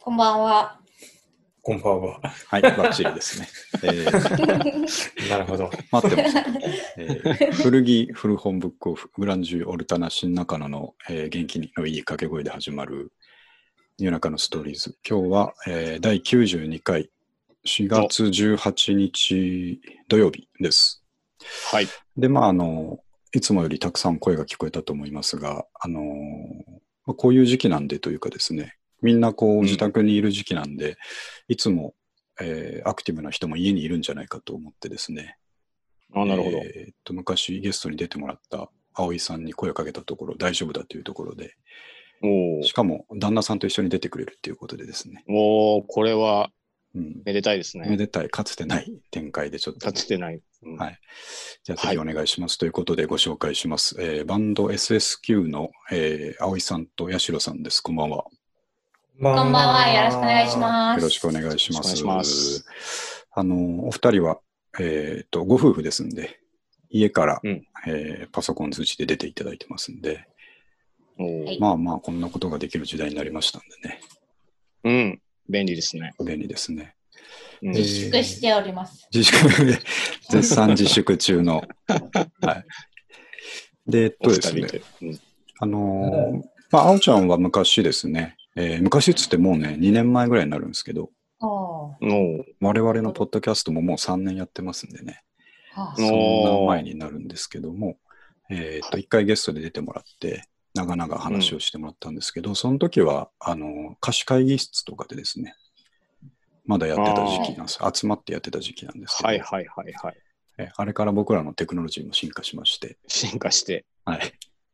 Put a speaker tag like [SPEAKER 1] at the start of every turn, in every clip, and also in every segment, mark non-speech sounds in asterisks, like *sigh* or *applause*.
[SPEAKER 1] こんばんは。
[SPEAKER 2] こんばんは。
[SPEAKER 3] はい、バッチリですね。えー
[SPEAKER 2] なるほど。
[SPEAKER 3] 待ってました。えー古着古本ブックオフ、グランジュオルタナ新中野の、えー元気のいい掛け声で始まる、夜中のストーリーズ。今日は、えー、第92回、4月18日土曜日です。
[SPEAKER 2] はい。
[SPEAKER 3] で、まあ、あの、いつもよりたくさん声が聞こえたと思いますが、あの、まあこういう時期なんでというかですね、みんなこう自宅にいる時期なんで、いつも、えーアクティブな人も家にいるんじゃないかと思ってですね、
[SPEAKER 2] あなるほど。
[SPEAKER 3] えーっと昔ゲストに出てもらった葵さんに声をかけたところ、大丈夫だというところで、
[SPEAKER 2] お
[SPEAKER 3] しかも旦那さんと一緒に出てくれるっていうことでですね、
[SPEAKER 2] おおこれは
[SPEAKER 3] うん、
[SPEAKER 2] めでたいですね。
[SPEAKER 3] めでたい、かつてない展開でちょっと
[SPEAKER 2] かつてない。うん
[SPEAKER 3] はい。じゃあ次お願いします、ということでご紹介します。えーバンド SSQ の、えー、葵さんと八代さんです。こんばんは。
[SPEAKER 2] こ
[SPEAKER 1] こんばんは。よろしくお願いし
[SPEAKER 2] す。
[SPEAKER 1] ます。
[SPEAKER 3] よろしくお願いします。
[SPEAKER 2] よろしく
[SPEAKER 3] あの、お二人は、えっ、と、ご夫婦ですんで、家から、
[SPEAKER 2] うん
[SPEAKER 3] えーパソコン通知で出ていただいてますんで、
[SPEAKER 2] おー
[SPEAKER 1] はい
[SPEAKER 3] まあまあ、こんなことができる時代になりましたんでね、
[SPEAKER 2] うん。便利ですね。
[SPEAKER 3] 便利ですね。
[SPEAKER 2] うん
[SPEAKER 3] えー
[SPEAKER 1] 自粛しております。
[SPEAKER 3] 自粛、絶賛自粛中
[SPEAKER 2] *laughs*
[SPEAKER 3] の。はい。で、えっと
[SPEAKER 2] お
[SPEAKER 3] で
[SPEAKER 2] 二
[SPEAKER 3] す
[SPEAKER 2] 人
[SPEAKER 3] ね、
[SPEAKER 2] で。うん
[SPEAKER 3] あのーまあ、あおちゃんは昔ですね、えー昔っつってもうね、2年前ぐらいになるんですけど、
[SPEAKER 1] おー
[SPEAKER 2] おー
[SPEAKER 3] 我々のポッドキャストももう3年やってますんでね、
[SPEAKER 1] は
[SPEAKER 3] そ
[SPEAKER 2] お
[SPEAKER 3] んな前になるんですけども、えーっと、1回ゲストで出てもらって、長々話をしてもらったんですけど、その時は、あのー貸し会議室とかでですね、まだやってた時期なんです。集まってやってた時期なんですけど、
[SPEAKER 2] はいはいはいはい。
[SPEAKER 3] えーあれから僕らのテクノロジーも進化しまして、
[SPEAKER 2] 進化して。
[SPEAKER 3] はい。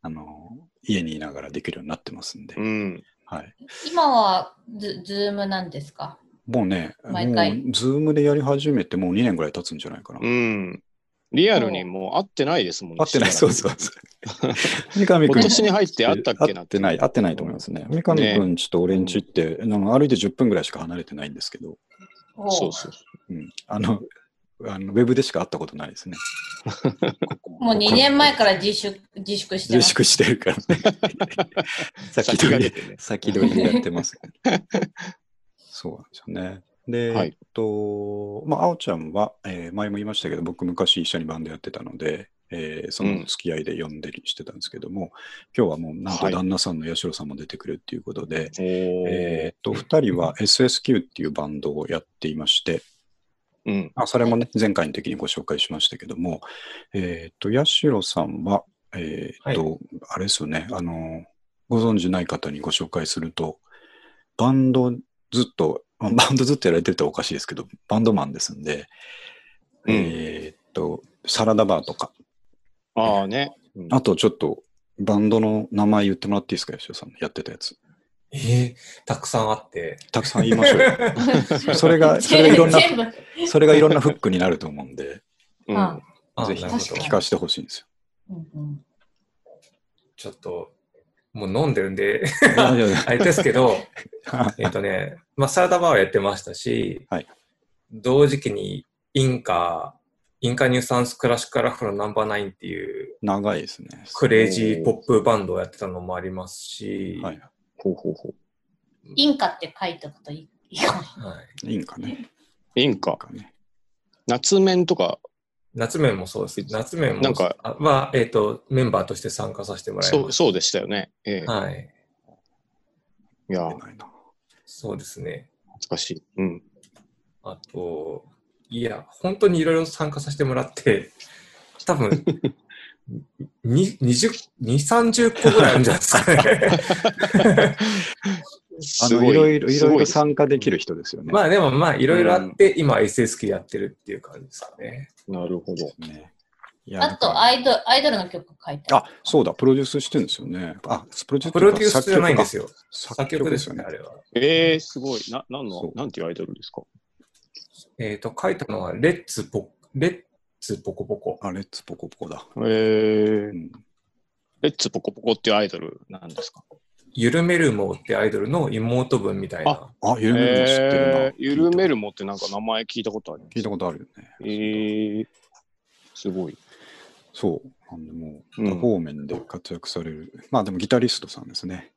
[SPEAKER 3] あのー家にいながらできるようになってますんで、
[SPEAKER 2] うん。
[SPEAKER 3] はい。
[SPEAKER 1] 今はズ、ズームなんですか
[SPEAKER 3] もうね、
[SPEAKER 1] 毎回
[SPEAKER 3] もうズームでやり始めてもう2年ぐらい経つんじゃないかな。
[SPEAKER 2] うん。リアルにもう会ってないですもんね。
[SPEAKER 3] 合ってない、
[SPEAKER 2] しば
[SPEAKER 3] そう
[SPEAKER 2] らく
[SPEAKER 3] そう *laughs* そう。三上
[SPEAKER 2] 今
[SPEAKER 3] 君
[SPEAKER 2] 年に入って会ったっけな
[SPEAKER 3] 合ってない、合ってないと思いますね。三上
[SPEAKER 2] ね
[SPEAKER 3] 君、ちょっと俺んちって、あの歩いて10分ぐらいしか離れてないんですけど、
[SPEAKER 1] おー
[SPEAKER 2] そうそう。
[SPEAKER 3] うん、あの、あのウェブでしか会ったことない
[SPEAKER 1] *laughs*
[SPEAKER 3] ですね。
[SPEAKER 1] もう2年前から自粛自粛し
[SPEAKER 3] 自
[SPEAKER 1] てます。
[SPEAKER 3] 粛してる
[SPEAKER 1] *laughs*
[SPEAKER 3] からね。先
[SPEAKER 2] 先
[SPEAKER 3] 取
[SPEAKER 2] 駆
[SPEAKER 3] り
[SPEAKER 2] け、てね。
[SPEAKER 3] 先取りでやってます、ね。そうなんですよね。で、
[SPEAKER 2] はい
[SPEAKER 3] えっと、まあ、あおちゃんは、えー前も言いましたけど、僕昔一緒にバンドやってたので、えーその付き合いで呼んでりしてたんですけども、今日はもうなんと
[SPEAKER 2] はい
[SPEAKER 3] 旦那さんの八代さんも出てくるっていうことで、
[SPEAKER 2] おー
[SPEAKER 3] えーっと、2人は SSQ っていうバンドをやっていまして、
[SPEAKER 2] うん。
[SPEAKER 3] あそれもね、前回の時にご紹介しましたけども、えーっと、八代さんは、えーっと、あれですよね、あの、ご存知ない方にご紹介すると、バンドずっと、まあ *laughs* バンドずっとやられてるとおかしいですけど、バンドマンですんで、
[SPEAKER 2] うん
[SPEAKER 3] えーっと、サラダバーとか、
[SPEAKER 2] ああね。うん
[SPEAKER 3] あとちょっと、バンドの名前言ってもらっていいですか、八代さんのやってたやつ。
[SPEAKER 4] ええたくさんあって。
[SPEAKER 3] たくさん言いましょうよ。それが、それがいろんな、
[SPEAKER 1] *laughs* 全部。
[SPEAKER 3] それがいろんなフックになると思うんで、
[SPEAKER 2] うん
[SPEAKER 1] あ
[SPEAKER 4] あ
[SPEAKER 3] ぜひ
[SPEAKER 4] なるほ
[SPEAKER 1] 確
[SPEAKER 4] ど
[SPEAKER 3] 聞かせてほしいんです
[SPEAKER 1] うんうん
[SPEAKER 4] ちょっと、もう飲んでるんで、 *laughs*
[SPEAKER 3] よ。いやいやいや
[SPEAKER 4] あれですけど、
[SPEAKER 3] は
[SPEAKER 4] えっとね、まあ、サラダバーはやってましたし、
[SPEAKER 3] はい
[SPEAKER 4] 同時期にインカ、インカニューサンスクラシックアラフロナンバーナインっていう
[SPEAKER 3] 長いですね。
[SPEAKER 4] クレイジーポップバンドをやってたのもありますし、
[SPEAKER 3] は
[SPEAKER 4] はい
[SPEAKER 3] い。
[SPEAKER 2] ほうほうほ
[SPEAKER 1] インカって書いとくといいかも。
[SPEAKER 3] いいんかね。
[SPEAKER 2] う。インカ。
[SPEAKER 3] なんかね
[SPEAKER 2] 夏面とか、
[SPEAKER 4] 夏面もそうです。夏面も
[SPEAKER 2] なんか
[SPEAKER 4] あは、えっ、と、メンバーとして参加させてもらい
[SPEAKER 2] そ
[SPEAKER 4] ま
[SPEAKER 2] う
[SPEAKER 4] し
[SPEAKER 2] そうでしたよね。ええ
[SPEAKER 4] た。はい。
[SPEAKER 2] い
[SPEAKER 3] 出
[SPEAKER 2] や、懐
[SPEAKER 3] ないな
[SPEAKER 4] そうですね。
[SPEAKER 2] かしい。うん。
[SPEAKER 4] あと、いや、本当にいろいろ参加させてもらって、 *laughs* 多分 *laughs* に20、20、30個ぐらいあるんじゃないですかね。 *laughs*
[SPEAKER 3] あ
[SPEAKER 2] す
[SPEAKER 3] の、
[SPEAKER 2] ご
[SPEAKER 3] いろいろ、い
[SPEAKER 2] す
[SPEAKER 3] ろい
[SPEAKER 2] ご
[SPEAKER 3] ろ
[SPEAKER 2] です
[SPEAKER 3] 参加できる人ですよね。
[SPEAKER 4] まあでもまあ、いろいろあって、今 SSK やってるっていう感じですかね。
[SPEAKER 2] なるほど。
[SPEAKER 3] ねいや
[SPEAKER 1] あ
[SPEAKER 3] だか
[SPEAKER 1] と
[SPEAKER 3] ら
[SPEAKER 1] アイドル、アイドルの曲書いてある。
[SPEAKER 3] あ、そうだ、プロデュースしてるんですよね。あ、プロデュース
[SPEAKER 4] プロデュースじゃないんですよ。
[SPEAKER 3] よ
[SPEAKER 4] 作曲ですよね、あれは。
[SPEAKER 2] ええすごい。な、なん
[SPEAKER 3] そ
[SPEAKER 2] の
[SPEAKER 3] う、
[SPEAKER 2] なんていうアイドルですか
[SPEAKER 4] えっ、と、書いたのは、レッツポ、レッツポコポコ。
[SPEAKER 3] あ、レッツポコポコだ。
[SPEAKER 2] ええ
[SPEAKER 3] うん
[SPEAKER 2] レッツポコポコっていうアイドルなんですか
[SPEAKER 4] 緩めるもってアイドルの妹分みたいな。
[SPEAKER 3] あ、ゆるめるも知ってるな
[SPEAKER 2] ええ。ゆるめるもってなんか名前聞いたことあります
[SPEAKER 3] 聞いたことあるよね。
[SPEAKER 2] ええすごい。
[SPEAKER 3] そう。なんでもう、
[SPEAKER 2] うん
[SPEAKER 3] 多方面で活躍される。まあでもギタリストさんですね。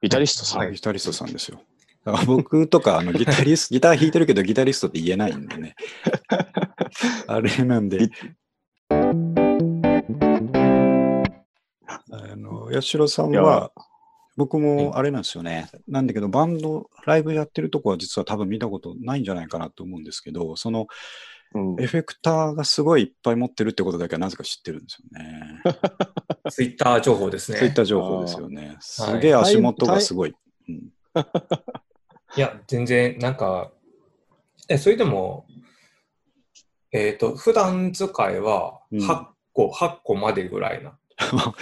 [SPEAKER 2] ギタリストさん。
[SPEAKER 4] はい
[SPEAKER 3] ギタリストさんですよ。 *laughs* だから僕とか、あの、ギタリスト、ギター弾いてるけど、ギタリストって言えないんでね。あれなんで。あの、八代さん
[SPEAKER 2] いや
[SPEAKER 3] は、僕もあれなんですよね。なんだけど、バンド、ライブやってるとこは実は多分見たことないんじゃないかなと思うんですけど、その
[SPEAKER 2] うん
[SPEAKER 3] エフェクターがすごいいっぱい持ってるってことだけはなぜか知ってるんですよね。
[SPEAKER 4] ツイッター情報ですね。
[SPEAKER 3] そういった情報ですよね。すげえ足元がすごい。うん
[SPEAKER 4] いや、全然、なんか、え、それでも、えっ、と、普段使いは
[SPEAKER 3] うん
[SPEAKER 4] 8個、8個までぐらいな。
[SPEAKER 3] 8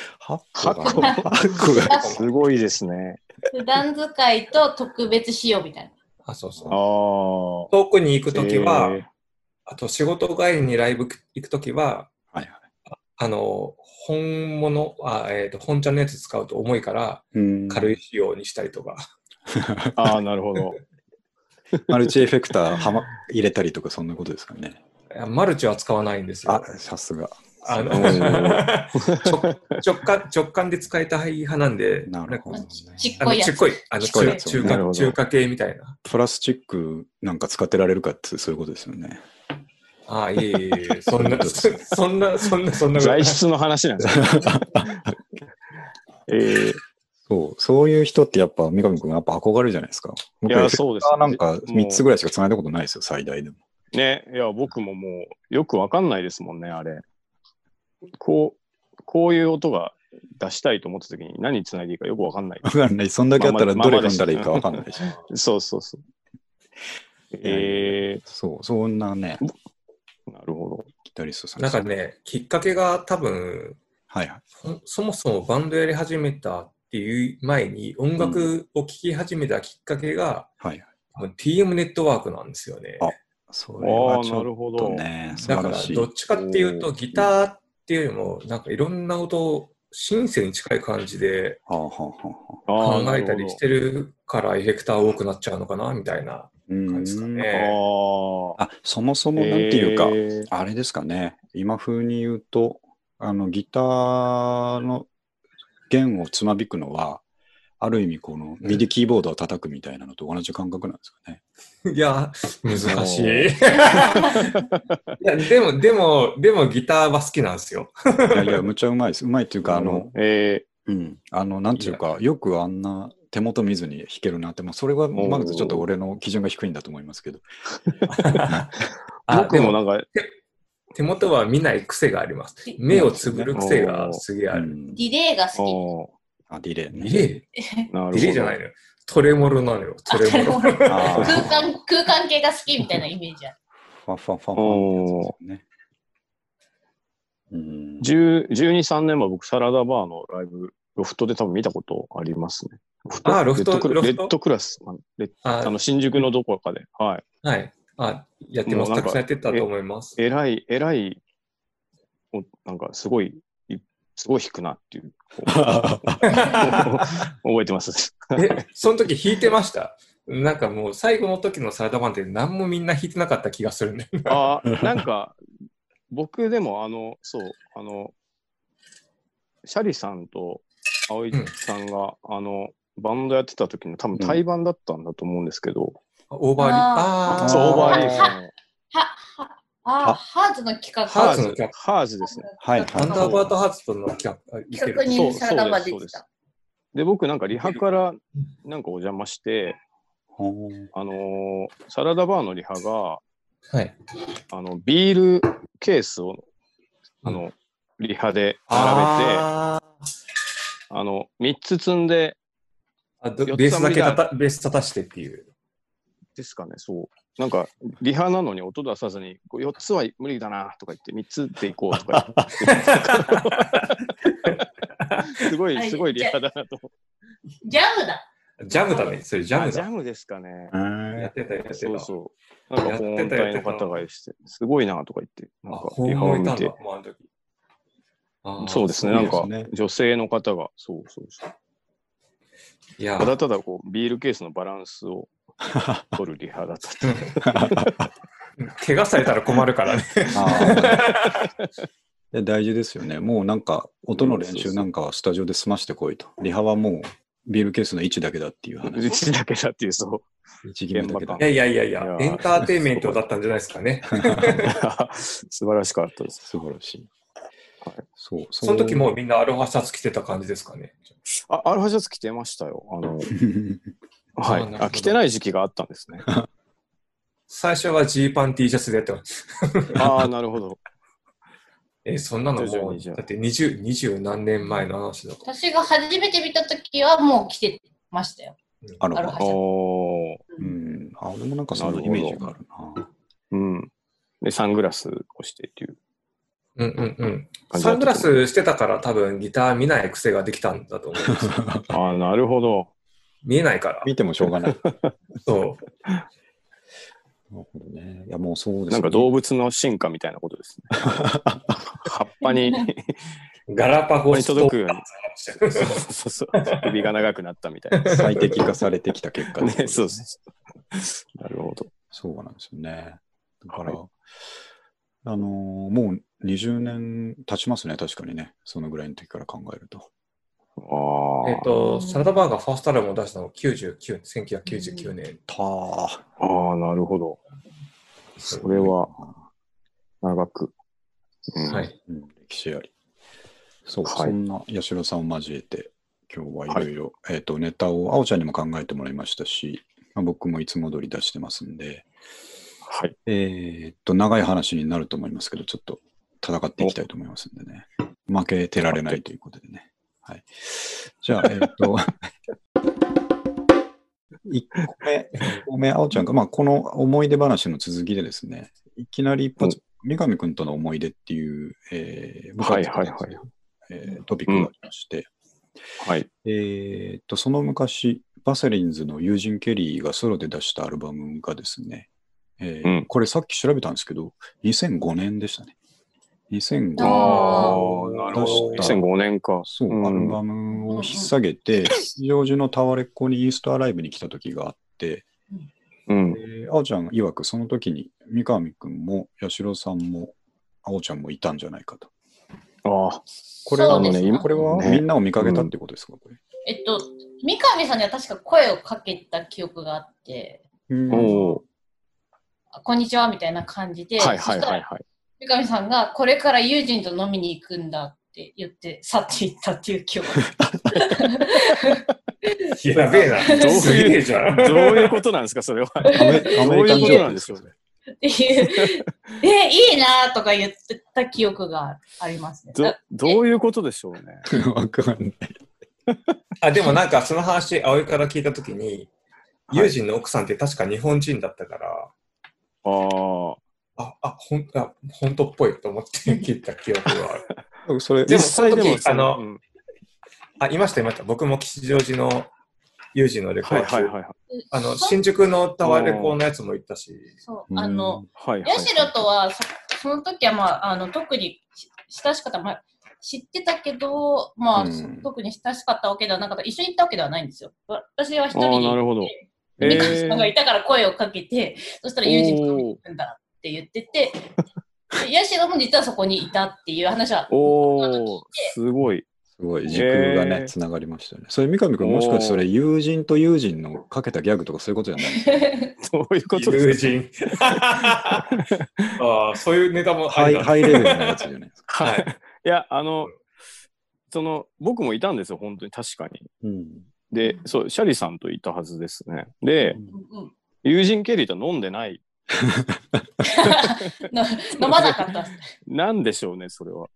[SPEAKER 2] 過
[SPEAKER 3] 個
[SPEAKER 2] 去
[SPEAKER 3] が8個が。
[SPEAKER 2] すごいですね。
[SPEAKER 1] 普段使いと特別仕様みたい
[SPEAKER 4] あ、そうそ
[SPEAKER 2] あ
[SPEAKER 4] う
[SPEAKER 2] あ。。行
[SPEAKER 4] 遠くに行くときは、あと仕事帰りにライブ行くときは、
[SPEAKER 3] はいはい
[SPEAKER 4] あの、本物、あえっ、と、本ちゃんのやつ使うと重いから、軽
[SPEAKER 3] い。
[SPEAKER 4] い仕様にしたりとか。
[SPEAKER 2] ああ、なるほ
[SPEAKER 3] *laughs*
[SPEAKER 2] ど。
[SPEAKER 3] マルチエフェクターは、ま、入れたりとか、そんなことですかね。
[SPEAKER 4] いやマルチは使わないんです
[SPEAKER 3] あ
[SPEAKER 4] よ。、
[SPEAKER 3] さすが。
[SPEAKER 4] あの
[SPEAKER 2] おー
[SPEAKER 4] *laughs* 直直感直感で使えた派なんで、
[SPEAKER 3] なるほど、
[SPEAKER 4] ん
[SPEAKER 3] ね
[SPEAKER 4] か。
[SPEAKER 1] な。ちっ
[SPEAKER 4] あ
[SPEAKER 1] こ
[SPEAKER 4] の
[SPEAKER 1] いや
[SPEAKER 4] ち
[SPEAKER 1] つ
[SPEAKER 4] っ。こい、あの
[SPEAKER 3] ちっこいや
[SPEAKER 4] 中
[SPEAKER 3] つ
[SPEAKER 4] 中
[SPEAKER 2] なるほ
[SPEAKER 4] 華
[SPEAKER 2] ど
[SPEAKER 4] 中華系みたいな。
[SPEAKER 3] プラスチックなんか使ってられるかって、そういうことですよね。
[SPEAKER 4] ああ、いえいえいえ、そんな、そ *laughs* そんな、そんな、そんな、
[SPEAKER 2] 材質の話なんですね。 *laughs* えー
[SPEAKER 3] そう、そういう人ってやっぱ、三上君やっぱ憧れるじゃないですか。僕
[SPEAKER 2] いや
[SPEAKER 3] エフェクター
[SPEAKER 2] そうですね
[SPEAKER 3] なんか3つ
[SPEAKER 2] もう
[SPEAKER 3] ぐらいしか繋いだことないですよ、最大でも。
[SPEAKER 2] ね、いや、僕ももう、よくわかんないですもんね、あれ。こう、こういう音が出したいと思った時に何つなぎかよくわかんない。 *laughs*
[SPEAKER 3] わかんない。そんだけあったら
[SPEAKER 2] まあま
[SPEAKER 3] ど
[SPEAKER 2] あ
[SPEAKER 3] れ踏んだらいいかわかんないし。
[SPEAKER 2] そうそうそう。え
[SPEAKER 3] そう、そんなね、
[SPEAKER 2] ー、なるほど。
[SPEAKER 3] ギタリストさん
[SPEAKER 4] なんか。ね、きっかけが多分、
[SPEAKER 3] はいはい。
[SPEAKER 4] そそもそもバンドやり始めたっていう前に、音楽を聴き始めたきっかけが、
[SPEAKER 3] はいはい。
[SPEAKER 4] 多分 TM ネットワークなんですよね。
[SPEAKER 3] あそれ
[SPEAKER 2] あ
[SPEAKER 3] は
[SPEAKER 2] あ、
[SPEAKER 3] ち
[SPEAKER 2] なる
[SPEAKER 3] ょ
[SPEAKER 2] ほ
[SPEAKER 3] っと
[SPEAKER 2] ど。
[SPEAKER 3] ね、素
[SPEAKER 4] だ
[SPEAKER 3] 晴
[SPEAKER 4] からら、
[SPEAKER 3] しい。
[SPEAKER 4] どっちかっていう
[SPEAKER 2] お
[SPEAKER 4] と、
[SPEAKER 2] ー
[SPEAKER 4] ギターっていうよりも、なんかいろんな音を、シンセに近い感じで
[SPEAKER 3] はあはあはあはあ
[SPEAKER 2] あ
[SPEAKER 4] 考
[SPEAKER 2] ーな
[SPEAKER 4] え
[SPEAKER 2] るほ
[SPEAKER 4] た
[SPEAKER 2] ど
[SPEAKER 4] りしてるから、エフェクター多くなっちゃうのかな、みたいな。
[SPEAKER 3] うん
[SPEAKER 4] 感じですか
[SPEAKER 2] あ
[SPEAKER 4] ね
[SPEAKER 2] ー
[SPEAKER 3] あ、そもそもなんていうか、
[SPEAKER 2] えー
[SPEAKER 3] あれですかね、今風に言うと、あのギターの弦をつまびくのは、ある意味、このミディキーボードを叩くみたいなのと同じ感覚なんですかね。
[SPEAKER 4] いや、難しい。い
[SPEAKER 3] *laughs*
[SPEAKER 4] や、 *laughs* でも、でも、でもギターは好きなんですよ。
[SPEAKER 3] いやいや、むちゃうまいです。うまいっていうか、あの、
[SPEAKER 2] え
[SPEAKER 3] うん、あの、なんていうか、よくあんな手元見ずに弾けるなって、まあ、それはまずちょっと俺の基準が低いんだと思いますけど。
[SPEAKER 2] *laughs* ー、
[SPEAKER 4] あ
[SPEAKER 2] 僕
[SPEAKER 4] で
[SPEAKER 2] もな
[SPEAKER 4] も
[SPEAKER 2] んか、
[SPEAKER 4] 手元は見ない癖があります。目をつぶる癖がすげえあ
[SPEAKER 3] う
[SPEAKER 4] る。
[SPEAKER 3] ん
[SPEAKER 1] ディレイが
[SPEAKER 2] あ
[SPEAKER 1] 好
[SPEAKER 2] ー
[SPEAKER 3] あ、ディレイね。
[SPEAKER 4] ディレイ
[SPEAKER 2] なるほど。
[SPEAKER 4] ディレイじゃないのよ。トレモロなのよ。トレモ
[SPEAKER 1] あ
[SPEAKER 4] ロ。
[SPEAKER 3] あ
[SPEAKER 1] き。
[SPEAKER 3] ー
[SPEAKER 1] 空間、空間系が好きみたいなイメージある。
[SPEAKER 3] ファンファンファンファンってやつですよね。うん *laughs*
[SPEAKER 2] 10 12、3年前、僕、サラダバーのライブ、ロフトで多分見たことありますね。ロフ
[SPEAKER 4] あーロフト
[SPEAKER 2] レッドクラ
[SPEAKER 4] ロ
[SPEAKER 2] レ
[SPEAKER 4] フト
[SPEAKER 2] ッドクラス。あのレッあ
[SPEAKER 4] あ
[SPEAKER 2] の新宿のどこかで。はい。
[SPEAKER 4] はい。あ、やってま
[SPEAKER 2] も
[SPEAKER 4] す。
[SPEAKER 2] うな
[SPEAKER 4] た
[SPEAKER 2] んか
[SPEAKER 4] くさんやってたと思います。
[SPEAKER 2] えらい、えらい、おなんか、すごい、いすごい弾くなって
[SPEAKER 4] *laughs*
[SPEAKER 2] いう、こう覚えてます。
[SPEAKER 4] え、その時弾いてました。なんかもう最後の時のサラダ版って何もみんな弾いてなかった気がするね。
[SPEAKER 2] あーなんか、僕でも、あの、そう、あの、シャリさんと葵さんが、あの、バンドやってた時の多分対バンだったんだと思うんですけど、
[SPEAKER 4] オーバーリーフ。
[SPEAKER 1] あ
[SPEAKER 4] あ
[SPEAKER 3] ー
[SPEAKER 2] そう、オーバーリー
[SPEAKER 4] フ。
[SPEAKER 2] フの
[SPEAKER 1] は、は、あー、
[SPEAKER 3] は
[SPEAKER 1] ハーズの企画。
[SPEAKER 4] ハーズの
[SPEAKER 2] ハハーズですね。
[SPEAKER 3] はい
[SPEAKER 4] ア
[SPEAKER 3] は
[SPEAKER 4] ン
[SPEAKER 3] い。
[SPEAKER 4] ダーバートハーツとの企画、あいけ
[SPEAKER 1] 企
[SPEAKER 4] る
[SPEAKER 1] 画
[SPEAKER 2] そ
[SPEAKER 1] に
[SPEAKER 2] う
[SPEAKER 1] サラダバー出
[SPEAKER 2] そう
[SPEAKER 1] て
[SPEAKER 2] です
[SPEAKER 1] た。
[SPEAKER 2] で、僕なんかリハからなんかお邪魔して、
[SPEAKER 3] ほう
[SPEAKER 2] あのーサラダバーのリハが、
[SPEAKER 4] はい。
[SPEAKER 2] あの、ビールケースを、あの、リハで並べて、あ
[SPEAKER 4] あ
[SPEAKER 2] の、3つ積んで、
[SPEAKER 4] ーあど
[SPEAKER 2] 四つ
[SPEAKER 4] ベースだけ
[SPEAKER 2] は無
[SPEAKER 4] た
[SPEAKER 2] 理
[SPEAKER 4] た、ベース立たしてっていう。
[SPEAKER 2] ですかね、そう。なんか、リハなのに音出さずに、こう4つは無理だなとか言って、3つでいこうとか言っ
[SPEAKER 4] *laughs*
[SPEAKER 2] て、すごい、すごいリハだなと思
[SPEAKER 1] ジャムだ。
[SPEAKER 4] ジャムだね。それジャ
[SPEAKER 2] って。あ
[SPEAKER 4] ム
[SPEAKER 2] ジ
[SPEAKER 4] だ
[SPEAKER 2] ャ。ムですかね。
[SPEAKER 3] *laughs*
[SPEAKER 4] やってた、やってた。
[SPEAKER 2] そうそう。なんか、保
[SPEAKER 4] やっ
[SPEAKER 2] 温
[SPEAKER 4] てたや
[SPEAKER 2] 隊
[SPEAKER 4] っ
[SPEAKER 2] の
[SPEAKER 4] てた
[SPEAKER 2] 方がして、すごいなとか言って、
[SPEAKER 4] あ、
[SPEAKER 2] なんか、
[SPEAKER 4] ホ
[SPEAKER 2] リ
[SPEAKER 4] ー
[SPEAKER 2] ハ
[SPEAKER 4] ム
[SPEAKER 2] を
[SPEAKER 4] いた
[SPEAKER 2] 見
[SPEAKER 4] んだ
[SPEAKER 2] て、、
[SPEAKER 4] もうあの時。あー
[SPEAKER 2] そうですね、
[SPEAKER 3] そ
[SPEAKER 2] な
[SPEAKER 3] うんです
[SPEAKER 2] か
[SPEAKER 3] ね、
[SPEAKER 2] 女性の方が、そうそうそう。
[SPEAKER 4] いや
[SPEAKER 2] た、だただこうビールケースのバランスを取るリハだったっていう
[SPEAKER 4] 怪我されたら困るからね。
[SPEAKER 3] いや大事ですよね。もうなんか、音の練習なんかはスタジオで済ましてこいと。リハはもうビールケースの1だけだっていう話。
[SPEAKER 2] うちだけだっていう、そう。
[SPEAKER 3] 1ゲームだけだ
[SPEAKER 2] 現
[SPEAKER 4] *laughs* い。やいやいやい
[SPEAKER 2] いや
[SPEAKER 4] や、エンターテインメントだったんじゃないですかね。
[SPEAKER 2] *laughs* 素晴らしかったです。
[SPEAKER 3] 素晴らしい
[SPEAKER 2] はい。
[SPEAKER 3] そう、
[SPEAKER 4] その時もう
[SPEAKER 3] う。
[SPEAKER 4] みんなアロハシャツ着てた感じですかね。
[SPEAKER 2] あ、アルファシャツ着てましたよ。あの、は
[SPEAKER 4] あなる
[SPEAKER 2] い。
[SPEAKER 4] ほど
[SPEAKER 2] あ、着てない時期があったんですね。
[SPEAKER 4] 最初はジーパン T シャツでやってました。
[SPEAKER 2] ああ、なるほど。
[SPEAKER 4] えそんなのも
[SPEAKER 2] 徐々に
[SPEAKER 4] う、
[SPEAKER 2] じゃ
[SPEAKER 4] だ
[SPEAKER 2] あ
[SPEAKER 4] って20、20何年前の話だから。
[SPEAKER 1] 私が初めて見た時はもう来てましたよ。
[SPEAKER 3] *laughs* あ
[SPEAKER 1] アロ
[SPEAKER 3] の
[SPEAKER 1] ハ、
[SPEAKER 2] おー。
[SPEAKER 3] うん。あ、俺もなんかそのイメージがあるな。
[SPEAKER 2] うん。で、サングラスをしてっていう
[SPEAKER 4] うんうんうん。
[SPEAKER 2] 感じ
[SPEAKER 4] サ
[SPEAKER 2] だ
[SPEAKER 4] ン
[SPEAKER 2] っ
[SPEAKER 4] グ
[SPEAKER 2] た
[SPEAKER 4] ラ
[SPEAKER 2] と思う。
[SPEAKER 4] スしてたから多分ギター見ない癖ができたんだと思います。
[SPEAKER 2] ああ、なるほど。
[SPEAKER 4] *laughs* 見えないから。
[SPEAKER 3] 見てもしょうがない。なる
[SPEAKER 4] そう。
[SPEAKER 3] ほどね。いや、もうそうです、ね。
[SPEAKER 2] なんか動物の進化みたいなことですね。葉っぱに
[SPEAKER 4] ガラパゴス
[SPEAKER 2] ここに届くように
[SPEAKER 4] と
[SPEAKER 2] そうそうそう首が長くなったみた
[SPEAKER 3] *laughs*
[SPEAKER 2] いな。
[SPEAKER 3] 最適化されてきた結果ってこと
[SPEAKER 2] ね、
[SPEAKER 3] です
[SPEAKER 2] *laughs* そう
[SPEAKER 3] ね
[SPEAKER 2] そう。なるほど。
[SPEAKER 3] そうなんですよね。だから、
[SPEAKER 2] は
[SPEAKER 3] あのーもう20年経ちますね、確かにね。そのぐらいの時から考えると。
[SPEAKER 2] ああ。
[SPEAKER 4] えっと、サラダバーがファーストアルバムを出したのが99 1999年。
[SPEAKER 3] たー。
[SPEAKER 2] ああ、なるほど。それは長く。うん
[SPEAKER 4] は。い。
[SPEAKER 3] うん、歴史あり。そう、
[SPEAKER 2] はい
[SPEAKER 3] そんな八代さんを交えて、今日はいろいろ、えっ、と、ネタを、あおちゃんにも考えてもらいましたし、まあ、僕もいつも通り出してますんで、
[SPEAKER 2] はい。
[SPEAKER 3] えーっと、長い話になると思いますけど、ちょっと戦っていきたいと思いますんでね。負けてられないということでね。はい。じゃあ、えーっと、1個目、1個目、あおちゃんが、まあ、この思い出話の続きでですね、いきなり一発、三上くんとの思い出っていう、えー部活
[SPEAKER 2] はいはいはい
[SPEAKER 3] えートピックがありまして、
[SPEAKER 2] はい。
[SPEAKER 3] えーっと、その昔、バセリンズの友人ケリーがソロで出したアルバムがですね、えー
[SPEAKER 2] うん
[SPEAKER 3] これさっき調べたんですけど、2005年でしたね。2005
[SPEAKER 1] あ
[SPEAKER 3] 年
[SPEAKER 1] ー
[SPEAKER 2] ああ、なる
[SPEAKER 3] ど
[SPEAKER 2] ほ
[SPEAKER 3] う
[SPEAKER 2] ど。
[SPEAKER 3] した
[SPEAKER 2] 2005年か。
[SPEAKER 3] そう、
[SPEAKER 2] ん
[SPEAKER 3] アルバムを引っ提げて、吉祥寺のタワレッコにイーストアライブに来た時があって、
[SPEAKER 2] うん。
[SPEAKER 3] えー、あおちゃん曰くその時に三上くんも八代さんもあおちゃんもいたんじゃないかと。
[SPEAKER 2] ああ、
[SPEAKER 3] これ
[SPEAKER 1] そ
[SPEAKER 3] は
[SPEAKER 1] うですね
[SPEAKER 3] ね、今これは
[SPEAKER 2] ね
[SPEAKER 3] みんなを見かけたってことですか、これ。
[SPEAKER 1] えっと、三上さんには確か声をかけた記憶があって、
[SPEAKER 3] うん
[SPEAKER 2] おお。
[SPEAKER 1] あこんにちはみたいな感じで、
[SPEAKER 2] はいはい
[SPEAKER 1] そした
[SPEAKER 2] はい
[SPEAKER 1] ら
[SPEAKER 2] はい。
[SPEAKER 1] 三上さんがこれから友人と飲みに行くんだって言って去っていったっていう記憶が
[SPEAKER 4] やべえな。
[SPEAKER 2] どういう
[SPEAKER 4] すげえじゃん。
[SPEAKER 2] どういうことなんですか、それは。
[SPEAKER 3] ア
[SPEAKER 1] *laughs*
[SPEAKER 3] メアメリカン
[SPEAKER 2] どう
[SPEAKER 3] ジ
[SPEAKER 2] いうこと
[SPEAKER 3] ョークで
[SPEAKER 2] なんですす
[SPEAKER 3] よ
[SPEAKER 2] か
[SPEAKER 3] ね。
[SPEAKER 1] って
[SPEAKER 2] *laughs*
[SPEAKER 1] いう、え、いいなとか言ってた記憶がありますね。
[SPEAKER 2] どどういうことでしょうね。
[SPEAKER 3] わかんない。
[SPEAKER 4] あ、でもなんかその話、葵から聞いたときに、
[SPEAKER 2] はい
[SPEAKER 4] 友人の奥さんって確か日本人だったから、
[SPEAKER 2] ああ。
[SPEAKER 4] あ、あ、ほん、あ、本当っぽいと思 *laughs* って聞いた記憶がある。
[SPEAKER 3] それ、
[SPEAKER 4] でも
[SPEAKER 2] 実際でも、
[SPEAKER 4] その時
[SPEAKER 2] うん
[SPEAKER 4] あ、いましたいました。僕も吉祥寺の友人のレコ
[SPEAKER 2] はい
[SPEAKER 4] ー
[SPEAKER 2] はいはい
[SPEAKER 4] ド。
[SPEAKER 2] はい。
[SPEAKER 4] あの、
[SPEAKER 1] そ
[SPEAKER 4] 新宿のタワーレコーのやつも行ったし、
[SPEAKER 1] そう、あの、
[SPEAKER 2] はいはい。
[SPEAKER 1] ヤシロとはそ、その時はまあ、あの、特にし親しかった、まあ、知ってたけど、まあ、
[SPEAKER 3] うん
[SPEAKER 1] 特に親しかったわけではなかった、一緒に行ったわけではないんですよ。わ私は一
[SPEAKER 2] あ
[SPEAKER 1] 人
[SPEAKER 2] あ、
[SPEAKER 1] に
[SPEAKER 2] なるほど。
[SPEAKER 1] 三
[SPEAKER 2] え
[SPEAKER 1] 上さんが
[SPEAKER 2] ー
[SPEAKER 1] いたから声をかけて、そしたら友人と飲みに行くんだって言ってて、でヤシロも実はそこにいたっていう話は、
[SPEAKER 2] おお、すごい。
[SPEAKER 3] すごい、時空が
[SPEAKER 2] へ
[SPEAKER 3] ね、
[SPEAKER 2] ー
[SPEAKER 3] つながりましたよね。それ、三上君、もしかしてそれ、友人と友人のかけたギャグとかそういうことじゃない
[SPEAKER 2] どういうこと
[SPEAKER 4] 友
[SPEAKER 2] ですか
[SPEAKER 4] 人。 *laughs* あーそういうネタもあ
[SPEAKER 3] ハ
[SPEAKER 4] り
[SPEAKER 3] イ
[SPEAKER 4] だ
[SPEAKER 3] ハイレベルなやつじゃないですか。
[SPEAKER 4] はい。
[SPEAKER 2] いや、あの、その、僕もいたんですよ、本当に、確かに。
[SPEAKER 3] うん。
[SPEAKER 2] で、そう、シャリさんといたはずですね。で、
[SPEAKER 1] うんうん
[SPEAKER 2] 友人ケリーと飲んでない。
[SPEAKER 1] の飲まなかったっす。
[SPEAKER 2] なんでしょうね、それは。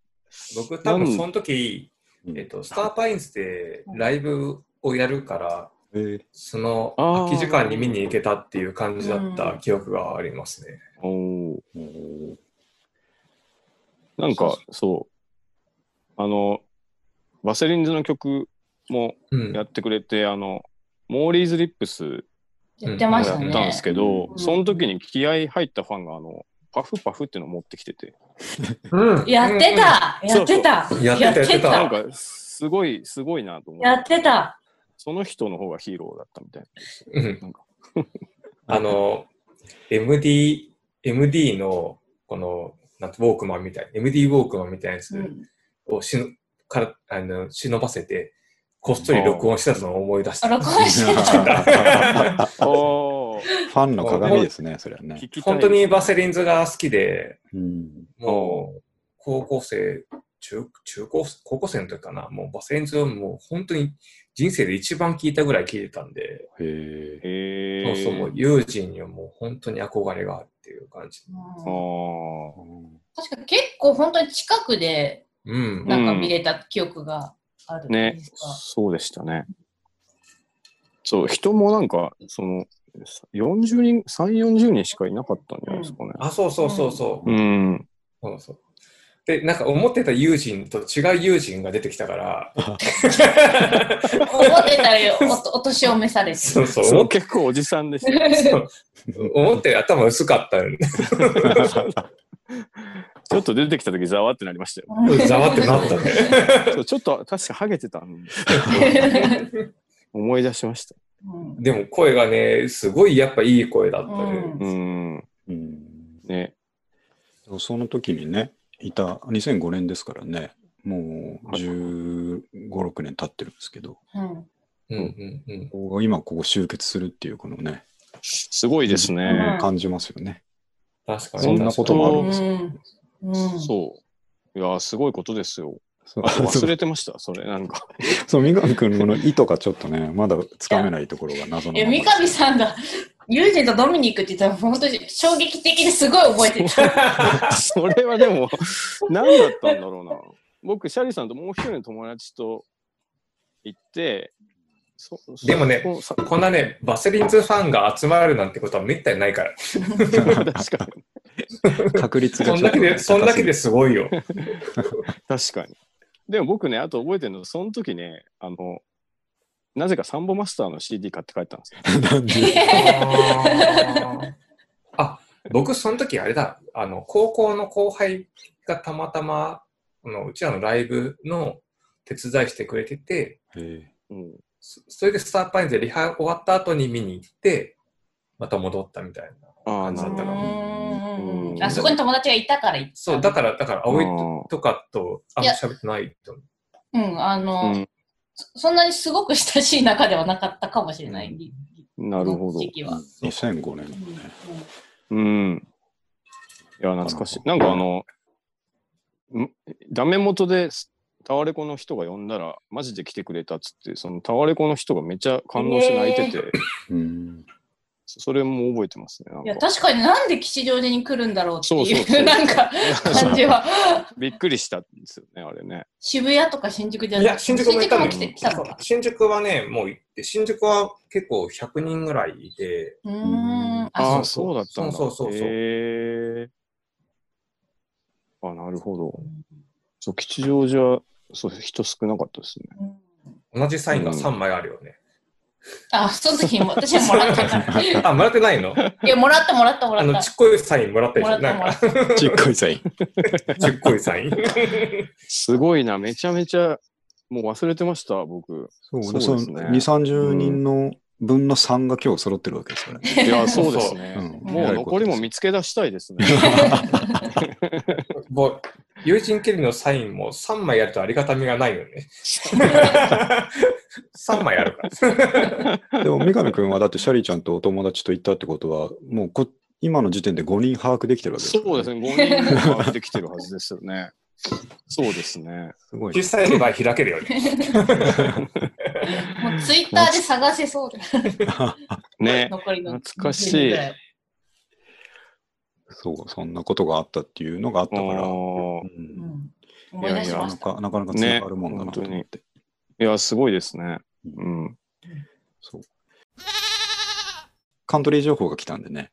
[SPEAKER 4] 僕多分その時
[SPEAKER 3] う、ん
[SPEAKER 4] えっと、スターパインズでライブをやるから、
[SPEAKER 3] えー
[SPEAKER 4] その
[SPEAKER 2] あー
[SPEAKER 4] 空き時間に見に行けたっていう感じだった記憶がありますね。
[SPEAKER 2] おお。
[SPEAKER 3] おー
[SPEAKER 2] なんか、そう。あの、バセリンズの曲も
[SPEAKER 4] うん
[SPEAKER 2] や。ってくれて、あの、モーリーズ・リップス
[SPEAKER 1] 言ってまし
[SPEAKER 2] や
[SPEAKER 1] たね。
[SPEAKER 2] ったんですけど、
[SPEAKER 1] うん
[SPEAKER 2] その時に気合い入ったファンがあのパフパフっていうのを持ってきてて
[SPEAKER 4] うん
[SPEAKER 1] やってた、
[SPEAKER 2] んうん
[SPEAKER 1] やってた
[SPEAKER 4] そうそうやってたやってた
[SPEAKER 2] なんかすごいすごいなと思
[SPEAKER 1] や
[SPEAKER 2] って
[SPEAKER 1] ってた
[SPEAKER 2] その人の方がヒーローだったみたい
[SPEAKER 4] うん
[SPEAKER 2] なんか
[SPEAKER 3] *laughs*
[SPEAKER 4] あの、MD、MD の、この、なんてウォークマンみたい、MD ウォークマンみたいなやつ
[SPEAKER 1] うん
[SPEAKER 4] をしの、から、あの、忍ばせて、こっそり録音したのを思い出し
[SPEAKER 1] あ、
[SPEAKER 4] た。
[SPEAKER 1] 録音してた。
[SPEAKER 2] おー
[SPEAKER 3] ファンの鏡ですね、それはね
[SPEAKER 2] 聞。きたい
[SPEAKER 4] 本当にバセリンズが好きで、
[SPEAKER 3] うん。
[SPEAKER 4] もう、高校生、中、中高生、高校生の時かな、もうバセリンズをもう本当に人生で一番聴いたぐらい聴いてたんで、
[SPEAKER 3] へえ。
[SPEAKER 2] へ
[SPEAKER 4] そう
[SPEAKER 2] ー
[SPEAKER 4] そう、もう友人にはもう本当に憧れがあるっていう感じ。
[SPEAKER 1] うん
[SPEAKER 2] あ
[SPEAKER 1] 確かに結構本当に近くで
[SPEAKER 4] うん。
[SPEAKER 1] なんか見れた記憶があるんで
[SPEAKER 2] ー
[SPEAKER 1] すか。
[SPEAKER 2] そうでしたね。そう、人もなんか、その、40人、3、40人しかいなかったんじゃないですかね。
[SPEAKER 4] あ、そうそうそうそう。
[SPEAKER 2] うん。
[SPEAKER 4] そうそう。で、なんか思ってた友人と違う友人が出てきたから、
[SPEAKER 1] 思ってたよりおお年を召されて。
[SPEAKER 4] *laughs* そうそう、
[SPEAKER 2] そ
[SPEAKER 4] 思
[SPEAKER 2] う、
[SPEAKER 4] っ。
[SPEAKER 2] 結構おじさん
[SPEAKER 1] *laughs*
[SPEAKER 2] でした *laughs*
[SPEAKER 4] そう思ったより頭薄かったよね。
[SPEAKER 2] ちょっと出てきた時ざわってなりましたよ。
[SPEAKER 4] ざわってなったね。
[SPEAKER 2] そうちょっと確かハゲてたんで思い出しました。
[SPEAKER 1] うん
[SPEAKER 4] *laughs* でも声がね、すごいやっぱいい声だったね。
[SPEAKER 1] うん
[SPEAKER 2] うん。
[SPEAKER 3] うん。
[SPEAKER 2] ね。
[SPEAKER 3] その時にね、いた、2005年ですからね、もう15、6年経ってるんですけど、
[SPEAKER 1] うん
[SPEAKER 4] うんうんうん。
[SPEAKER 3] こう今ここ集結するっていうこのね、
[SPEAKER 2] すごいですね。
[SPEAKER 3] 感じますよね。
[SPEAKER 4] 確かに。
[SPEAKER 3] そんなこともあるんですよ。
[SPEAKER 1] うんうん
[SPEAKER 2] そう。いやー、すごいことですよ。
[SPEAKER 3] そう
[SPEAKER 2] あ忘れてました、それ、なんか。
[SPEAKER 3] *laughs* そう、三上君のこの意図がちょっとね、まだつかめないところが謎の
[SPEAKER 1] え
[SPEAKER 3] まま
[SPEAKER 1] 三上さんが友人とドミニクって言ったら本当に衝撃的ですごい覚えてた。
[SPEAKER 2] *laughs* それはでも、何だったんだろうな。僕、シャリさんともう一人の友達と行って、そそ
[SPEAKER 4] でもね
[SPEAKER 2] そ *laughs* さ
[SPEAKER 4] こんなね、バセリンズファンが集まるなんてことはめったにな
[SPEAKER 3] *laughs*
[SPEAKER 4] いから。
[SPEAKER 2] 確かに。
[SPEAKER 3] 確率が
[SPEAKER 4] そん
[SPEAKER 3] ちょっ
[SPEAKER 4] だ
[SPEAKER 3] と
[SPEAKER 4] け
[SPEAKER 3] ね。
[SPEAKER 4] で、そんだけですすごい
[SPEAKER 3] *laughs*
[SPEAKER 4] よ。
[SPEAKER 2] 確かに。でも僕ね、あと覚えてるのは、その時ね、あの、なぜかサンボマスターの CD 買って帰ったんですよ。
[SPEAKER 3] *laughs* なんで
[SPEAKER 4] あ、僕その時あれだ、あの、高校の後輩がたまたま、あのうちらのライブの手伝いしてくれてて、
[SPEAKER 3] え
[SPEAKER 2] うん、
[SPEAKER 4] そそれでスターパインズでリハ終わった後に見に行って、また戻ったみたいな。
[SPEAKER 2] ああ、な
[SPEAKER 4] だ
[SPEAKER 2] る
[SPEAKER 4] っ
[SPEAKER 2] ほど
[SPEAKER 4] たか。ら
[SPEAKER 1] うんあそこに友達がいたから行った。
[SPEAKER 4] そう、だから、だから、葵
[SPEAKER 2] あー
[SPEAKER 4] とかと、あん
[SPEAKER 1] い
[SPEAKER 4] ま
[SPEAKER 1] や
[SPEAKER 4] 喋ってないと思う。
[SPEAKER 1] うん、あの、
[SPEAKER 2] うん
[SPEAKER 1] そそんなにすごく親しい仲ではなかったかもしれない、
[SPEAKER 3] うん
[SPEAKER 2] なるほど
[SPEAKER 1] 時。期は。
[SPEAKER 3] 2005年
[SPEAKER 1] う
[SPEAKER 3] だ
[SPEAKER 1] ん
[SPEAKER 3] もんね。
[SPEAKER 2] うん。いや、懐かしい。なんかあの、んダメ元ですタワレコの人が呼んだら、マジで来てくれたっつって、そのタワレコの人がめっちゃ感動して泣いてて、 *laughs*
[SPEAKER 3] うん。
[SPEAKER 2] それも覚えてますね。
[SPEAKER 1] い
[SPEAKER 2] な
[SPEAKER 1] や
[SPEAKER 2] んか
[SPEAKER 1] 確かになんで吉祥寺に来るんだろうっていう
[SPEAKER 2] そうそうそう
[SPEAKER 1] *laughs* なんか感じは
[SPEAKER 2] *laughs* びっくりしたんですよね、あれね。
[SPEAKER 1] 渋谷とか新宿じゃ
[SPEAKER 4] い
[SPEAKER 1] な
[SPEAKER 4] や、
[SPEAKER 1] く
[SPEAKER 4] 新宿も行ったんだ
[SPEAKER 1] 新宿も来
[SPEAKER 4] け
[SPEAKER 1] て
[SPEAKER 4] ど
[SPEAKER 1] 来たのか
[SPEAKER 4] 新宿はね、もう行って、新宿は結構100人ぐらいいて、
[SPEAKER 1] うーん
[SPEAKER 2] あ
[SPEAKER 1] あ
[SPEAKER 2] あー、
[SPEAKER 4] そ
[SPEAKER 2] そううだったんだ。
[SPEAKER 4] そうそうそうそう
[SPEAKER 2] へーあ、なるほど。そう、吉祥寺は、そう、人少なかったですね。
[SPEAKER 1] うん
[SPEAKER 4] 同じサインが3枚あるよね。
[SPEAKER 1] あその時も私はもらったからい
[SPEAKER 4] あ、もらってないの
[SPEAKER 1] やもらったもらったも
[SPEAKER 4] あ
[SPEAKER 1] らっ
[SPEAKER 4] の、
[SPEAKER 1] た
[SPEAKER 4] ちっこいサインもらったで
[SPEAKER 1] も
[SPEAKER 4] し
[SPEAKER 1] ら
[SPEAKER 4] ょ。
[SPEAKER 1] った
[SPEAKER 4] なん
[SPEAKER 1] もらっ
[SPEAKER 4] か、
[SPEAKER 1] た
[SPEAKER 3] ちっこいサイン。
[SPEAKER 4] ちっこいサイン。
[SPEAKER 2] すごいな、めちゃめちゃ、もう忘れてました、僕。
[SPEAKER 3] そう
[SPEAKER 2] そう
[SPEAKER 3] で
[SPEAKER 2] です
[SPEAKER 3] そ
[SPEAKER 2] ね
[SPEAKER 3] の2、30人の分の3が今日揃ってるわけですからね。
[SPEAKER 2] い
[SPEAKER 1] *laughs*
[SPEAKER 2] や、そうですね。
[SPEAKER 3] うん
[SPEAKER 2] もう残りも見つけ出したいで
[SPEAKER 3] *laughs*
[SPEAKER 2] すね。
[SPEAKER 4] もう、友人ケリのサインも3枚やるとありがたみがないよ
[SPEAKER 1] *laughs*
[SPEAKER 4] ね。3枚あるから。
[SPEAKER 3] でも三上君はだってシャリーちゃんとお友達と行ったってことは、もうこ今の時点で5人把握できてるわけですから
[SPEAKER 2] そうですね、5人も変わってきてるはずですよね。そうですね。
[SPEAKER 3] すごいね
[SPEAKER 4] 小。さい場合開けるよね。
[SPEAKER 1] もうツイッターで探せそうだ
[SPEAKER 2] ね、
[SPEAKER 1] 残りの
[SPEAKER 2] 懐かしい
[SPEAKER 1] 20ぐ
[SPEAKER 3] そう、そんなことがあったっていうのがあった
[SPEAKER 2] だ
[SPEAKER 3] か。
[SPEAKER 2] からら、
[SPEAKER 3] うん
[SPEAKER 1] らいうん思い出し
[SPEAKER 3] な
[SPEAKER 1] まし
[SPEAKER 3] ん
[SPEAKER 1] た
[SPEAKER 3] かなかなかつながるもんだなと思って。
[SPEAKER 2] いや、すごいですね。うん。
[SPEAKER 3] そうカントリー情報が来たんでね。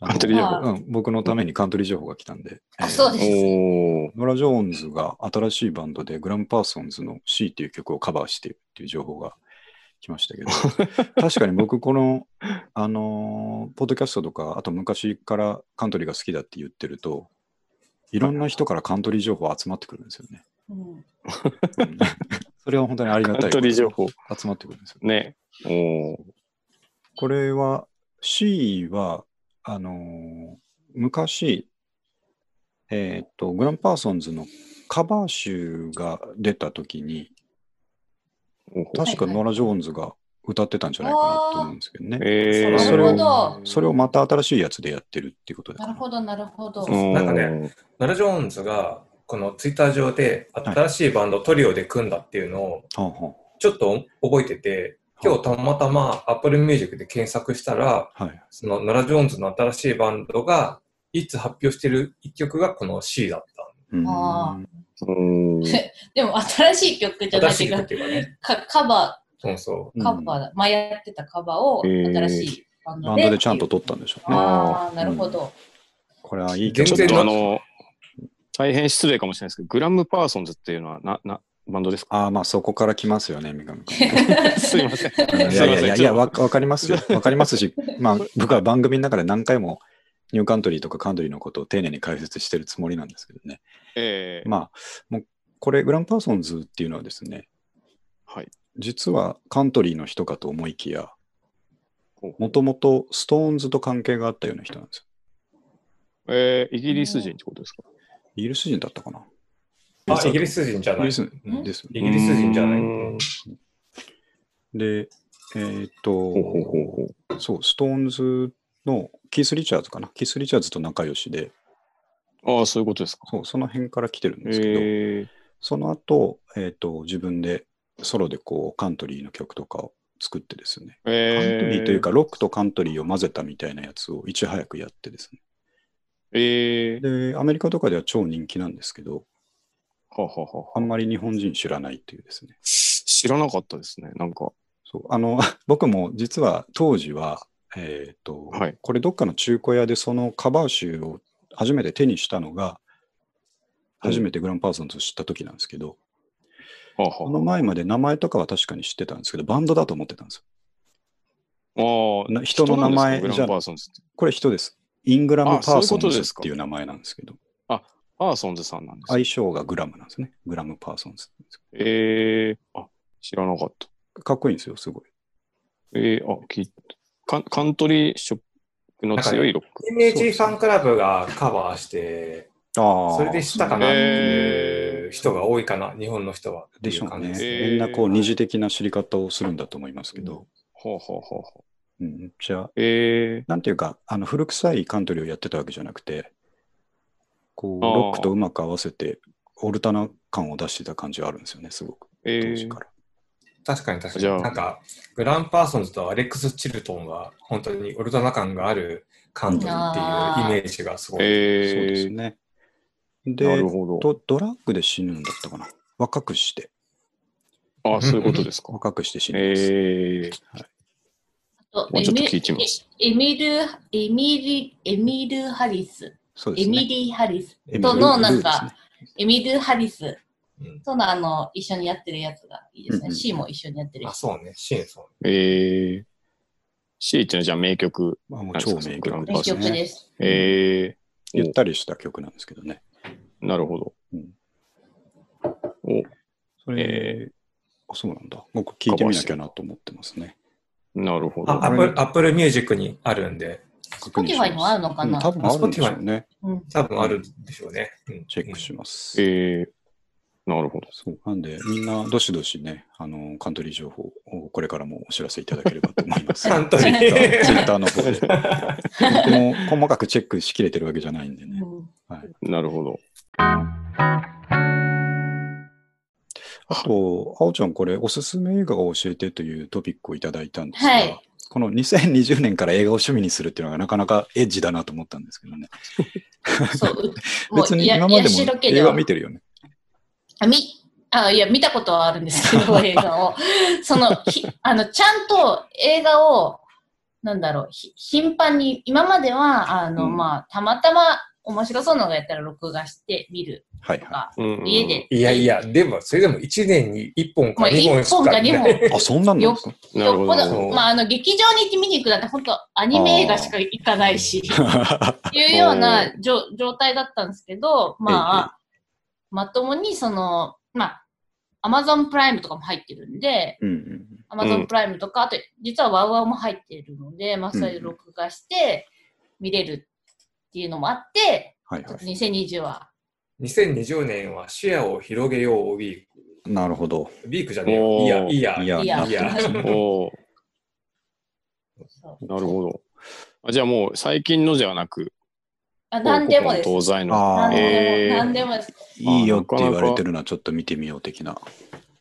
[SPEAKER 3] あの
[SPEAKER 2] カントリー情報
[SPEAKER 3] うん、僕のためにカントリー情報が来たんで。
[SPEAKER 1] あそう
[SPEAKER 3] えー
[SPEAKER 1] です
[SPEAKER 2] おお。
[SPEAKER 3] ノラ・ジョーンズが新しいバンドでグランパーソンズの C っていう曲をカバーしているっていう情報が来ましたけど、確かに僕この、あのーポッドキャストとか、あと昔からカントリーが好きだって言ってると、いろんな人からカントリー情報集まってくるんですよね。
[SPEAKER 1] うん
[SPEAKER 3] うんそれは本当にありが
[SPEAKER 2] カ
[SPEAKER 3] たい
[SPEAKER 2] ントリー情報。
[SPEAKER 3] 集まってくるんですよ。
[SPEAKER 2] ね。おお。
[SPEAKER 3] これは C はあのー昔、えーっとグランパーソンズのカバー集が出た時に
[SPEAKER 2] おほ
[SPEAKER 3] 確かノラ・ジョーンズが歌ってたんじゃないかなと思うんですけどね。
[SPEAKER 2] えー、
[SPEAKER 3] なるほ
[SPEAKER 1] ど
[SPEAKER 3] それをまた新しいやつでやってるってことですか
[SPEAKER 1] なる
[SPEAKER 3] ね。
[SPEAKER 1] ほど、なるほど。
[SPEAKER 2] う
[SPEAKER 4] なんかねナラ・ジョーンズが、このツイッター上で新しいバンド、トリオで組んだっていうのを
[SPEAKER 3] はあは
[SPEAKER 4] ちょっと覚えてて、今日たまたま Apple Music で検索したら、
[SPEAKER 3] あはい。
[SPEAKER 4] そのノラ・ジョーンズの新しいバンドが、いつ発表してる一曲がこの C だっ
[SPEAKER 3] うーん
[SPEAKER 1] あ
[SPEAKER 2] うん
[SPEAKER 1] でも、新しい曲じ
[SPEAKER 4] た。
[SPEAKER 1] ゃな
[SPEAKER 4] 新
[SPEAKER 1] い
[SPEAKER 4] しい曲
[SPEAKER 1] か
[SPEAKER 4] っていうかね。
[SPEAKER 1] かカバ
[SPEAKER 4] そうそ
[SPEAKER 1] ー、カバーだ、前やってたカバーを
[SPEAKER 2] えー
[SPEAKER 1] 新しいバン
[SPEAKER 3] バ
[SPEAKER 1] ド
[SPEAKER 3] ン
[SPEAKER 1] で。
[SPEAKER 3] ドでちゃんと撮ったんでしょうね。
[SPEAKER 1] ああ、なるほど。
[SPEAKER 3] これはいい
[SPEAKER 4] 全
[SPEAKER 3] 曲
[SPEAKER 2] ち
[SPEAKER 3] だ
[SPEAKER 2] ょっ
[SPEAKER 4] 然
[SPEAKER 2] と
[SPEAKER 3] な
[SPEAKER 2] あの、大変失礼かもしれないですけど、グラムパーソンズっていうのはな、な、バンド
[SPEAKER 3] *laughs*
[SPEAKER 2] ですか
[SPEAKER 3] ああ、まあそこから来ますよね、三上君。
[SPEAKER 2] すいません。
[SPEAKER 3] いやいやいやい
[SPEAKER 2] すいません
[SPEAKER 3] や、わわかり
[SPEAKER 2] *laughs*
[SPEAKER 3] ますよ。わかりますし、まあ僕は番組の中で何回もニューカントリーとかカントリーのことを丁寧に解説してるつもりなんですけどね。
[SPEAKER 2] ええ
[SPEAKER 3] まあ、もうこれ、グランパーソンズっていうのはですね、
[SPEAKER 2] はい。
[SPEAKER 3] 実はカントリーの人かと思いきや、
[SPEAKER 2] ほう
[SPEAKER 3] もともとストーンズと関係があったような人なんですよ。
[SPEAKER 2] ええイギリス人ってことですか
[SPEAKER 3] イギリス人だったかな
[SPEAKER 4] う。あ、イギリス人じゃ
[SPEAKER 3] イギ
[SPEAKER 4] ない。
[SPEAKER 3] リ
[SPEAKER 4] イ
[SPEAKER 3] ス人ですよね。
[SPEAKER 4] ギリス人じゃな
[SPEAKER 2] う
[SPEAKER 4] い。
[SPEAKER 2] ん
[SPEAKER 3] で、えーっ
[SPEAKER 2] ほうほ
[SPEAKER 3] と、
[SPEAKER 2] うほうほう。
[SPEAKER 3] そう、ストーンズのキース・リチャーズかな。キース・リチャーズと仲良しで、
[SPEAKER 2] ああ、そういうことですか。
[SPEAKER 3] そう、その辺から来てるんですけど、
[SPEAKER 2] ええ
[SPEAKER 3] その後、えー、と自分でソロでこうカントリーの曲とかを作ってですね、カントリーというか、ロックとカントリーを混ぜたみたいなやつをいち早くやってです
[SPEAKER 2] ええ
[SPEAKER 3] ね。で、アメリカとかでは超人気なんですけど、
[SPEAKER 2] はははは
[SPEAKER 3] あんまり日本人知らないっていうですね。
[SPEAKER 2] 知らなかったですね、なんか。
[SPEAKER 3] そうあの *laughs* 僕も実は当時は、えーと
[SPEAKER 2] はい
[SPEAKER 3] これどっかの中古屋でそのカバー集を初めて手にしたのが、
[SPEAKER 2] うん
[SPEAKER 3] 初めてグランパーソンズを知った時なんですけど、
[SPEAKER 2] は
[SPEAKER 3] こ
[SPEAKER 2] は
[SPEAKER 3] の前まで名前とかは確かに知ってたんですけど、バンドだと思ってたんですよ。
[SPEAKER 2] ああ
[SPEAKER 3] な人の名前
[SPEAKER 2] 人なんですかグランパーソンズって。
[SPEAKER 3] これ人です。イングラム・
[SPEAKER 2] あそ
[SPEAKER 3] パー
[SPEAKER 2] ういうこ
[SPEAKER 3] ソンズ
[SPEAKER 2] と
[SPEAKER 3] っ
[SPEAKER 2] ですか
[SPEAKER 3] ていう名前なんですけど、
[SPEAKER 2] パーソンズさんなんですね。
[SPEAKER 3] 愛称がグラムなんですね。グラム・パーソンズ。
[SPEAKER 2] ええあ、知らなかった。
[SPEAKER 3] かっこいいんですよ、すごい。
[SPEAKER 2] ええあ、きカンカントリーショップの強いロック。
[SPEAKER 4] n h ファンクラブがカバーして、
[SPEAKER 3] あ
[SPEAKER 4] それで知ったかなってい
[SPEAKER 2] へ
[SPEAKER 4] う
[SPEAKER 2] ー
[SPEAKER 4] 人が多いかな、日本の人は。
[SPEAKER 3] でしょうね。
[SPEAKER 4] ってい感じ
[SPEAKER 2] へ
[SPEAKER 4] で
[SPEAKER 2] ー
[SPEAKER 3] みんなこう、二次的な知り方をするんだと思いますけど、
[SPEAKER 2] はははは。
[SPEAKER 3] うん、めっちゃ、
[SPEAKER 2] ええ
[SPEAKER 3] なんていうか、あの古臭いカントリーをやってたわけじゃなくて、こう、
[SPEAKER 2] あー
[SPEAKER 3] ロックとうまく合わせて、オルタナ感を出してた感じはあるんですよね、すごく。当
[SPEAKER 2] ええ
[SPEAKER 3] 時から。
[SPEAKER 4] 確かに確か
[SPEAKER 2] じゃあ
[SPEAKER 4] に。なんか、グランパーソンズとアレックス・チルトンは、本当にオルタナ感があるカントリーっていうイメージがすごい。
[SPEAKER 3] そうで
[SPEAKER 2] え
[SPEAKER 3] す
[SPEAKER 2] え
[SPEAKER 3] ね。
[SPEAKER 2] な
[SPEAKER 3] で
[SPEAKER 2] るほど。
[SPEAKER 3] ド、ドラッグで死ぬんだったかな。若くして、
[SPEAKER 2] あ、そういうことですか。
[SPEAKER 3] 若くして死ぬんです。
[SPEAKER 2] ええ
[SPEAKER 1] あ
[SPEAKER 2] もうちょっと聞いてみます
[SPEAKER 1] エミエミル、エミル、エミル・ハリス、
[SPEAKER 3] そうで
[SPEAKER 1] エ
[SPEAKER 3] すね
[SPEAKER 1] ミ。リー・ハリス
[SPEAKER 3] エミ
[SPEAKER 1] と
[SPEAKER 3] ル
[SPEAKER 1] のな
[SPEAKER 3] ル
[SPEAKER 1] ん
[SPEAKER 3] ーです
[SPEAKER 1] か
[SPEAKER 3] ね、
[SPEAKER 1] エミル・ハリス
[SPEAKER 4] うん
[SPEAKER 1] とのあの、一緒にやってるやつがいいです
[SPEAKER 3] うんうん
[SPEAKER 1] ね。C も一緒にやってる
[SPEAKER 4] あ、。そうね。シーンそう
[SPEAKER 2] ええ C っていうのはじゃあ名曲。
[SPEAKER 3] まあ、もう超名曲
[SPEAKER 1] 名曲
[SPEAKER 3] ね。
[SPEAKER 1] です。
[SPEAKER 2] ええ
[SPEAKER 3] ゆったりした曲なんですけどね。
[SPEAKER 2] なるほど。
[SPEAKER 3] うん
[SPEAKER 2] お、
[SPEAKER 3] それ、あそうなんだ。僕聞いてみなきゃなと思ってますね。
[SPEAKER 2] なるほ
[SPEAKER 4] あ、
[SPEAKER 2] ど。
[SPEAKER 4] アップル、アップルミュージックにあるんで、
[SPEAKER 3] 確認し
[SPEAKER 1] Spotify にもあ
[SPEAKER 3] ます
[SPEAKER 1] るのかな
[SPEAKER 3] うん多分あるんでしょうね。
[SPEAKER 1] うん
[SPEAKER 4] 多分あるでしょうね。うん
[SPEAKER 3] チェックします。
[SPEAKER 2] ええなるほど。
[SPEAKER 3] そうなんで、みんなどしどしね、あの、カントリー情報をこれからもお知らせいただければと思い
[SPEAKER 4] *laughs*
[SPEAKER 3] ます。
[SPEAKER 4] カントリー
[SPEAKER 3] ツイッターの方で。僕も細かくチェックしきれてるわけじゃないんでね。
[SPEAKER 1] うん
[SPEAKER 2] なるほど。
[SPEAKER 3] あと、あおちゃん、これ、おすすめ映画を教えてというトピックをいただいたんですが、
[SPEAKER 1] はい
[SPEAKER 3] この2020年から映画を趣味にするっていうのがなかなかエッジだなと思ったんですけどね。
[SPEAKER 1] そう、う
[SPEAKER 3] *laughs* 別に
[SPEAKER 1] や
[SPEAKER 3] 今まで
[SPEAKER 1] やしろ
[SPEAKER 3] も
[SPEAKER 1] け
[SPEAKER 3] 映
[SPEAKER 1] では
[SPEAKER 3] 画見てるよね。
[SPEAKER 1] あ、み、あ、いや、見たことはあるんですけ
[SPEAKER 4] *laughs*
[SPEAKER 1] ど、映画を。その、ひあの、ちゃんと映画を、なんだろう、ひ頻繁に、今までは、あの、
[SPEAKER 3] うん
[SPEAKER 1] まあ、たまたま面白そうなのがやったら録画して見る
[SPEAKER 3] はい
[SPEAKER 1] と
[SPEAKER 3] は
[SPEAKER 1] か、
[SPEAKER 2] うんうん
[SPEAKER 1] 家で。
[SPEAKER 4] いやいや、でも、それでも1年に1本か
[SPEAKER 1] まあ、
[SPEAKER 4] 2
[SPEAKER 1] 1
[SPEAKER 4] 本し
[SPEAKER 1] 本か
[SPEAKER 4] か
[SPEAKER 1] 2
[SPEAKER 4] ない。
[SPEAKER 1] 本。
[SPEAKER 3] い。あ、そんなんなんですか
[SPEAKER 2] なるほどなるほ
[SPEAKER 4] そ
[SPEAKER 2] ど。
[SPEAKER 4] う
[SPEAKER 1] まあ、あの、劇場に行って見に行くなんて、本当アニメ映画しか行かないし、っていうようなじょ状態だったんですけど、まあ、まともに、その、まあ、Amazon プライムとかも入ってるんで、
[SPEAKER 3] うんうん。
[SPEAKER 1] アマゾンプライムとか、あと実はワウワウも入っているので、まあ、それで録画して見れるっていうのもあって、
[SPEAKER 3] はい
[SPEAKER 1] ちょ
[SPEAKER 3] は
[SPEAKER 1] っと
[SPEAKER 3] い。
[SPEAKER 1] 2020は、
[SPEAKER 4] 2020年は視野を広げようウィーク
[SPEAKER 3] なるほど。
[SPEAKER 4] ビークじゃねえよ。いや、いや、
[SPEAKER 3] い
[SPEAKER 4] い
[SPEAKER 3] や、
[SPEAKER 1] いや
[SPEAKER 3] なってますね
[SPEAKER 2] おお、
[SPEAKER 1] そう
[SPEAKER 2] なるほど。あじゃあもう最近のではなく、
[SPEAKER 1] あ何でも
[SPEAKER 2] こ
[SPEAKER 1] で
[SPEAKER 2] う
[SPEAKER 1] す。
[SPEAKER 2] 東西の。
[SPEAKER 3] あ
[SPEAKER 1] 何
[SPEAKER 3] あ、
[SPEAKER 1] で
[SPEAKER 2] えー
[SPEAKER 1] も何でもです。
[SPEAKER 3] いいよって言われてるのはちょっと見てみよう的な。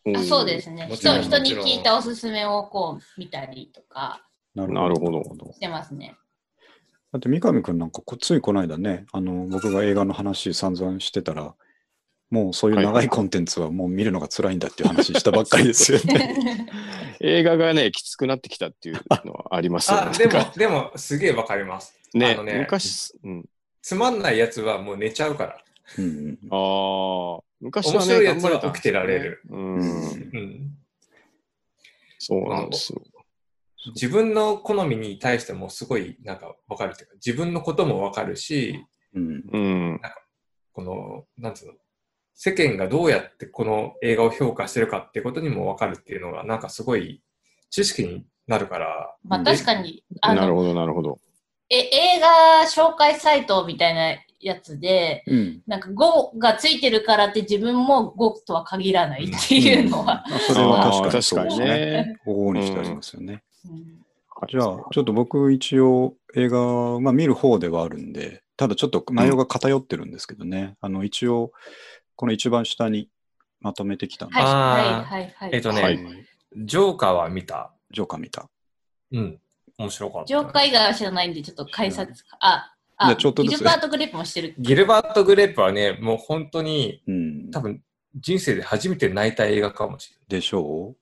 [SPEAKER 2] おー
[SPEAKER 1] あそうですね
[SPEAKER 4] もち
[SPEAKER 1] 人
[SPEAKER 4] ろ。ん
[SPEAKER 1] 人に聞いたおすすめをこう見たりとか
[SPEAKER 3] な
[SPEAKER 2] なるほど
[SPEAKER 1] してます *laughs* ね。
[SPEAKER 3] だって三上くんなんかこついこの間ね、あの、僕が映画の話散々してたら、もうそういう長いコンテンツはもう見るのが辛いんだっていう話したばっかり
[SPEAKER 2] *laughs*
[SPEAKER 3] ですよね。
[SPEAKER 2] 映画がね、きつくなってきたっていうのはありますよ
[SPEAKER 4] あ
[SPEAKER 2] ね。、
[SPEAKER 4] で
[SPEAKER 2] なんか
[SPEAKER 4] も、でも、すげえわかります。あの
[SPEAKER 2] ね、
[SPEAKER 4] ね
[SPEAKER 2] 昔、うん、
[SPEAKER 4] つまんないやつはもう寝ちゃうから。
[SPEAKER 3] うん
[SPEAKER 2] ああ、昔
[SPEAKER 4] 面
[SPEAKER 2] はね、
[SPEAKER 4] 白いや
[SPEAKER 2] 頑
[SPEAKER 4] つ
[SPEAKER 2] 張
[SPEAKER 4] は
[SPEAKER 2] れたん
[SPEAKER 4] 起
[SPEAKER 2] です
[SPEAKER 4] きて
[SPEAKER 2] よ
[SPEAKER 4] ら
[SPEAKER 2] ね
[SPEAKER 4] れる。
[SPEAKER 2] う、
[SPEAKER 3] うんん。
[SPEAKER 4] うん。
[SPEAKER 2] そうなんですよ。
[SPEAKER 4] 自分の好みに対してもすごいなんかわかるっていうか、自分のこともわかるし、
[SPEAKER 3] うん。
[SPEAKER 2] うん、
[SPEAKER 4] この、なんつうの、世間がどうやってこの映画を評価してるかっていうことにもわかるっていうのが、なんかすごい知識になるから、
[SPEAKER 1] まあ確かに、あ
[SPEAKER 2] なる
[SPEAKER 1] の
[SPEAKER 2] ほど、なるほど。
[SPEAKER 1] え映画紹介サイトみたいなやつで、
[SPEAKER 3] うん。
[SPEAKER 1] なんか5がついてるからって自分も5とは限らないっていうのは。
[SPEAKER 3] あそれは確かにそ
[SPEAKER 2] あー
[SPEAKER 3] うです
[SPEAKER 2] 確
[SPEAKER 3] ね。
[SPEAKER 2] かにね。
[SPEAKER 3] 往々にしてありますよね。
[SPEAKER 1] うん
[SPEAKER 3] じゃあ、ちょっと僕一応映画、まあ見る方ではあるんで、ただちょっと内容が偏ってるんですけどね、あの一応、この一番下にまとめてきたんで
[SPEAKER 1] はい
[SPEAKER 3] す。
[SPEAKER 4] あー
[SPEAKER 1] はいはいはい。
[SPEAKER 4] えっ、とね、
[SPEAKER 2] はい
[SPEAKER 4] ジョーカーは見た。
[SPEAKER 3] ジョーカー見た。
[SPEAKER 4] うん。面白かった。
[SPEAKER 1] ジョーカー以外は知らないんで、ちょっと解説か。あ、
[SPEAKER 3] じゃ
[SPEAKER 1] あ、
[SPEAKER 3] あちょっとず
[SPEAKER 1] ギ
[SPEAKER 3] つ
[SPEAKER 1] ルバートグレープもしてる。
[SPEAKER 4] ギルバート・グレープはね、もう本当に
[SPEAKER 3] うん。
[SPEAKER 4] 多分人生で初めて泣いた映画かもしれない。
[SPEAKER 3] でしょ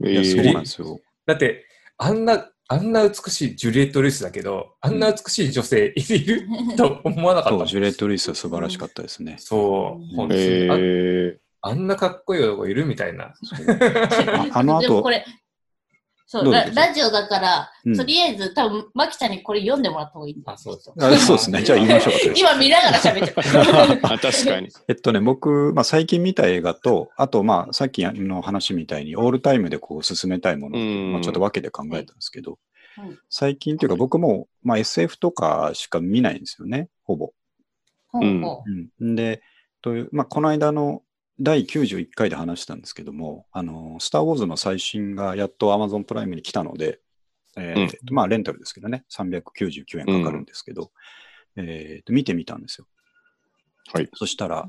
[SPEAKER 3] うい
[SPEAKER 2] え
[SPEAKER 3] や、そう
[SPEAKER 2] ー
[SPEAKER 3] なんですよ。
[SPEAKER 4] だって、あんな、あんな美しいジュリエット・ルイスだけど、あんな美しい女性いると思わなかった
[SPEAKER 3] そ
[SPEAKER 4] もん。
[SPEAKER 3] う、ジュレット・ルイスは素晴らしかったですね。
[SPEAKER 4] そう、本当に、
[SPEAKER 2] えー
[SPEAKER 4] あ。あんなかっこいい男いるみたい
[SPEAKER 3] あ
[SPEAKER 4] な。
[SPEAKER 3] あの
[SPEAKER 1] でも
[SPEAKER 3] 後
[SPEAKER 1] こ、れ、そ
[SPEAKER 3] どう
[SPEAKER 1] う
[SPEAKER 3] ぞ
[SPEAKER 1] ラ、ラジオだから、
[SPEAKER 3] うん
[SPEAKER 1] とりあえず、多分マキちゃんにこれ読んでもらった方がいいんだ
[SPEAKER 4] あ、そうです。
[SPEAKER 3] あそうですね。じゃあ言いましょうか。
[SPEAKER 1] 今見ながら喋っ
[SPEAKER 2] *laughs*
[SPEAKER 1] て
[SPEAKER 2] あ確かに。
[SPEAKER 3] えっとね、僕、まあ、最近見た映画と、あと、まあ、さっきの話みたいに、オールタイムでこう進めたいものっていうう、
[SPEAKER 2] ん
[SPEAKER 3] まあ、ちょっと分けて考えたんですけど、
[SPEAKER 1] はい
[SPEAKER 3] 最近というか、僕も、まあ、SF とかしか見ないんですよね、ほぼ。
[SPEAKER 1] ほうほ
[SPEAKER 3] *laughs* うん、で、というまあ、この間の第91回で話したんですけども、あの、スター・ウォーズの最新がやっと Amazon プライムに来たので、えー
[SPEAKER 2] うん
[SPEAKER 3] まあ、レンタルですけどね、399円かかるんですけど、えーと見てみたんですよ。
[SPEAKER 2] はい。
[SPEAKER 3] そしたら、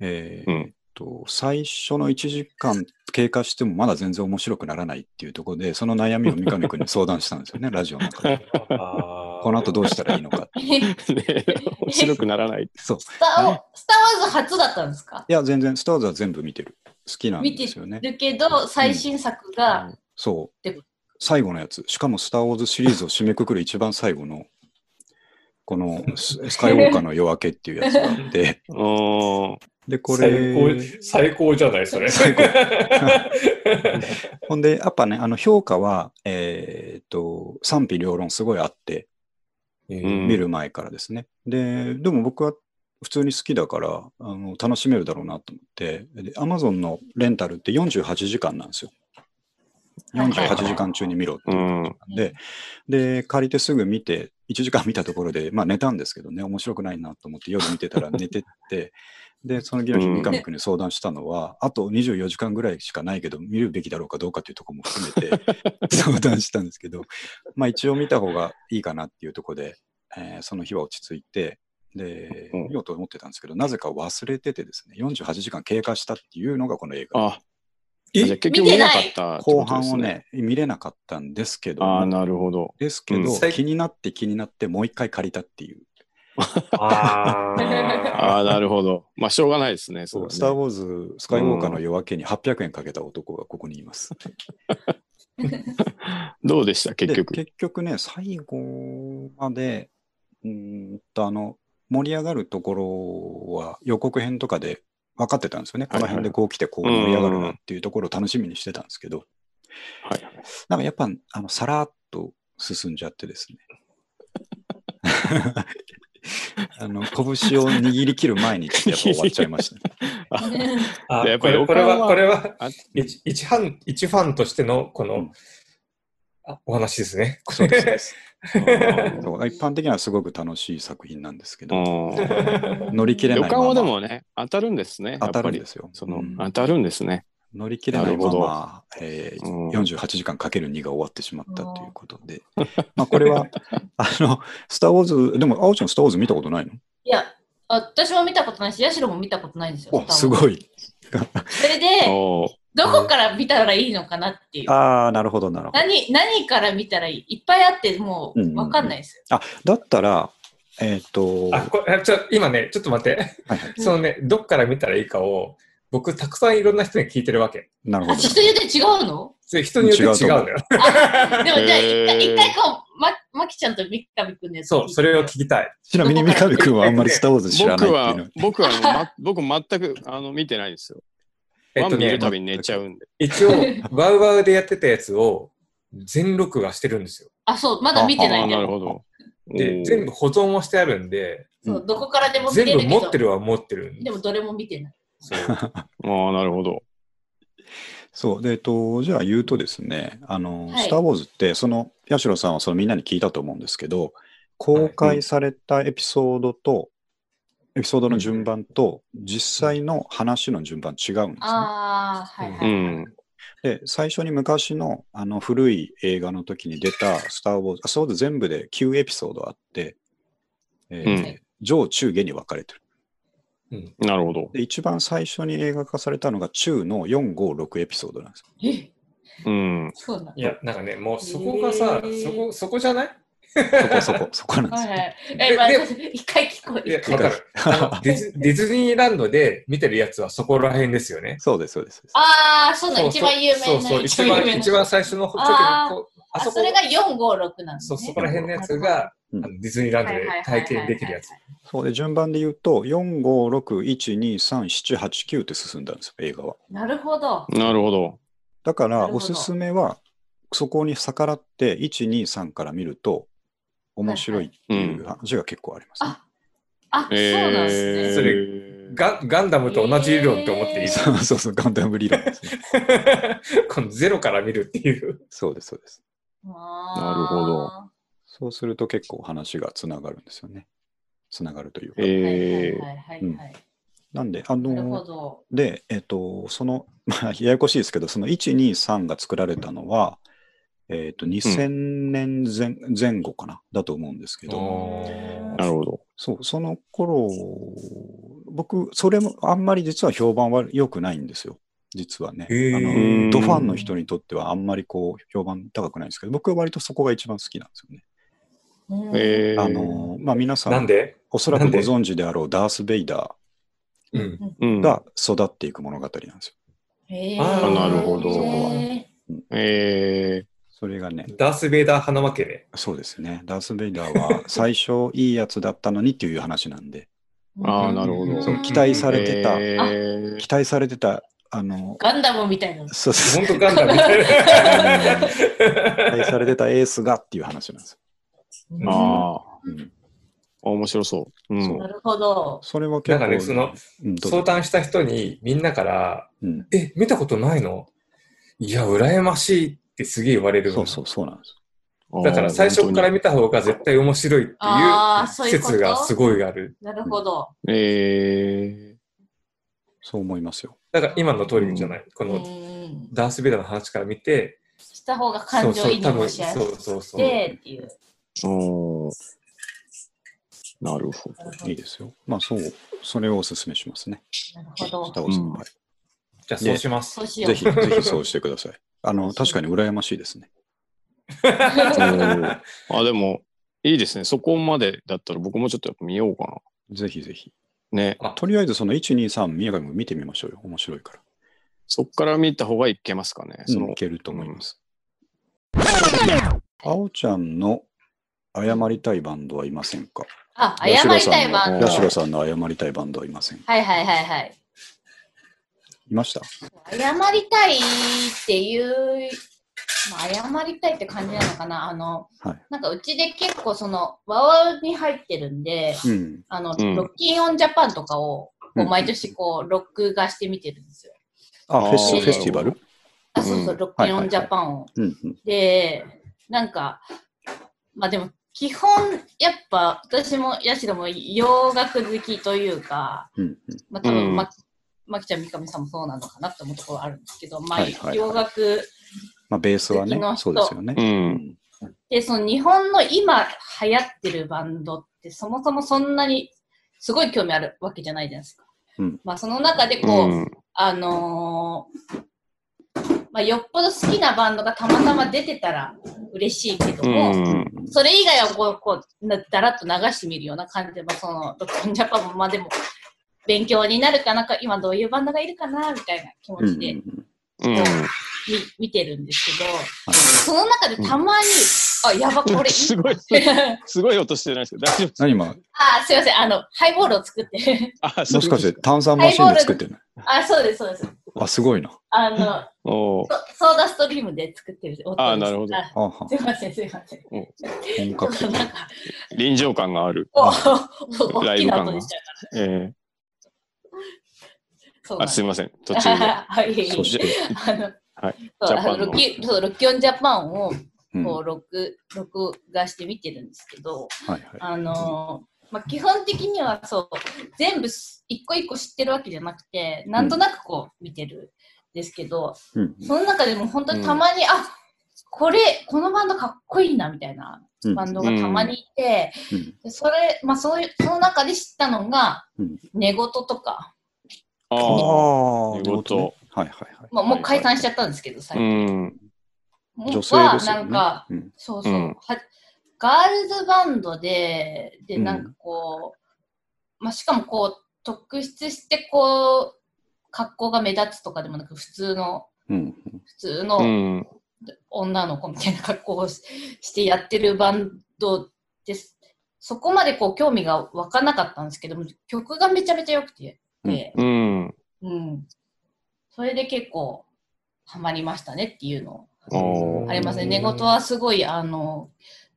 [SPEAKER 3] え
[SPEAKER 2] う
[SPEAKER 3] ー
[SPEAKER 2] ん。
[SPEAKER 3] と最初の1時間経過してもまだ全然面白くならないっていうところで、その悩みを三上君に
[SPEAKER 2] *laughs*
[SPEAKER 3] 相談したんですよね、ラジオの中で。
[SPEAKER 4] あ
[SPEAKER 3] この後どうしたらいいのか。
[SPEAKER 1] う。え
[SPEAKER 2] ね *laughs* 面白くなら
[SPEAKER 3] *laughs*
[SPEAKER 2] ない。
[SPEAKER 3] そう。
[SPEAKER 1] スターを、スター・ウォーズ初だったんですか
[SPEAKER 3] いや、全然、スターズは全部見てる。好きなん
[SPEAKER 1] 見
[SPEAKER 3] で
[SPEAKER 1] て
[SPEAKER 3] すよね。
[SPEAKER 1] るけど、最新作が、
[SPEAKER 3] そう
[SPEAKER 1] で。
[SPEAKER 3] 最後のやつ。しかも、スター・ウォーズシリーズを締めくくる一番最後の、このス、スカイウォーカーの夜明けっていうやつがあ
[SPEAKER 2] *laughs*
[SPEAKER 3] って、
[SPEAKER 2] うん。
[SPEAKER 3] で、これ、
[SPEAKER 4] 最高じゃない、それ。
[SPEAKER 3] 最
[SPEAKER 4] *laughs*
[SPEAKER 3] 高ほんで、やっぱね、あの、評価は、えーっと、賛否両論すごいあって、
[SPEAKER 2] うん
[SPEAKER 3] 見る前からですね。で、でも僕は普通に好きだから、あの楽しめるだろうなと思って、で Amazon のレンタルって48時間なんですよ。
[SPEAKER 1] はいはい
[SPEAKER 3] 48時間中に見ろっていう感じなんで、で、借りてすぐ見て、1時間見たところで、まあ寝たんですけどね、面白くないなと思って夜見てた
[SPEAKER 2] *laughs*
[SPEAKER 3] ら寝てって、で、その議論
[SPEAKER 2] う
[SPEAKER 3] に
[SPEAKER 2] ん
[SPEAKER 3] 三上君に相談したのは、あと24時間ぐらいしかないけど、見るべきだろうかどうかというところも含
[SPEAKER 2] *laughs*
[SPEAKER 3] めて相談したんですけど、まあ一応見た方がいいかなっていうところで、えーその日は落ち着いて、で、
[SPEAKER 2] うん
[SPEAKER 3] 見ようと思ってたんですけど、なぜか忘れててですね、48時間経過したっていうのがこの映画。
[SPEAKER 2] あ、
[SPEAKER 4] え
[SPEAKER 2] じゃあ結局見なかったって
[SPEAKER 3] 後
[SPEAKER 2] ことです
[SPEAKER 3] 半を。ね、見れなかったんですけど
[SPEAKER 2] ああ、
[SPEAKER 3] も、
[SPEAKER 2] なるほど。
[SPEAKER 3] ですけど、
[SPEAKER 4] うん
[SPEAKER 3] 気になって気になって、もう一回借りたっていう。
[SPEAKER 4] あ
[SPEAKER 2] あ
[SPEAKER 4] ー
[SPEAKER 3] *laughs*
[SPEAKER 2] あ、なるほど。まあ、しょうがないですね。
[SPEAKER 3] そ、
[SPEAKER 2] そうう
[SPEAKER 3] スター・
[SPEAKER 2] だね。
[SPEAKER 3] ウォーズ、スカイウォーカーの夜明けに800円かけた男がここにいます。
[SPEAKER 2] どうでした、結
[SPEAKER 3] で
[SPEAKER 2] 局。
[SPEAKER 3] 結局ね、最後まで、うーんと、あの、盛り上がるところは予告編とかで分かってたんですよね。こ
[SPEAKER 2] はい
[SPEAKER 3] の
[SPEAKER 2] はい
[SPEAKER 3] 辺でこう来てこう盛り上がるなっていうところを楽しみにしてたんですけど、
[SPEAKER 2] はい。
[SPEAKER 3] なんかやっぱ、あの、さらっと進んじゃってですね。 *laughs* あの、拳を握り切る前にちょっとやっぱ終わっちゃいましたね。
[SPEAKER 4] あ
[SPEAKER 2] でやっ
[SPEAKER 4] こ
[SPEAKER 2] ぱり
[SPEAKER 4] れこ
[SPEAKER 2] お金
[SPEAKER 4] れ
[SPEAKER 2] は
[SPEAKER 4] は、これは
[SPEAKER 2] あ
[SPEAKER 4] 一一ファン、一ファンとしてのこの、
[SPEAKER 3] うん
[SPEAKER 4] あお話ですね。
[SPEAKER 3] そうですそう
[SPEAKER 4] *laughs*
[SPEAKER 3] です。
[SPEAKER 2] うん
[SPEAKER 3] そう一般的にはすごく楽しい作品なんですけど、
[SPEAKER 2] *laughs* うん
[SPEAKER 3] 乗り切れ
[SPEAKER 2] 予
[SPEAKER 3] ないま
[SPEAKER 2] 感
[SPEAKER 3] ま
[SPEAKER 2] はでもね、当たるんですね。や
[SPEAKER 3] 当
[SPEAKER 2] った
[SPEAKER 3] る
[SPEAKER 2] ぱ
[SPEAKER 3] ん
[SPEAKER 2] り
[SPEAKER 3] で。すよ。
[SPEAKER 2] その、
[SPEAKER 3] うん
[SPEAKER 2] 当たるんですね。
[SPEAKER 3] 乗り切れないま
[SPEAKER 2] なるほ
[SPEAKER 3] ま、えー
[SPEAKER 2] うん
[SPEAKER 3] 48時間かける2が終わってしまったということで、まあこれは、 *laughs* あの、スター・ウォーズ、でも、あおちゃん、スター・ウォーズ見たことないの
[SPEAKER 1] *laughs* いや、あ私も見たことないし、ヤシロも見たことないんですよ。多
[SPEAKER 3] お
[SPEAKER 1] 分
[SPEAKER 3] すごい。
[SPEAKER 1] それで、
[SPEAKER 2] おー
[SPEAKER 1] どこから見たらいいのかなっていう。
[SPEAKER 3] ああ、なるほど、なるほど。
[SPEAKER 1] 何、何から見たらいいいっぱいあって、も
[SPEAKER 3] うんうん
[SPEAKER 1] う、
[SPEAKER 3] うん
[SPEAKER 1] わかんないですよ。
[SPEAKER 3] だったら、えっ、と、
[SPEAKER 4] あ、これ、あちょ、今ね、ちょっと待って。
[SPEAKER 3] はいはい
[SPEAKER 4] そのね、どっから見たらいいかを、僕、たくさんいろんな人に聞いてるわけ。
[SPEAKER 3] なるほ
[SPEAKER 1] あ、
[SPEAKER 3] ど。
[SPEAKER 1] 人によって違うの
[SPEAKER 4] それ人によって違うんだよ。
[SPEAKER 1] でも、じゃあ、一
[SPEAKER 2] へ
[SPEAKER 1] 回、
[SPEAKER 2] ー
[SPEAKER 1] 一回こう、ま、まきちゃんと三上くんのやつ。
[SPEAKER 4] そう、それを聞きたい。
[SPEAKER 3] ちなみに三上君はあんまりスター・ウォーズ知らないって
[SPEAKER 2] 僕
[SPEAKER 3] いうのは
[SPEAKER 2] は、僕はあの、ま、 *laughs* 僕全くあの見てないですよ。
[SPEAKER 4] えっ
[SPEAKER 2] ワ
[SPEAKER 4] と
[SPEAKER 2] ン見
[SPEAKER 4] ね
[SPEAKER 2] る、たびに寝ちゃうんで。
[SPEAKER 4] 一応、ワウワウでやってたやつを、全録画してるんですよ。
[SPEAKER 1] あ、そう、まだ見て
[SPEAKER 2] あ
[SPEAKER 1] ない
[SPEAKER 2] あ、
[SPEAKER 1] んだ
[SPEAKER 2] なる
[SPEAKER 1] よ。
[SPEAKER 2] ほど。お
[SPEAKER 4] で、
[SPEAKER 2] ー
[SPEAKER 4] 全部保存もしてあるんで、
[SPEAKER 1] そう、どこからでも見れる
[SPEAKER 4] 全部
[SPEAKER 1] けど。
[SPEAKER 4] 持ってるは持ってるん
[SPEAKER 1] でも、どれも見てない。
[SPEAKER 4] そう
[SPEAKER 2] ああ、なるほど。
[SPEAKER 3] そう。で、えっと、じゃあ言うとですね、あの、
[SPEAKER 1] はい
[SPEAKER 3] スター・ウォーズって、その、八代さんはそのみんなに聞いたと思うんですけど、公開されたエピソードと、エピソードの順番と、実際の話の順番違うんですね。
[SPEAKER 1] ああ、はいは
[SPEAKER 2] う
[SPEAKER 1] い。
[SPEAKER 2] ん。
[SPEAKER 3] で、最初に昔の、あの、古い映画の時に出た、スター・ウォーズ、あ、そうです。全部で9エピソードあって、えー
[SPEAKER 1] うん
[SPEAKER 3] 上中下に分かれてる。
[SPEAKER 2] なるほど。
[SPEAKER 3] で、一番最初に映画化されたのが中の4、5、6エピソードなんです。
[SPEAKER 1] え、
[SPEAKER 2] うん。
[SPEAKER 1] そうなん
[SPEAKER 4] い
[SPEAKER 1] だ。
[SPEAKER 4] や、なんかね、もうそこがさ
[SPEAKER 1] へ、ー
[SPEAKER 4] そこ、そこじゃない
[SPEAKER 3] そこそこ、そこなんです
[SPEAKER 1] は
[SPEAKER 3] よ
[SPEAKER 1] いは
[SPEAKER 3] ね。
[SPEAKER 1] い。え、まあ
[SPEAKER 4] で
[SPEAKER 1] 一回聞こ
[SPEAKER 4] い
[SPEAKER 1] え
[SPEAKER 4] や
[SPEAKER 1] る。、
[SPEAKER 4] わかる。あのディズディズニーランドで見てるやつはそこら辺ですよね。
[SPEAKER 3] そうです、そうです。
[SPEAKER 1] ああ、そうなんだ、一
[SPEAKER 4] そう
[SPEAKER 1] 番有名な。
[SPEAKER 4] そうそう、一番、一番最初の時
[SPEAKER 1] あ
[SPEAKER 4] の
[SPEAKER 1] ー
[SPEAKER 4] こう、あ
[SPEAKER 1] あ
[SPEAKER 4] そ
[SPEAKER 1] そ
[SPEAKER 4] こ
[SPEAKER 1] れ、が4、5、6なんです
[SPEAKER 4] そ
[SPEAKER 1] ね。
[SPEAKER 4] う、そこら辺のやつが、あ
[SPEAKER 3] うん
[SPEAKER 4] のディズニーランド
[SPEAKER 1] はい
[SPEAKER 4] で
[SPEAKER 1] はいはいはい
[SPEAKER 4] 体験できるやつ。
[SPEAKER 3] そうで、順番で言うと、4、5、6、1、2、3、7、8、9って進んだんですよ、映画は。
[SPEAKER 1] なるほど。
[SPEAKER 2] なるほど。
[SPEAKER 3] だか
[SPEAKER 1] な
[SPEAKER 3] ら、
[SPEAKER 1] るほ
[SPEAKER 3] お
[SPEAKER 1] ど
[SPEAKER 3] すすめは、そこに逆らって、1、2、3から見ると、面白いっていう話が結構あります、ね
[SPEAKER 1] あ、あ、
[SPEAKER 2] えー
[SPEAKER 1] そうなんですね。
[SPEAKER 4] それ
[SPEAKER 2] が
[SPEAKER 4] ガガンダムと同じ理論って思っていい
[SPEAKER 1] え
[SPEAKER 3] *laughs*
[SPEAKER 1] ー
[SPEAKER 3] そうそうそう、ガンダム理論ですね。
[SPEAKER 4] *laughs* このゼロから見るっていう。
[SPEAKER 3] *laughs* そうです、そうです。
[SPEAKER 1] な
[SPEAKER 2] るほど。
[SPEAKER 3] そうすると結構話がつながるんですよね。つながるというか。
[SPEAKER 2] えー
[SPEAKER 1] はいはいはいはい。
[SPEAKER 3] なんで、あのー
[SPEAKER 1] なるほど。
[SPEAKER 3] で、えっと、その、 *laughs* まあ、ややこしいですけど、その1、2、3が作られたのは、えっと、2000年前,、前後かな、だと思うんですけど、
[SPEAKER 4] お
[SPEAKER 1] ー
[SPEAKER 2] なるほど。
[SPEAKER 3] そう、その頃、僕、それもあんまり実は評判は良くないんですよ、実はね。あ
[SPEAKER 4] へ
[SPEAKER 2] ー
[SPEAKER 3] のドファンの人にとってはあんまりこう、評判高くないんですけど、僕は割とそこが一番好きなんですよね。
[SPEAKER 1] うん
[SPEAKER 2] えー、
[SPEAKER 3] あの、まあ、皆さ
[SPEAKER 4] なん
[SPEAKER 3] ん、
[SPEAKER 4] で
[SPEAKER 3] おそらく
[SPEAKER 4] なん
[SPEAKER 3] ご
[SPEAKER 4] で
[SPEAKER 3] 存知であろうダース・ベイダ
[SPEAKER 4] うん。
[SPEAKER 2] う
[SPEAKER 3] ー、
[SPEAKER 2] ん
[SPEAKER 3] が育っていく物語なんですよ。
[SPEAKER 1] へー
[SPEAKER 4] あー
[SPEAKER 2] なるほど
[SPEAKER 1] へ
[SPEAKER 2] え
[SPEAKER 3] それがね、
[SPEAKER 4] ダース・ベイダー派なわけ
[SPEAKER 1] *laughs*
[SPEAKER 4] ね。
[SPEAKER 3] そうですね。ダース・ベイダー
[SPEAKER 4] *laughs*
[SPEAKER 3] は最初いいやつだったのにっていう話なんで、
[SPEAKER 1] ー
[SPEAKER 2] あーなるほど
[SPEAKER 3] そう期待さ
[SPEAKER 2] ー、
[SPEAKER 3] れてた、
[SPEAKER 2] えー
[SPEAKER 3] 期待されてた、あの、
[SPEAKER 1] ガンダムみたいな。
[SPEAKER 3] そうそう
[SPEAKER 4] 本当ガン
[SPEAKER 1] *laughs*
[SPEAKER 4] ダムみたいな。
[SPEAKER 3] 期待されてたエースがっていう話なんですよ。
[SPEAKER 2] ああ、
[SPEAKER 3] うん、
[SPEAKER 2] 面白そう。う
[SPEAKER 3] そ
[SPEAKER 2] ん
[SPEAKER 1] な。るほど。
[SPEAKER 3] それは
[SPEAKER 4] な
[SPEAKER 3] 結
[SPEAKER 4] ん
[SPEAKER 3] 構、
[SPEAKER 4] かね、その、
[SPEAKER 3] うん、どうぞ
[SPEAKER 4] 相談した人にみんなから、
[SPEAKER 3] うん
[SPEAKER 4] え、見たことないのいや、羨ましいってすげえ言われるの
[SPEAKER 3] そうそうそうなんですよ。
[SPEAKER 4] だから最初から見た方が絶対面白いって
[SPEAKER 1] あー
[SPEAKER 4] い
[SPEAKER 1] そうういうこと
[SPEAKER 4] 説がすごいある。
[SPEAKER 1] なるほど。
[SPEAKER 2] え
[SPEAKER 3] そう思いますよ。
[SPEAKER 4] だから今の通りじゃない。こ
[SPEAKER 1] う
[SPEAKER 4] の
[SPEAKER 1] ん。
[SPEAKER 4] ダース・ベイダーの話から見て、
[SPEAKER 1] した方が感情移入もしやす
[SPEAKER 4] そう
[SPEAKER 1] く
[SPEAKER 4] そうそう。
[SPEAKER 1] てっていう。
[SPEAKER 2] ー、おーなるほど。
[SPEAKER 1] なるほ
[SPEAKER 3] いいですよ。まあそう、それをお勧めしますね。
[SPEAKER 1] ど。なるほ
[SPEAKER 3] 北
[SPEAKER 1] ど。
[SPEAKER 3] 尾さん
[SPEAKER 2] うん
[SPEAKER 3] はい
[SPEAKER 4] じゃあそうします
[SPEAKER 1] そ。うしよ
[SPEAKER 3] ぜ
[SPEAKER 1] う。 *laughs*
[SPEAKER 3] ひ、ぜひそうしてください。あの、確かに羨ましいですね。
[SPEAKER 2] あ、でも、いいですね。そこまでだったら僕もちょっとやっぱ見ようか
[SPEAKER 3] ぜひぜひ。
[SPEAKER 2] な。ね。
[SPEAKER 3] とりあえずその1、2、3、宮上も見てみましょうよ。面白いから。
[SPEAKER 2] そこから見た方がいけますかね。そ
[SPEAKER 3] そ
[SPEAKER 2] の
[SPEAKER 3] い、けると思います。あおちゃんの謝りたいバンドはいませんか
[SPEAKER 1] あ、謝りたいバンド。
[SPEAKER 3] 八
[SPEAKER 1] はい
[SPEAKER 3] 代さんの謝りたいバンドはいませんか
[SPEAKER 1] はいはいはい。
[SPEAKER 3] いました
[SPEAKER 1] 謝りたいっていう、まあ、謝りたいって感じなのかな。あの、
[SPEAKER 3] はい
[SPEAKER 1] なんかうちで結構その、ワウに入ってるんで、
[SPEAKER 3] うん。
[SPEAKER 1] あの、
[SPEAKER 2] うん
[SPEAKER 1] ロッキンオンジャパンとかを、こ
[SPEAKER 3] う
[SPEAKER 1] うん毎年こう、録画して見てるんですよ。
[SPEAKER 3] あ、フェス
[SPEAKER 1] あー
[SPEAKER 3] フェスティバル
[SPEAKER 1] あ、そうそうう、
[SPEAKER 2] ん
[SPEAKER 1] ロッキンオンジャパンを。
[SPEAKER 3] うんうん。
[SPEAKER 1] で、なんか、まあでも、基本、やっぱ、私も、ヤシロも洋楽好きというか、
[SPEAKER 3] うんうん
[SPEAKER 1] まあ多
[SPEAKER 2] う
[SPEAKER 1] 分、
[SPEAKER 2] ん
[SPEAKER 1] まあまきちゃん、三上さんもそうなのかなって思うところはあるんですけど、まあ、
[SPEAKER 3] はいはいはい
[SPEAKER 1] 洋楽
[SPEAKER 3] まあ、ベースはね
[SPEAKER 1] 好きな、人
[SPEAKER 3] そうですよね。
[SPEAKER 2] うん。
[SPEAKER 1] で、その日本の今流行ってるバンドって、そもそもそんなにすごい興味あるわけじゃないじゃないですか。
[SPEAKER 3] うん
[SPEAKER 1] まあ、その中でこう、
[SPEAKER 2] うん。
[SPEAKER 1] あのーまあ、よっぽど好きなバンドがたまたま出てたら嬉しいけど
[SPEAKER 2] う
[SPEAKER 1] も、
[SPEAKER 2] ん。
[SPEAKER 1] それ以外はこう、こう、なだらっと流してみるような感じで、まあ、その、ロックンジャパンも、まあでも、勉強になるかなんか、今どういうバンドがいるかな、みたいな気持
[SPEAKER 3] うんう
[SPEAKER 1] ち
[SPEAKER 3] ん
[SPEAKER 1] で
[SPEAKER 3] うん
[SPEAKER 1] 見、
[SPEAKER 2] うん。
[SPEAKER 1] 見てるんですけど、その中でたまに、あ、やば、これいい。
[SPEAKER 2] す
[SPEAKER 1] *laughs*
[SPEAKER 2] ごい、すごい音してないですけど、大丈夫です
[SPEAKER 3] 何今、
[SPEAKER 1] あ、すいません、あの、ハイボールを作っ
[SPEAKER 2] *laughs*
[SPEAKER 1] てる。
[SPEAKER 2] あ、そ
[SPEAKER 3] も
[SPEAKER 2] う
[SPEAKER 3] しかして。炭酸マシンで作ってるの
[SPEAKER 1] あ、そうです、そうです。
[SPEAKER 3] あ、すごいな。
[SPEAKER 1] あの、
[SPEAKER 2] おー
[SPEAKER 1] そソーダストリームで作ってる音です。
[SPEAKER 2] あなるほど
[SPEAKER 1] あ
[SPEAKER 3] あは
[SPEAKER 1] すいません、すいません。
[SPEAKER 3] 本格的。
[SPEAKER 1] なんか、
[SPEAKER 2] 臨場感がある。
[SPEAKER 1] おお大きな音でしたから。
[SPEAKER 2] ええ。
[SPEAKER 1] そうなん
[SPEAKER 2] あ、
[SPEAKER 1] です
[SPEAKER 2] すいません。途中で。
[SPEAKER 1] あいえいえ
[SPEAKER 3] そして、
[SPEAKER 1] あの、
[SPEAKER 2] はい
[SPEAKER 1] そう
[SPEAKER 2] ジャパンの
[SPEAKER 1] あのロキそうロッキオンジャパンを
[SPEAKER 3] うん、
[SPEAKER 1] こ
[SPEAKER 3] は
[SPEAKER 1] う録録画して見てるんですけど、
[SPEAKER 3] いはい。
[SPEAKER 1] あのーまあ、基本的にはそう全部す一個一個知ってるわけじゃなくてなんとなくこう見てるんですけど、
[SPEAKER 3] うん
[SPEAKER 1] その中でも本当にたまに、あこれこのバンドかっこいいなみたいな
[SPEAKER 3] うん
[SPEAKER 1] バンドがたまにいて、
[SPEAKER 3] うん
[SPEAKER 1] でそれまあそういうその中で知ったのが
[SPEAKER 3] うん
[SPEAKER 1] 寝言とか、
[SPEAKER 2] ああ。
[SPEAKER 3] ー
[SPEAKER 2] ということ
[SPEAKER 3] ねはいはいはい。
[SPEAKER 1] まあ、もう解散しちゃったんですけど最
[SPEAKER 2] う
[SPEAKER 1] 近。
[SPEAKER 2] ん。
[SPEAKER 1] もう
[SPEAKER 3] 女性ですよ
[SPEAKER 1] な
[SPEAKER 3] ね。
[SPEAKER 1] んか、
[SPEAKER 3] うん
[SPEAKER 1] そうそう、
[SPEAKER 2] うん
[SPEAKER 1] はガールズバンドで、で、
[SPEAKER 3] うん
[SPEAKER 1] なんかこう、まあ、しかもこう、特筆してこう、格好が目立つとかでもなく、普通の、
[SPEAKER 3] うん
[SPEAKER 1] 普通
[SPEAKER 2] う
[SPEAKER 1] の
[SPEAKER 2] ん。
[SPEAKER 1] 女の子みたいな格好をししてやってるバンドです。そこまでこう興味が湧かなかったんですけども、曲がめちゃめちゃ良くて、で
[SPEAKER 2] うん。
[SPEAKER 1] うん。それで結構、ハマりましたねっていうのを
[SPEAKER 2] お
[SPEAKER 1] ありますね。
[SPEAKER 4] うん
[SPEAKER 1] 寝言はすごい、あの、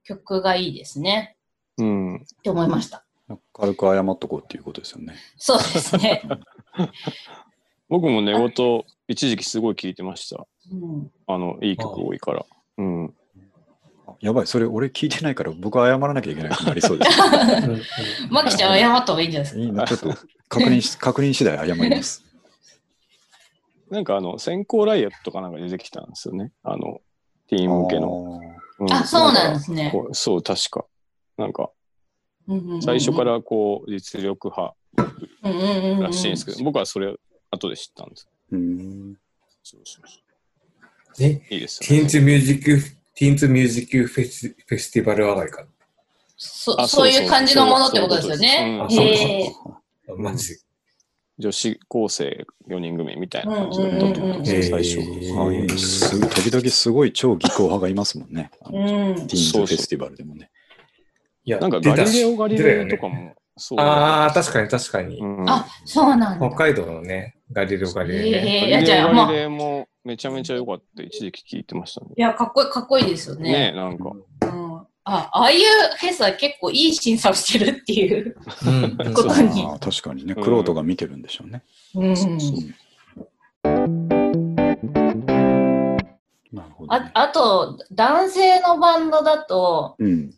[SPEAKER 1] 曲がいいですね。
[SPEAKER 2] うん。
[SPEAKER 1] って思いました。
[SPEAKER 3] 軽く謝っとこうっていうことですよね。
[SPEAKER 1] そうです
[SPEAKER 2] *laughs*
[SPEAKER 1] ね。
[SPEAKER 2] 僕も寝言、一時期すごい聞いてました。
[SPEAKER 1] うん、
[SPEAKER 2] あの、いい曲多いから。うん。
[SPEAKER 3] あやばい、それ俺聞いてないから僕謝らなきゃいけないことになりそうです。
[SPEAKER 1] *laughs* マキちゃん謝った方がいいんじゃないですか。
[SPEAKER 3] いいな、ちょっと確認し、確認次第謝ります。
[SPEAKER 2] なんかあの、先行ライアットかなんか出てきたんですよね。あの、ティーン向けの。ん
[SPEAKER 1] あ、そうなんです
[SPEAKER 2] なんか
[SPEAKER 1] ね。
[SPEAKER 2] こうそう、確か。なんか、
[SPEAKER 1] うんうんうん
[SPEAKER 2] 最初か、らこう、実力派
[SPEAKER 1] うんうんうんうん
[SPEAKER 2] らしいんですけど、僕はそれ、後で知ったんです。
[SPEAKER 3] あー。うん。
[SPEAKER 4] *laughs* ね、
[SPEAKER 2] いいです
[SPEAKER 4] ティ
[SPEAKER 2] よ
[SPEAKER 4] ーン
[SPEAKER 2] ね。
[SPEAKER 4] ズミュージック、ティーンズミュージックフェスフェスティバル上がりか
[SPEAKER 1] そ
[SPEAKER 2] あ
[SPEAKER 1] そういう感じのものってことですよね。
[SPEAKER 2] そういうことです
[SPEAKER 4] あそう
[SPEAKER 2] うん
[SPEAKER 1] へえ
[SPEAKER 4] かな。マジで。
[SPEAKER 2] 女子高生4人組みたい
[SPEAKER 1] うん
[SPEAKER 2] な感じ
[SPEAKER 1] う
[SPEAKER 2] だった
[SPEAKER 1] ん
[SPEAKER 2] と
[SPEAKER 1] う
[SPEAKER 2] 思うん
[SPEAKER 1] ん
[SPEAKER 2] ですよ最
[SPEAKER 4] へ
[SPEAKER 2] 初。
[SPEAKER 4] ー
[SPEAKER 3] ああいうす時々すごい超技巧派がいますもんね。あの
[SPEAKER 1] うん。うん
[SPEAKER 3] ティーンズフェスティバルでもね。
[SPEAKER 4] いや、
[SPEAKER 2] なんか
[SPEAKER 4] 出
[SPEAKER 2] ガ
[SPEAKER 4] た
[SPEAKER 2] リレオ・ガリレオ
[SPEAKER 4] 出
[SPEAKER 2] と
[SPEAKER 4] た
[SPEAKER 2] か
[SPEAKER 4] よね
[SPEAKER 2] もそう
[SPEAKER 4] ああ、確かに確かに。
[SPEAKER 2] うん
[SPEAKER 1] あ、そうなんだ
[SPEAKER 4] 北。海道のね、ガリレオガリレオね。
[SPEAKER 1] へ
[SPEAKER 2] ガ
[SPEAKER 1] えい
[SPEAKER 2] リ
[SPEAKER 1] や、じ
[SPEAKER 2] レ
[SPEAKER 1] ゃ
[SPEAKER 2] オ・
[SPEAKER 1] あ、
[SPEAKER 2] ガ
[SPEAKER 1] ま
[SPEAKER 2] リ
[SPEAKER 1] あ、い
[SPEAKER 2] レオもめちゃめちゃ良かった。一時期聞いてましたね。
[SPEAKER 1] や、かっこいい、かっこいいですよね。
[SPEAKER 2] ねえ、なんか。
[SPEAKER 1] うん、あ、ああいうフェスは結構いい審査をしてるっていう。
[SPEAKER 4] うんうん
[SPEAKER 1] こ
[SPEAKER 4] そ
[SPEAKER 1] と
[SPEAKER 4] う
[SPEAKER 1] に
[SPEAKER 3] ああ確かにね、クロートが見てるんでしょうね。
[SPEAKER 1] うん。
[SPEAKER 3] なるほど、
[SPEAKER 1] あ
[SPEAKER 3] ね。
[SPEAKER 1] あと、男性のバンドだと、
[SPEAKER 3] うん。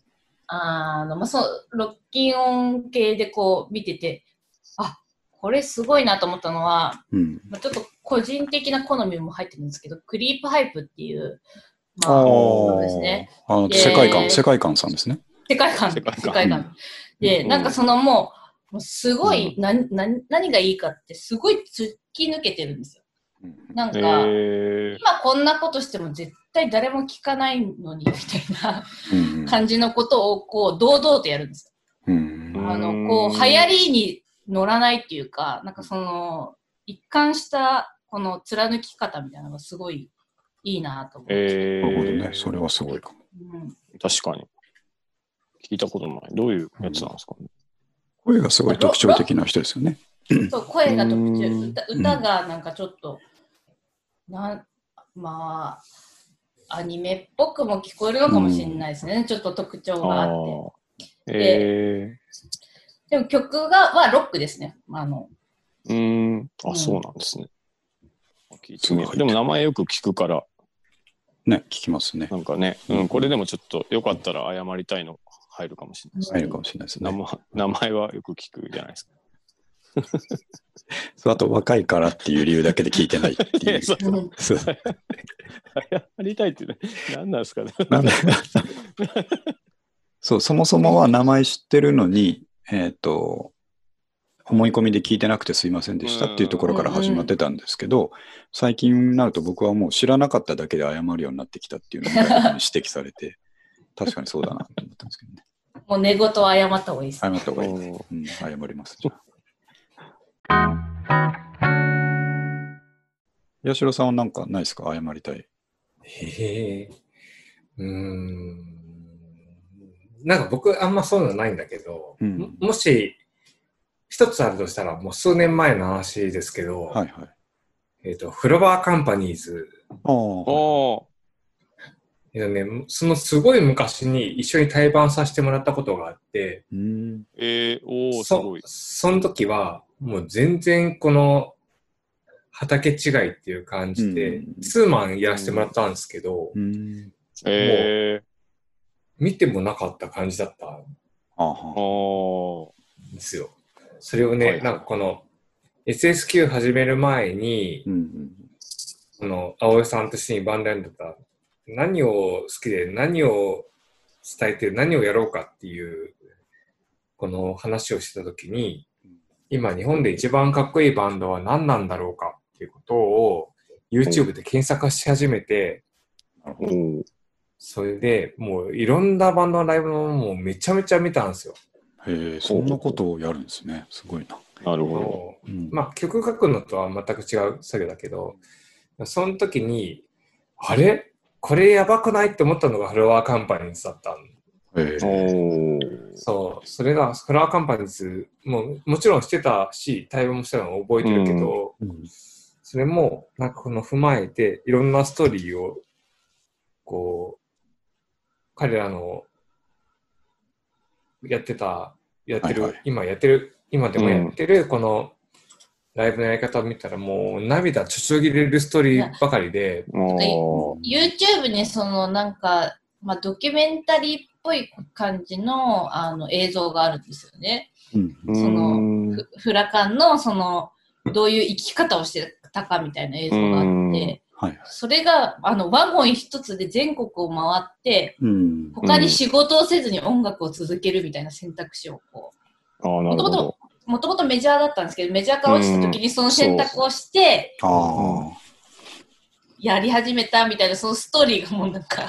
[SPEAKER 1] あの、まあ、そう、ロッキンオン系でこう見てて、あ、これすごいなと思ったのは、
[SPEAKER 3] うん。
[SPEAKER 1] まあ、ちょっと個人的な好みも入ってるんですけど、クリープハイプっていう、まあ、
[SPEAKER 3] あ
[SPEAKER 1] そうですね。
[SPEAKER 3] あの
[SPEAKER 1] で
[SPEAKER 3] 世界観、世界観さんですね。
[SPEAKER 1] 世界観、
[SPEAKER 2] 世
[SPEAKER 1] 世
[SPEAKER 2] 界
[SPEAKER 1] 界
[SPEAKER 2] 観
[SPEAKER 1] 観。
[SPEAKER 3] うん
[SPEAKER 1] で、
[SPEAKER 2] うん
[SPEAKER 1] なんかそのもう、もうすごい、なな、何がいいかって、すごい突き抜けてるんですよ。なんか、
[SPEAKER 2] えー
[SPEAKER 1] 今こんなことしても絶対誰も聞かないのに、みたいな
[SPEAKER 3] うん
[SPEAKER 1] 感じのことを、こう、堂々とやるんです
[SPEAKER 3] う
[SPEAKER 1] よ
[SPEAKER 3] ん。
[SPEAKER 1] あ
[SPEAKER 2] うーん
[SPEAKER 1] の、こう、流行りに乗らないっていうか、なんかその、一貫した、この貫き方みたいなのがすごいいいなと思って。
[SPEAKER 2] え
[SPEAKER 3] なるほどね。それはすごいかも。
[SPEAKER 1] うん
[SPEAKER 2] 確かに。聞いたことない。どういうやつなんですかね。
[SPEAKER 3] 声がすごい特徴的な人ですよね。
[SPEAKER 1] そう、声が特
[SPEAKER 2] うん
[SPEAKER 1] 徴、歌歌がなんかちょっと、なん、まあ、アニメっぽくも聞こえるのかもしれないですね。ちょっと特徴があって。
[SPEAKER 2] あー。え
[SPEAKER 1] でも曲が、はロックですね。あの、
[SPEAKER 2] ー。うーん。
[SPEAKER 1] う
[SPEAKER 2] あ、
[SPEAKER 1] ん
[SPEAKER 2] そうなんですね。聞いてみ
[SPEAKER 3] す
[SPEAKER 2] よ
[SPEAKER 3] ご
[SPEAKER 2] う
[SPEAKER 3] い
[SPEAKER 2] でも名前よく聞くから、
[SPEAKER 3] ね、聞きますね
[SPEAKER 2] な。んかね、うん、これでもちょっとよかったら謝りたいの入るかもしれないです。
[SPEAKER 3] 入るかもしれないですね
[SPEAKER 2] 名。前名前はよく聞くじゃないですか。
[SPEAKER 3] そうあと若いからっていう理由だけで聞いてないって
[SPEAKER 2] い
[SPEAKER 3] い
[SPEAKER 2] や
[SPEAKER 3] う。
[SPEAKER 2] そう
[SPEAKER 1] うん
[SPEAKER 3] そう
[SPEAKER 2] *laughs* 謝りたいってね何なんですかね。 *laughs*
[SPEAKER 3] なんだそう、そもそもは名前知ってるのに、えっ、と、思い込みで聞いてなくてすいませんでしたっていうところから始まってたんですけど、最近になると僕はもう知らなかっただけで謝るようになってきたっていうのが指摘されて、確かにそうだなと思ったんですけどね。
[SPEAKER 1] もう寝言を謝った方がいいです。
[SPEAKER 3] 謝った方がいい。
[SPEAKER 2] うん
[SPEAKER 3] うん、謝ります。じゃあ。八代さんはなんかないですか謝りたい。
[SPEAKER 4] *laughs* へえ。うーん。なんか僕、あんまそういうのないんだけど、
[SPEAKER 3] うん
[SPEAKER 4] ももし、一つあるとしたら、もう数年前の話ですけど、
[SPEAKER 3] はいはい。
[SPEAKER 4] えっ、と、フロバーカンパニーズ
[SPEAKER 3] ああ。
[SPEAKER 2] お
[SPEAKER 4] えっとね、そのすごい昔に一緒に対バンさせてもらったことがあって、
[SPEAKER 3] うん。
[SPEAKER 2] ーえー、おーす
[SPEAKER 4] そ
[SPEAKER 2] ごい。
[SPEAKER 4] その時は、もう全然この畑違いっていう感じで、
[SPEAKER 3] うん
[SPEAKER 4] ツーマンやらせてもらったんですけど、
[SPEAKER 3] うん。
[SPEAKER 2] え
[SPEAKER 4] 見てもなかった感じだったん
[SPEAKER 3] あ
[SPEAKER 2] ー、お
[SPEAKER 4] ですよ。それをね、
[SPEAKER 2] はいはい
[SPEAKER 4] なんかこの SSQ 始める前に
[SPEAKER 3] う、ん
[SPEAKER 4] この青江さんと一緒にバンドやってた、何を好きで何を伝えて何をやろうかっていう、この話をしてた時に、今日本で一番かっこいいバンドは何なんだろうかっていうことを YouTube で検索し始めて、
[SPEAKER 2] ーおー
[SPEAKER 4] それでもういろんなバンドのライブのもうめちゃめちゃ見たんですよ。
[SPEAKER 3] へえ、そんなことをやるんですね。すごいな。
[SPEAKER 2] なるほ
[SPEAKER 3] うん
[SPEAKER 4] まあ、曲書くのとは全く違う作業だけど、その時に、あれこれやばくないって思ったのがフロアカンパニーズだったの。
[SPEAKER 3] へ
[SPEAKER 2] ど。
[SPEAKER 3] え
[SPEAKER 2] おー
[SPEAKER 4] そう、それがフロアカンパニーズも、もちろんしてたし、対話もしてたのを覚えてるけど、
[SPEAKER 3] うん
[SPEAKER 4] それも、なんかこの踏まえて、いろんなストーリーを、こう、彼らの、やってた、やってる、
[SPEAKER 3] はいはい
[SPEAKER 4] 今やってる、今でもやってる、この、ライブのやり方を見たら、もう涙ちょちょぎれるストーリーばかりで、
[SPEAKER 2] おー
[SPEAKER 1] YouTube にそのなんか、まあ、ドキュメンタリーっぽい感じのあの映像があるんですよね。
[SPEAKER 3] うん
[SPEAKER 2] う
[SPEAKER 1] その
[SPEAKER 2] ーん
[SPEAKER 1] フフラカンのそのどういう生き方をしてたかみたいな映像があっ
[SPEAKER 3] は
[SPEAKER 1] て、
[SPEAKER 3] いはい。
[SPEAKER 1] それがあのワゴン一つで全国を回って、
[SPEAKER 3] うん。
[SPEAKER 1] 他に仕事をせずに音楽を続けるみたいな選択肢をこ
[SPEAKER 2] あー
[SPEAKER 1] う、
[SPEAKER 2] な
[SPEAKER 1] も
[SPEAKER 2] る
[SPEAKER 1] と
[SPEAKER 2] ほ
[SPEAKER 1] も
[SPEAKER 2] ど
[SPEAKER 1] と。もともとメジャーだったんですけど、メジャーから落ちた時にその選択をして、
[SPEAKER 3] ああ。
[SPEAKER 1] やり始めたみたいな、そのストーリーがもうなんか、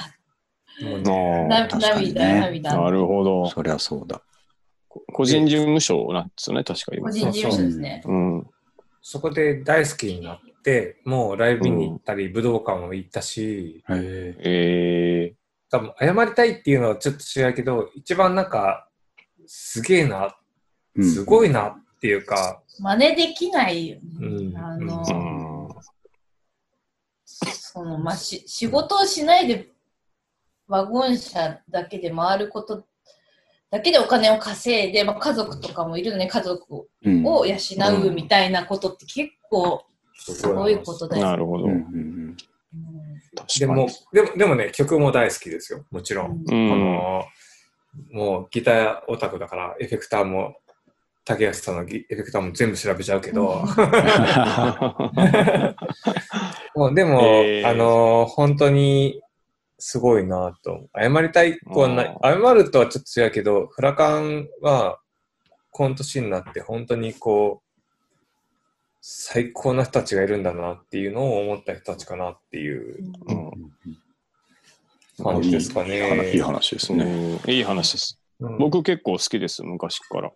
[SPEAKER 4] もう
[SPEAKER 2] あ
[SPEAKER 4] ね
[SPEAKER 2] ー
[SPEAKER 1] な
[SPEAKER 3] 確かに
[SPEAKER 1] 涙、
[SPEAKER 3] ね
[SPEAKER 1] 涙。
[SPEAKER 2] なるほど。
[SPEAKER 3] そりゃそうだ。
[SPEAKER 2] 個人事務所なんですよね、確か
[SPEAKER 1] 個
[SPEAKER 2] 今。
[SPEAKER 1] 人事務所ですね。
[SPEAKER 2] うん。う
[SPEAKER 4] そこで大好きになって、もうライブに行ったり、武道館も行ったし、
[SPEAKER 3] へえ。
[SPEAKER 2] え
[SPEAKER 4] 多分謝りたいっていうのはちょっと違うけど、一番なんか、すげえな、
[SPEAKER 3] うん
[SPEAKER 4] すごいなっていうか、
[SPEAKER 1] 真似できないよね。
[SPEAKER 4] うん
[SPEAKER 1] あ
[SPEAKER 2] ー、う
[SPEAKER 1] の、
[SPEAKER 2] ん。
[SPEAKER 1] その、まあ、し、仕事をしないで、ワゴン車だけで回ることだけでお金を稼いで、まあ、家族とかもいるのね、家族
[SPEAKER 3] うん。
[SPEAKER 1] を養うみたいなことって結構すごいことだよ
[SPEAKER 2] な
[SPEAKER 1] ね。
[SPEAKER 2] るほど。
[SPEAKER 3] うんうん
[SPEAKER 2] 確
[SPEAKER 4] で
[SPEAKER 2] か
[SPEAKER 4] も
[SPEAKER 2] に。、
[SPEAKER 4] でも、でもね、曲も大好きですよ、もちろ。
[SPEAKER 1] うん
[SPEAKER 2] う
[SPEAKER 1] ん
[SPEAKER 4] こ
[SPEAKER 2] ん。
[SPEAKER 4] の、もうギターオタクだから、エフェクターも、竹安さんのギエフェクターも全部調べちゃうけど、
[SPEAKER 2] *laughs*
[SPEAKER 4] もうでも、
[SPEAKER 2] えー
[SPEAKER 4] あのー本当にすごいなと。謝りたい子はない。謝るとはちょっと違うけど、フラカンは、この年になって本当にこう、最高な人たちがいるんだなっていうのを思った人たちかなっていう
[SPEAKER 2] う
[SPEAKER 3] うん
[SPEAKER 2] ん
[SPEAKER 4] 感じですかね。
[SPEAKER 3] いい話ですね。
[SPEAKER 2] うんいい話です。
[SPEAKER 4] うん
[SPEAKER 2] 僕結構好きです、昔から。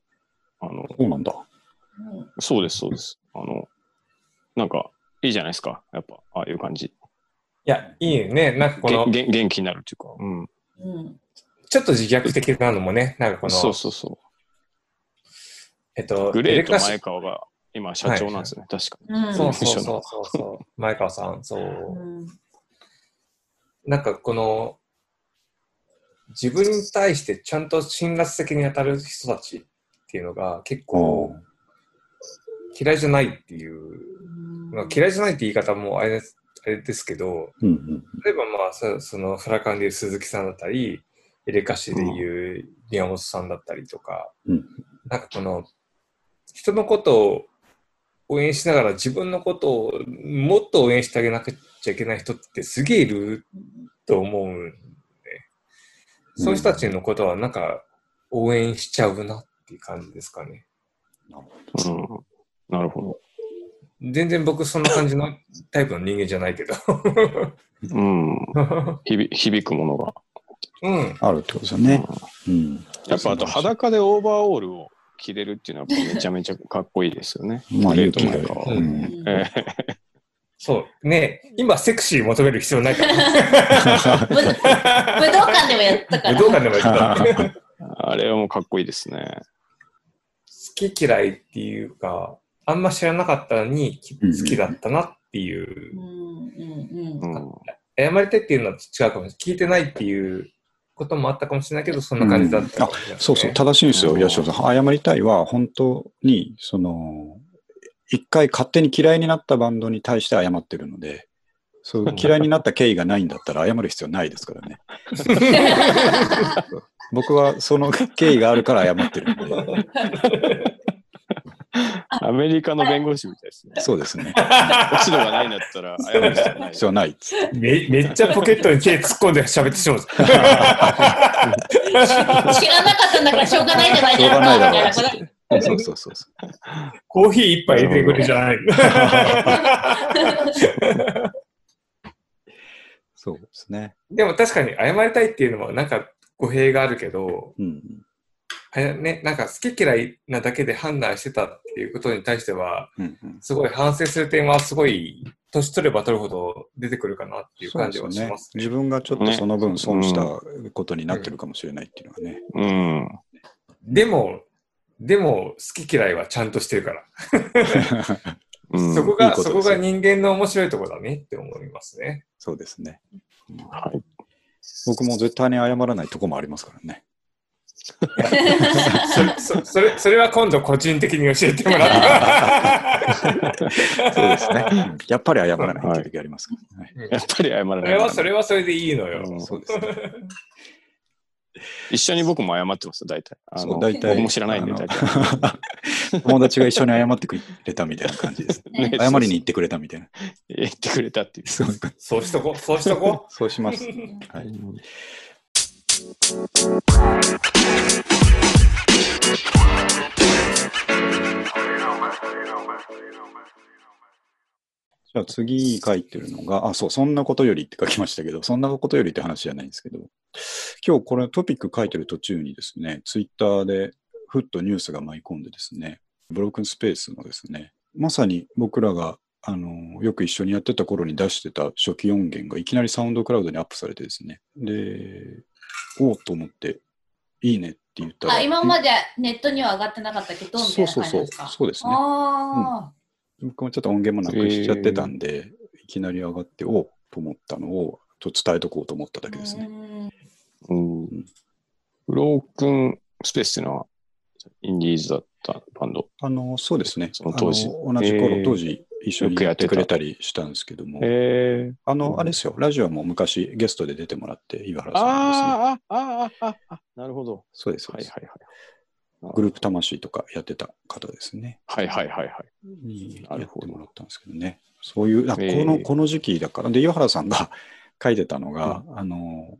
[SPEAKER 2] あの、
[SPEAKER 3] そうなんだ。
[SPEAKER 2] そうです、そうです。あの、なんか、いいじゃないですか。やっぱ、ああいう感じ。
[SPEAKER 4] いや、いいよね。なんかこの
[SPEAKER 2] げ、げん元気になるっていうか。うん。
[SPEAKER 1] うん
[SPEAKER 4] ちょっと自虐的なのもね、なんかこ
[SPEAKER 2] そう
[SPEAKER 4] の、
[SPEAKER 2] そうそ
[SPEAKER 4] えっと
[SPEAKER 2] う。、グレー
[SPEAKER 4] エレ
[SPEAKER 2] と
[SPEAKER 4] カシ
[SPEAKER 2] 前川が今、社長なんですね、確かに。
[SPEAKER 1] うん
[SPEAKER 4] そうそうそうそうそう。 *laughs* 前川さん、そう。
[SPEAKER 1] うん
[SPEAKER 4] なんかこの、自分に対してちゃんと辛辣的に当たる人たちっていうのが結構嫌いじゃないっていう、まあ、嫌いじゃないって言い方もあれですあれですけど、
[SPEAKER 3] うんうん。
[SPEAKER 4] 例えばまあそそのフラカンでいう鈴木さんだったり、エレカシでいう宮本さんだったりとか、
[SPEAKER 3] うん
[SPEAKER 4] なんかこの、人のことを応援しながら自分のことをもっと応援してあげなくちゃいけない人ってすげえいると思うんで、そういう人たちのことはなんか応援しちゃうなっていう感じですかね。
[SPEAKER 2] うん。なるほ
[SPEAKER 4] 全然僕そんな感じのタイプの人間じゃないけど。 *laughs*
[SPEAKER 2] ど。うん。響響くものが。
[SPEAKER 4] うん。
[SPEAKER 3] あるってことですよね。うん。。
[SPEAKER 2] やっぱあと裸でオーバーオールを着れるっていうのはやっぱめちゃめちゃかっこいいですよね
[SPEAKER 3] まあ
[SPEAKER 2] トレー
[SPEAKER 3] 勇
[SPEAKER 2] ド
[SPEAKER 3] 気が
[SPEAKER 2] ないん
[SPEAKER 3] る
[SPEAKER 2] か
[SPEAKER 3] う。
[SPEAKER 2] は。
[SPEAKER 1] うんん
[SPEAKER 2] ええ
[SPEAKER 4] そう。ね今セクシー求める必要ないから。
[SPEAKER 1] 武武道館でもやったから。
[SPEAKER 4] 武道館でもやっ
[SPEAKER 3] *laughs*
[SPEAKER 4] てた。好
[SPEAKER 2] あれはもうかっこいいですね。
[SPEAKER 4] き嫌いっていうか、あんま知らなかったのにき好きだったなっていう
[SPEAKER 1] うんうんう。
[SPEAKER 2] うんん。
[SPEAKER 4] 謝りたいっていうのは違うかもしれない。聞いてないっていうこともあったかもしれないけど、そんな感じだった、
[SPEAKER 3] そうそう、正しいんですよ、
[SPEAKER 2] うん
[SPEAKER 3] 八代さん。謝りたいは、本当に、その、一回勝手に嫌いになったバンドに対して謝ってるので、そう嫌いになった経緯がないんだったら謝る必要ないですからね。僕はその *laughs* 経緯があるから謝ってるので、
[SPEAKER 2] アメリカの弁護士みたいですね。
[SPEAKER 3] そうですね。
[SPEAKER 2] 落ち度がないんだったら謝る必要ない
[SPEAKER 3] 必。要ないっつって。
[SPEAKER 4] *laughs* めめっちゃポケットに手突っ込んで喋ってし
[SPEAKER 3] *laughs*
[SPEAKER 4] まうんです。
[SPEAKER 1] 知らなかったんだからしょうがないじゃない
[SPEAKER 3] しょうがないだ
[SPEAKER 1] みたい
[SPEAKER 3] ろう
[SPEAKER 1] な
[SPEAKER 3] っつ
[SPEAKER 1] こ
[SPEAKER 3] って。そうそうそうそう。
[SPEAKER 4] コーヒー一杯入れてくれじゃない。 *laughs*
[SPEAKER 3] そうですね。
[SPEAKER 4] でも確かに謝りたいっていうのはなんか語弊があるけど、
[SPEAKER 3] うん。
[SPEAKER 4] あれね、なんか好き嫌いなだけで判断してたっていうことに対しては、
[SPEAKER 3] うんうん、
[SPEAKER 4] すごい反省する点はすごい、年取れば取るほど出てくるかなっていう感じはし
[SPEAKER 3] そうで
[SPEAKER 4] ますす
[SPEAKER 3] ね。
[SPEAKER 4] ね。
[SPEAKER 3] 自分がちょっとその分損したことになってるかもしれないっていうのがね。
[SPEAKER 2] うん。
[SPEAKER 4] でも、でも好き嫌いはちゃんとしてるから。 *laughs*
[SPEAKER 2] うん
[SPEAKER 4] そこが
[SPEAKER 3] いいことです
[SPEAKER 4] そ
[SPEAKER 3] よ
[SPEAKER 4] こが人間の面白いところだねって思いますね。
[SPEAKER 3] そうですね。
[SPEAKER 2] はい。
[SPEAKER 3] 僕も絶対に謝らないとこもありますからね。
[SPEAKER 4] それそ
[SPEAKER 3] *laughs*
[SPEAKER 4] それそれは今度個人的に教えてもらう。
[SPEAKER 3] そうですね。やっぱり謝らないっていう時ありますから
[SPEAKER 4] *laughs*
[SPEAKER 3] ね。
[SPEAKER 2] やっぱり謝らない。
[SPEAKER 4] それはそれはそれでいいのよ。
[SPEAKER 2] うん
[SPEAKER 3] そうですね。
[SPEAKER 2] 一緒に僕も謝ってますよ、大体。あ
[SPEAKER 3] そう
[SPEAKER 2] の
[SPEAKER 3] 大体
[SPEAKER 2] 僕も知らないんで、
[SPEAKER 3] あの
[SPEAKER 2] 大体。
[SPEAKER 3] 友達が一緒に謝ってくれたみたいな感じ
[SPEAKER 2] *laughs*
[SPEAKER 3] です。
[SPEAKER 1] ね
[SPEAKER 2] ね
[SPEAKER 3] 謝りに行ってくれたみたいな。
[SPEAKER 2] 言ってくれたっていう。
[SPEAKER 3] そう
[SPEAKER 4] そうしとこ、そうしとこ。
[SPEAKER 3] そうします。はい。じゃあ次書いてるのが、あ、そう、そんなことよりって書きましたけど、そんなことよりって話じゃないんですけど、今日これトピック書いてる途中にですね、ツイッターでふっとニュースが舞い込んでですね、ブロークンスペースのですね、まさに僕らがあのよく一緒にやってた頃に出してた初期音源がいきなりサウンドクラウドにアップされてですね、で、おおと思って、いいねって言ったら。
[SPEAKER 1] あ今までネットには上がってなかったけどみた
[SPEAKER 3] そ
[SPEAKER 1] いうな
[SPEAKER 3] そ
[SPEAKER 1] 感
[SPEAKER 3] う
[SPEAKER 1] じ
[SPEAKER 3] そ
[SPEAKER 1] で
[SPEAKER 3] う、
[SPEAKER 1] すか。
[SPEAKER 3] そうですね。
[SPEAKER 1] あ
[SPEAKER 3] 僕もちょっと音源もなくしちゃってたんで、いきなり上がって、おうと思ったのを、ちょっと伝えとこうと思っただ
[SPEAKER 1] あ、
[SPEAKER 3] けです
[SPEAKER 1] う
[SPEAKER 3] ね。
[SPEAKER 1] ん
[SPEAKER 2] うん。フロー君スペースっていうのは、インディーズだったバンド。
[SPEAKER 3] あの、そうですね。
[SPEAKER 2] その当時
[SPEAKER 3] あの同じ頃、
[SPEAKER 2] えー
[SPEAKER 3] 当時一緒に
[SPEAKER 2] よく
[SPEAKER 3] や
[SPEAKER 2] や
[SPEAKER 3] っ
[SPEAKER 2] ってて
[SPEAKER 3] く
[SPEAKER 2] た
[SPEAKER 3] れたりしたんですけども、
[SPEAKER 2] えー、
[SPEAKER 3] あの、あれですよ、ラジオも昔ゲストで出てもらって、岩原さんですね。
[SPEAKER 2] あーあ、ああ、ああ、なるほど。
[SPEAKER 3] そうです、そう
[SPEAKER 2] は
[SPEAKER 3] で
[SPEAKER 2] い
[SPEAKER 3] す
[SPEAKER 2] はいはい。
[SPEAKER 3] グループ魂とかやってた方ですね。
[SPEAKER 2] はいはいはいはい。
[SPEAKER 3] にや
[SPEAKER 2] な
[SPEAKER 3] っ
[SPEAKER 2] る
[SPEAKER 3] て
[SPEAKER 2] ほど
[SPEAKER 3] もらったんですけどね。そういう、あこ
[SPEAKER 2] えー
[SPEAKER 3] のこの時期だから、で、岩原さんが *laughs* 書いてたのが、あの、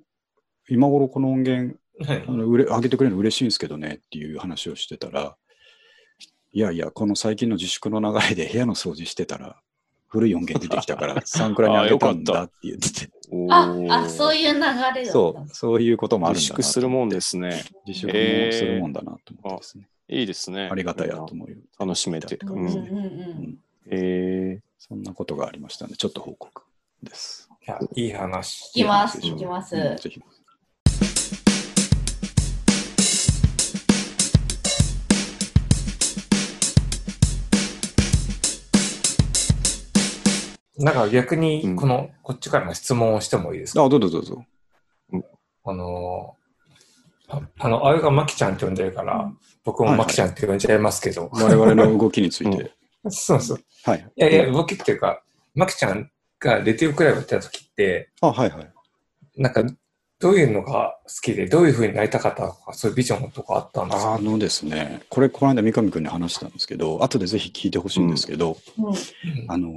[SPEAKER 3] 今頃この音源
[SPEAKER 4] はい
[SPEAKER 3] あの売れ上げてくれるの嬉しいんですけどねっていう話をしてたら、いやいや、この最近の自粛の流れで部屋の掃除してたら、古い音源出てきたから、サンクラにあげたんだって言ってて、
[SPEAKER 1] ああ、そう
[SPEAKER 2] いう
[SPEAKER 1] いう流れだった。
[SPEAKER 3] そう、そういうこともあるん
[SPEAKER 2] 自
[SPEAKER 3] だな
[SPEAKER 2] 粛するもんですね。
[SPEAKER 3] 自粛もするもんだなと思ってですね。
[SPEAKER 2] いいですね。
[SPEAKER 3] ありがたいやと思うよ。
[SPEAKER 2] 楽しめて
[SPEAKER 3] と
[SPEAKER 1] う
[SPEAKER 3] かで
[SPEAKER 1] んうん
[SPEAKER 3] す
[SPEAKER 1] う
[SPEAKER 3] ね
[SPEAKER 1] ん
[SPEAKER 2] え
[SPEAKER 3] そんなことがありましたので、ちょっと報告です。
[SPEAKER 4] いやいい
[SPEAKER 1] 聞
[SPEAKER 4] 話。
[SPEAKER 1] きます、
[SPEAKER 3] いい話でしょ
[SPEAKER 1] 聞きます。
[SPEAKER 3] うんぜひ
[SPEAKER 4] なんか逆
[SPEAKER 2] う
[SPEAKER 4] に、
[SPEAKER 2] ん
[SPEAKER 4] この、こっちからの質問をしてもいいですか
[SPEAKER 3] あ、どうぞどうぞ。
[SPEAKER 4] あのー、ああの、あゆがまきちゃんって呼んでるか
[SPEAKER 1] う
[SPEAKER 4] ら
[SPEAKER 1] ん、
[SPEAKER 4] 僕もまきちゃんって呼んじゃいますけど。
[SPEAKER 3] 我々の動きについて。
[SPEAKER 4] *laughs* そうそう。
[SPEAKER 3] はい。
[SPEAKER 4] いやいや、動きっていうか、まきちゃんがレティオクラブやってた時って、
[SPEAKER 3] あ、はいはい。
[SPEAKER 4] なんか、どういうのが好きで、どういうふうになりたかったとか、そういうビジョンとかあったんです
[SPEAKER 3] あ
[SPEAKER 4] か
[SPEAKER 3] のですね、これ、この間、三上君に話したんですけど、後でぜひ聞いてほしいんですけど、
[SPEAKER 1] うん
[SPEAKER 3] あの、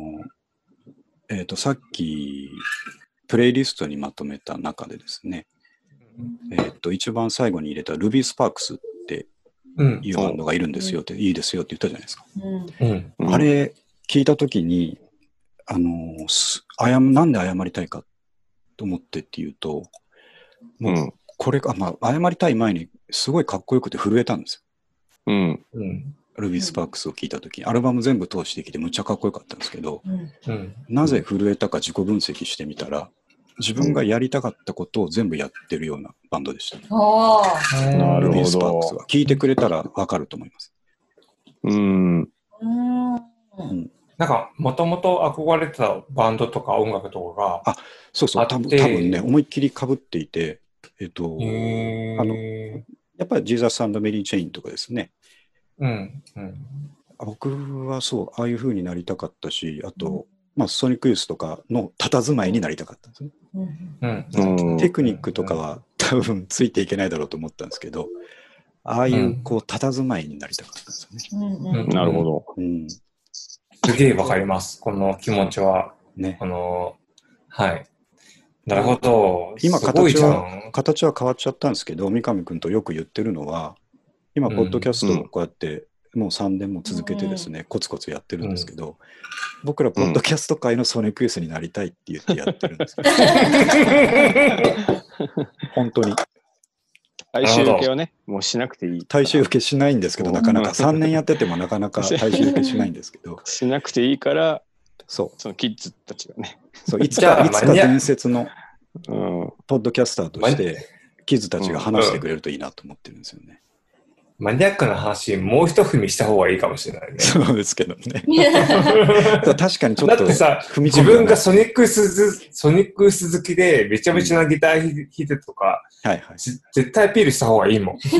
[SPEAKER 3] えっ、と、さっき、プレイリストにまとめた中でですね、えっ、と、一番最後に入れた Ruby Sparks って
[SPEAKER 4] うん。
[SPEAKER 3] いうバンドがいるんですよって、いいですよって言ったじゃないですか。
[SPEAKER 1] うん
[SPEAKER 4] うん。
[SPEAKER 2] うん
[SPEAKER 3] あれ、聞いたときに、あの、す謝なんで謝りたいかと思ってっていうと、
[SPEAKER 2] う。
[SPEAKER 3] もうんこれが、まあ、謝りたい前に、すごいかっこよくて震えたんですよ。
[SPEAKER 2] うん。
[SPEAKER 4] うん。
[SPEAKER 3] ルビー・スパークスを聞いたときに、アルバム全部通してきてむっちゃかっこよかったんですけど、
[SPEAKER 1] うん
[SPEAKER 4] うん。
[SPEAKER 3] なぜ震えたか自己分析してみたら、自分がやりたかったことを全部やってるようなバンドでした。
[SPEAKER 1] おー
[SPEAKER 2] な
[SPEAKER 3] ル
[SPEAKER 2] るほど
[SPEAKER 3] ビー・スパークスは。聞いてくれたらわかると思います。
[SPEAKER 2] うん。
[SPEAKER 1] うん
[SPEAKER 4] なんか、もともと憧れてたバンドとか音楽とか
[SPEAKER 3] そうそう、
[SPEAKER 4] あ
[SPEAKER 3] 多分
[SPEAKER 4] で
[SPEAKER 3] 多分ね、思いっきり被っていて、えっと、
[SPEAKER 4] が、へ
[SPEAKER 3] あの
[SPEAKER 4] ー
[SPEAKER 3] やっぱりジーザスメリー・チェインとかですね、
[SPEAKER 4] うん。うん。
[SPEAKER 3] 僕はそう、ああいう風になりたかったし、あと、まあ、ソニックユースとかの佇まいになりたかったんですね。
[SPEAKER 1] うん
[SPEAKER 4] う
[SPEAKER 2] う
[SPEAKER 4] ん。
[SPEAKER 2] ん
[SPEAKER 3] テクニックとかは多分ついていけないだろうと思ったんですけど、ああいううんこう、佇まいになりたかったんですよね。
[SPEAKER 1] うんう
[SPEAKER 4] *laughs*
[SPEAKER 1] ん
[SPEAKER 2] なるほど。
[SPEAKER 3] うん。
[SPEAKER 4] すげえわかります。この気持ちは。
[SPEAKER 3] ね。
[SPEAKER 4] この、はい。なるほど。
[SPEAKER 3] 今
[SPEAKER 4] すごい
[SPEAKER 3] 形
[SPEAKER 4] じゃ
[SPEAKER 3] は
[SPEAKER 4] ん。
[SPEAKER 3] 形は変わっちゃったんですけど、三上君とよく言ってるのは、今、
[SPEAKER 4] うん
[SPEAKER 3] ポッドキャストをこうやって、もう3年も続けてですね、コツコツやってるんですけど、僕ら、ポッドキャスト界のソニックユースになりたいって言ってやってるんですよ *laughs* 本当に。
[SPEAKER 2] 大衆受けはね、もうしなくていい。
[SPEAKER 3] 大衆受けしないんですけど、なかなか
[SPEAKER 2] うん
[SPEAKER 3] 3年やっててもなかなか大衆受けしないんですけ
[SPEAKER 4] *laughs*
[SPEAKER 3] ど、
[SPEAKER 2] しなくていいから、
[SPEAKER 3] そ
[SPEAKER 2] そのキッズたちがね。
[SPEAKER 3] う、そういつ
[SPEAKER 4] じゃ
[SPEAKER 3] か、
[SPEAKER 4] あ
[SPEAKER 3] いつ
[SPEAKER 4] マ
[SPEAKER 3] か
[SPEAKER 4] ニア
[SPEAKER 3] 伝説の
[SPEAKER 2] うん。
[SPEAKER 3] ポッドキャスターとして、キッズたちが話してくれるといいなと思ってるんですよね。
[SPEAKER 4] マニアックな話、もう一踏みした方がいいかもしれないね。
[SPEAKER 3] そうですけど
[SPEAKER 4] *laughs*
[SPEAKER 3] ね。確かにちょ
[SPEAKER 4] だ
[SPEAKER 3] っ
[SPEAKER 4] っ
[SPEAKER 3] と
[SPEAKER 4] てさ、
[SPEAKER 3] 踏み込
[SPEAKER 4] 自
[SPEAKER 3] んだな
[SPEAKER 4] 分がソニックス、ソニックス好きで、めちゃめちゃなギター弾いてとか、
[SPEAKER 3] はいはい。
[SPEAKER 4] じ絶対アピールした方がいいもん。
[SPEAKER 1] あ、自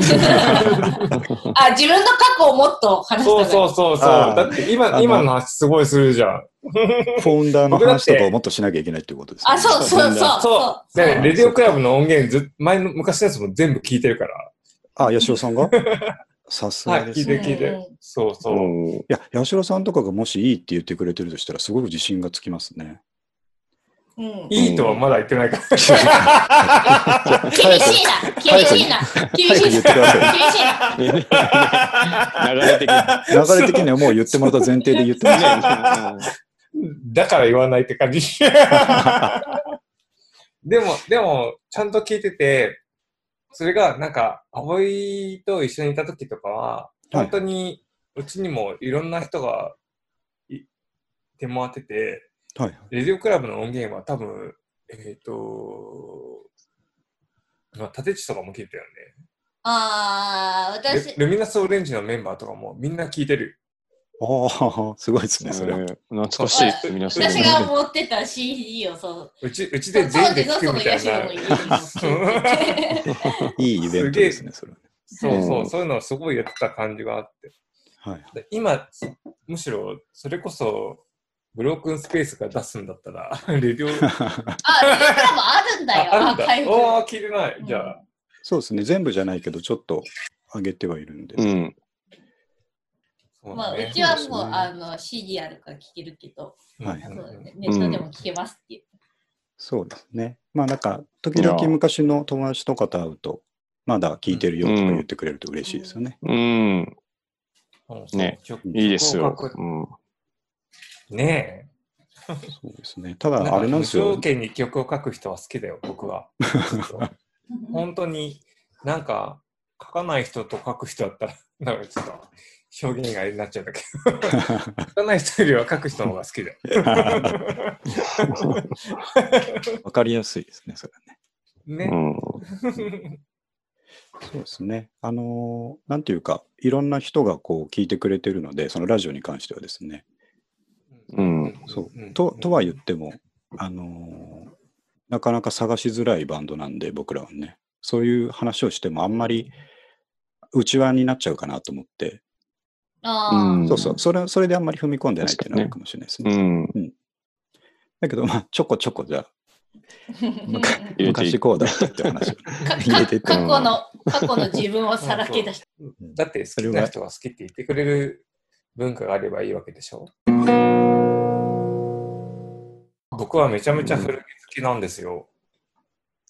[SPEAKER 1] 分の過去をもっと話した
[SPEAKER 4] そ
[SPEAKER 1] ら
[SPEAKER 4] うそうそうそう。
[SPEAKER 3] あー
[SPEAKER 4] だって
[SPEAKER 3] あ
[SPEAKER 4] 今、
[SPEAKER 3] の
[SPEAKER 4] 今の話すごいするじゃん。
[SPEAKER 3] フォーンダーの話とかをもっとしなきゃいけないってことですね。
[SPEAKER 1] あ、そうそうそう。
[SPEAKER 4] そう。
[SPEAKER 1] そう
[SPEAKER 4] で、レディオクラブの音源ず、前の昔のやつも全部聞いてるから。
[SPEAKER 3] あ、八代さ
[SPEAKER 4] *laughs*
[SPEAKER 3] んがさす
[SPEAKER 4] は
[SPEAKER 3] がで
[SPEAKER 4] い、聞い
[SPEAKER 3] す
[SPEAKER 4] て
[SPEAKER 3] ね。
[SPEAKER 4] る聞いてる。そうそう。
[SPEAKER 2] うん
[SPEAKER 3] いや、八代さんとかがもしいいって言ってくれてるとしたら、すごく自信がつきますね。
[SPEAKER 1] うん
[SPEAKER 4] いいとはまだ言ってないから。 *laughs*
[SPEAKER 1] 厳しいな厳しいな厳
[SPEAKER 3] 早く
[SPEAKER 1] し
[SPEAKER 3] 言
[SPEAKER 1] い
[SPEAKER 3] ってくだ
[SPEAKER 1] な
[SPEAKER 3] さ
[SPEAKER 1] 厳しいな
[SPEAKER 2] 流れ的にね。
[SPEAKER 3] い。流れ的にはもう言ってもらった前提で言ってます
[SPEAKER 4] *laughs*
[SPEAKER 3] よね。
[SPEAKER 4] だから言わないって感じ。でも、でも、ちゃんと聞いてて、それがなんか、葵と一緒にいた時とかは、
[SPEAKER 3] はい
[SPEAKER 4] 本当にうちにもいろんな人がい出回ってて、
[SPEAKER 3] はい。
[SPEAKER 4] レディオクラブの音源は多分、えっ、と、まあ、立ちとかも聞いてるよ
[SPEAKER 1] あー、
[SPEAKER 4] ねル
[SPEAKER 1] 私。、
[SPEAKER 4] ルミナスオレンジのメンバーとかもみんな聞いてる。
[SPEAKER 3] ああ、すごいです
[SPEAKER 2] うん
[SPEAKER 3] *laughs* ね、そ
[SPEAKER 4] *laughs*
[SPEAKER 3] れは。
[SPEAKER 2] 懐かしい、皆さん。
[SPEAKER 1] 私が持ってた CD をそう。
[SPEAKER 4] うち、うち
[SPEAKER 1] 当
[SPEAKER 4] で全員
[SPEAKER 1] 時
[SPEAKER 4] で
[SPEAKER 1] の
[SPEAKER 4] 聞
[SPEAKER 1] そ
[SPEAKER 4] く
[SPEAKER 1] の
[SPEAKER 4] みた
[SPEAKER 1] ヤ
[SPEAKER 4] い
[SPEAKER 1] シロの家
[SPEAKER 4] な。
[SPEAKER 1] に持ってて
[SPEAKER 3] いいイベントですね、それは。
[SPEAKER 4] そうそうう、
[SPEAKER 2] ん
[SPEAKER 4] そういうのをすごいやってた感じがあって。
[SPEAKER 3] はい。
[SPEAKER 4] で今、むしろ、それこそ、ブロークンスペースが出すんだったら、 *laughs* レディオ、
[SPEAKER 1] あ、レディオクラブあるんだよ、
[SPEAKER 4] あ
[SPEAKER 1] ア
[SPEAKER 4] あ
[SPEAKER 1] ー
[SPEAKER 4] るん
[SPEAKER 1] カイ
[SPEAKER 4] だ。
[SPEAKER 1] ブ。
[SPEAKER 4] おー、聞いてない。じゃあ、
[SPEAKER 3] そうですね、全部じゃないけど、ちょっと上げてはいるんで。
[SPEAKER 2] うん。
[SPEAKER 4] そう
[SPEAKER 1] ま
[SPEAKER 4] だ
[SPEAKER 1] あ、
[SPEAKER 4] ね
[SPEAKER 1] うち
[SPEAKER 3] そ
[SPEAKER 1] は
[SPEAKER 3] うです
[SPEAKER 1] もう、
[SPEAKER 3] ね
[SPEAKER 1] あの CD あるから聴けるけど、
[SPEAKER 3] はい
[SPEAKER 1] そううんだねネットでも聴けますっていう。
[SPEAKER 3] そうですね。まあなんか、時々
[SPEAKER 2] いや
[SPEAKER 3] 昔の友達とかと会うと、まだ聞いてるよとか言ってくれると嬉しいですよね。
[SPEAKER 2] うん。
[SPEAKER 4] うん
[SPEAKER 2] ね
[SPEAKER 4] そう
[SPEAKER 2] いいですよ。
[SPEAKER 4] 曲
[SPEAKER 2] うん。
[SPEAKER 4] ね
[SPEAKER 3] そうですね。た
[SPEAKER 4] え。
[SPEAKER 3] だ、あれなんですよ
[SPEAKER 4] 無条。件に曲を書く人は好きだよ、僕は。 *laughs* 本当に、なんか、書かない人と書く人だったら、 *laughs* なんかちょっと、表現があれになっちゃうんだけど、 *laughs* 書かない人よりは書く人の方が好きだよ。
[SPEAKER 3] *laughs* わかりやすいですね、それはね。
[SPEAKER 4] *laughs* ね。
[SPEAKER 2] うん。
[SPEAKER 3] そうですね。あのーなんていうか、いろんな人がこう聞いてくれてるので、そのラジオに関してはですね。
[SPEAKER 2] うん。
[SPEAKER 3] そう。ととは言っても、あのーなかなか探しづらいバンドなんで、僕らはね。そういう話をしても、あんまり内輪になっちゃうかなと思って、
[SPEAKER 1] あ
[SPEAKER 2] う
[SPEAKER 1] あ。
[SPEAKER 2] ん
[SPEAKER 3] そう
[SPEAKER 1] *laughs*
[SPEAKER 3] そう、それそれであんまり踏み込んでないっていうのはあるかもしれないですね。
[SPEAKER 2] うん。
[SPEAKER 3] だけど、まあ、ちょこちょこじゃあむか
[SPEAKER 1] 過
[SPEAKER 2] 入れてい
[SPEAKER 3] 昔こうだったって話。入れてって
[SPEAKER 1] 過
[SPEAKER 3] も
[SPEAKER 1] 去の、過去の自分をさらけ出した。
[SPEAKER 3] ん
[SPEAKER 4] だって好きな人が好きって言ってくれる文化があればいいわけでしょ僕はめちゃめちゃ古着好きなんですよ。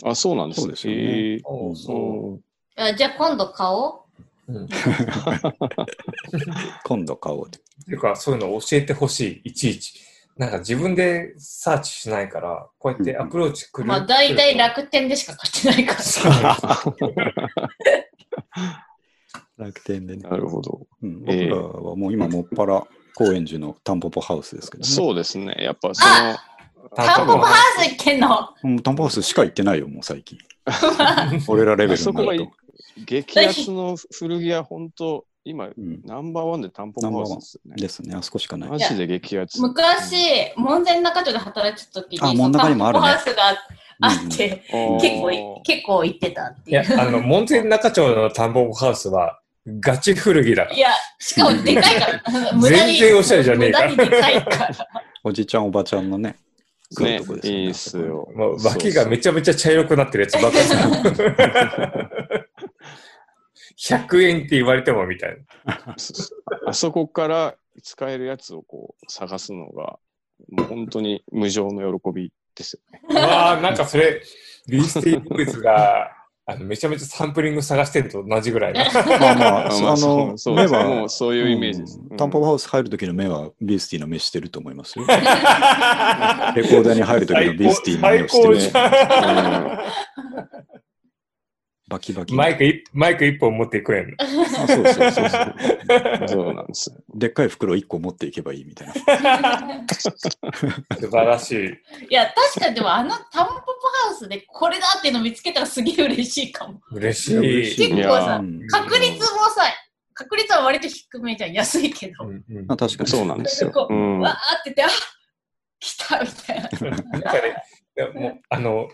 [SPEAKER 2] あ、そうなんです
[SPEAKER 3] そうですよね
[SPEAKER 2] えー
[SPEAKER 3] うん
[SPEAKER 2] そ
[SPEAKER 1] あじゃあ今度買おう。
[SPEAKER 4] うん、って
[SPEAKER 3] 今度買おうって。
[SPEAKER 4] いうか、そういうの教えてほしい、いちいち。なんか自分でサーチしないから、こうやってアプローチくる。
[SPEAKER 1] まあ大体
[SPEAKER 4] *laughs*
[SPEAKER 1] 楽天でしか買ってないから。
[SPEAKER 3] 楽天で
[SPEAKER 2] う。 *laughs*
[SPEAKER 3] ね。
[SPEAKER 2] なるほど。
[SPEAKER 3] うん、僕らはもう今もっぱら高円寺のタンポポハウスですけどね。
[SPEAKER 2] そうですね。やっぱその、
[SPEAKER 1] タンポポハウス行ってんの
[SPEAKER 3] うん。タンポポハウスしか行ってないよ、もう
[SPEAKER 2] *laughs*
[SPEAKER 3] 最近。俺らレベルにな
[SPEAKER 2] そこが
[SPEAKER 3] る
[SPEAKER 2] いい
[SPEAKER 3] と。
[SPEAKER 2] 激安の古着屋、本当今、
[SPEAKER 3] うん、
[SPEAKER 2] ナンバーワンでタンポポハウスですよね。
[SPEAKER 3] ですね、あそこしかない。
[SPEAKER 2] マジで激アツ。
[SPEAKER 1] 昔、門前仲町で働いてた時に、
[SPEAKER 3] あ門中にもあるね
[SPEAKER 1] タンポポハウスがあ
[SPEAKER 3] うん
[SPEAKER 1] っ、て、
[SPEAKER 2] あー
[SPEAKER 1] 結構い、結構行ってたって
[SPEAKER 4] い
[SPEAKER 1] い
[SPEAKER 4] や
[SPEAKER 1] う。、
[SPEAKER 4] あの、門前仲町の田んぼハウスは、ガチ古着だか
[SPEAKER 1] いや、しかもでかいから、無駄に。
[SPEAKER 4] 全然おしゃれじゃねえから
[SPEAKER 1] 無駄にでかいから。
[SPEAKER 3] おじちゃん、おばちゃんのね、来
[SPEAKER 2] ね
[SPEAKER 3] るとこで、すよね
[SPEAKER 2] いいっすよ。
[SPEAKER 4] ら、もう脇がめちゃめちゃ茶色くなってるやつばっかり100円って言われてもみたい
[SPEAKER 2] そうそうあそこから使えるやつをこう探すのが、もう本当に無常の喜びですよね。
[SPEAKER 4] な。うわあ、なんかそれ、ビースティーボーイズが、あのめちゃめちゃサンプリング探してると同じぐらいな。
[SPEAKER 3] まあま
[SPEAKER 2] *laughs*
[SPEAKER 3] あ、
[SPEAKER 2] あ
[SPEAKER 3] あ
[SPEAKER 2] まあそ
[SPEAKER 3] の
[SPEAKER 2] う、そう
[SPEAKER 3] 目は
[SPEAKER 2] もうそういうイメージです。
[SPEAKER 3] うんタンポポハウス入る時の目はビースティの目してると思いますよ。レコーダーに入る時のビースティの目をして
[SPEAKER 4] 最高
[SPEAKER 3] る、
[SPEAKER 4] じ
[SPEAKER 3] ね。
[SPEAKER 4] ゃん。
[SPEAKER 3] バキバキ。
[SPEAKER 4] マイク一マイク一本持っていくやん。
[SPEAKER 3] あそうそうそうそう。
[SPEAKER 2] うんそうなんです。
[SPEAKER 3] でっかい袋1個持っていけばいいみ
[SPEAKER 4] *laughs*
[SPEAKER 3] たいな。
[SPEAKER 4] 素晴らしい。
[SPEAKER 1] いや、確かにでもあのタンポポハウスでこれだっていうの見つけたらすげえ嬉しいかも。
[SPEAKER 4] 嬉し
[SPEAKER 3] いや
[SPEAKER 4] い。
[SPEAKER 3] 嬉しい
[SPEAKER 1] 結構さ
[SPEAKER 3] う、ん
[SPEAKER 1] 確率もさ、確率は割と低めじゃん。安いけど。
[SPEAKER 4] うんうん
[SPEAKER 3] まあ、確かに
[SPEAKER 2] そうなんですよ。
[SPEAKER 1] こ
[SPEAKER 2] う
[SPEAKER 1] う、
[SPEAKER 2] ん
[SPEAKER 1] わーってて、あ来たみたいな。
[SPEAKER 4] なんかね、いやもう、あの、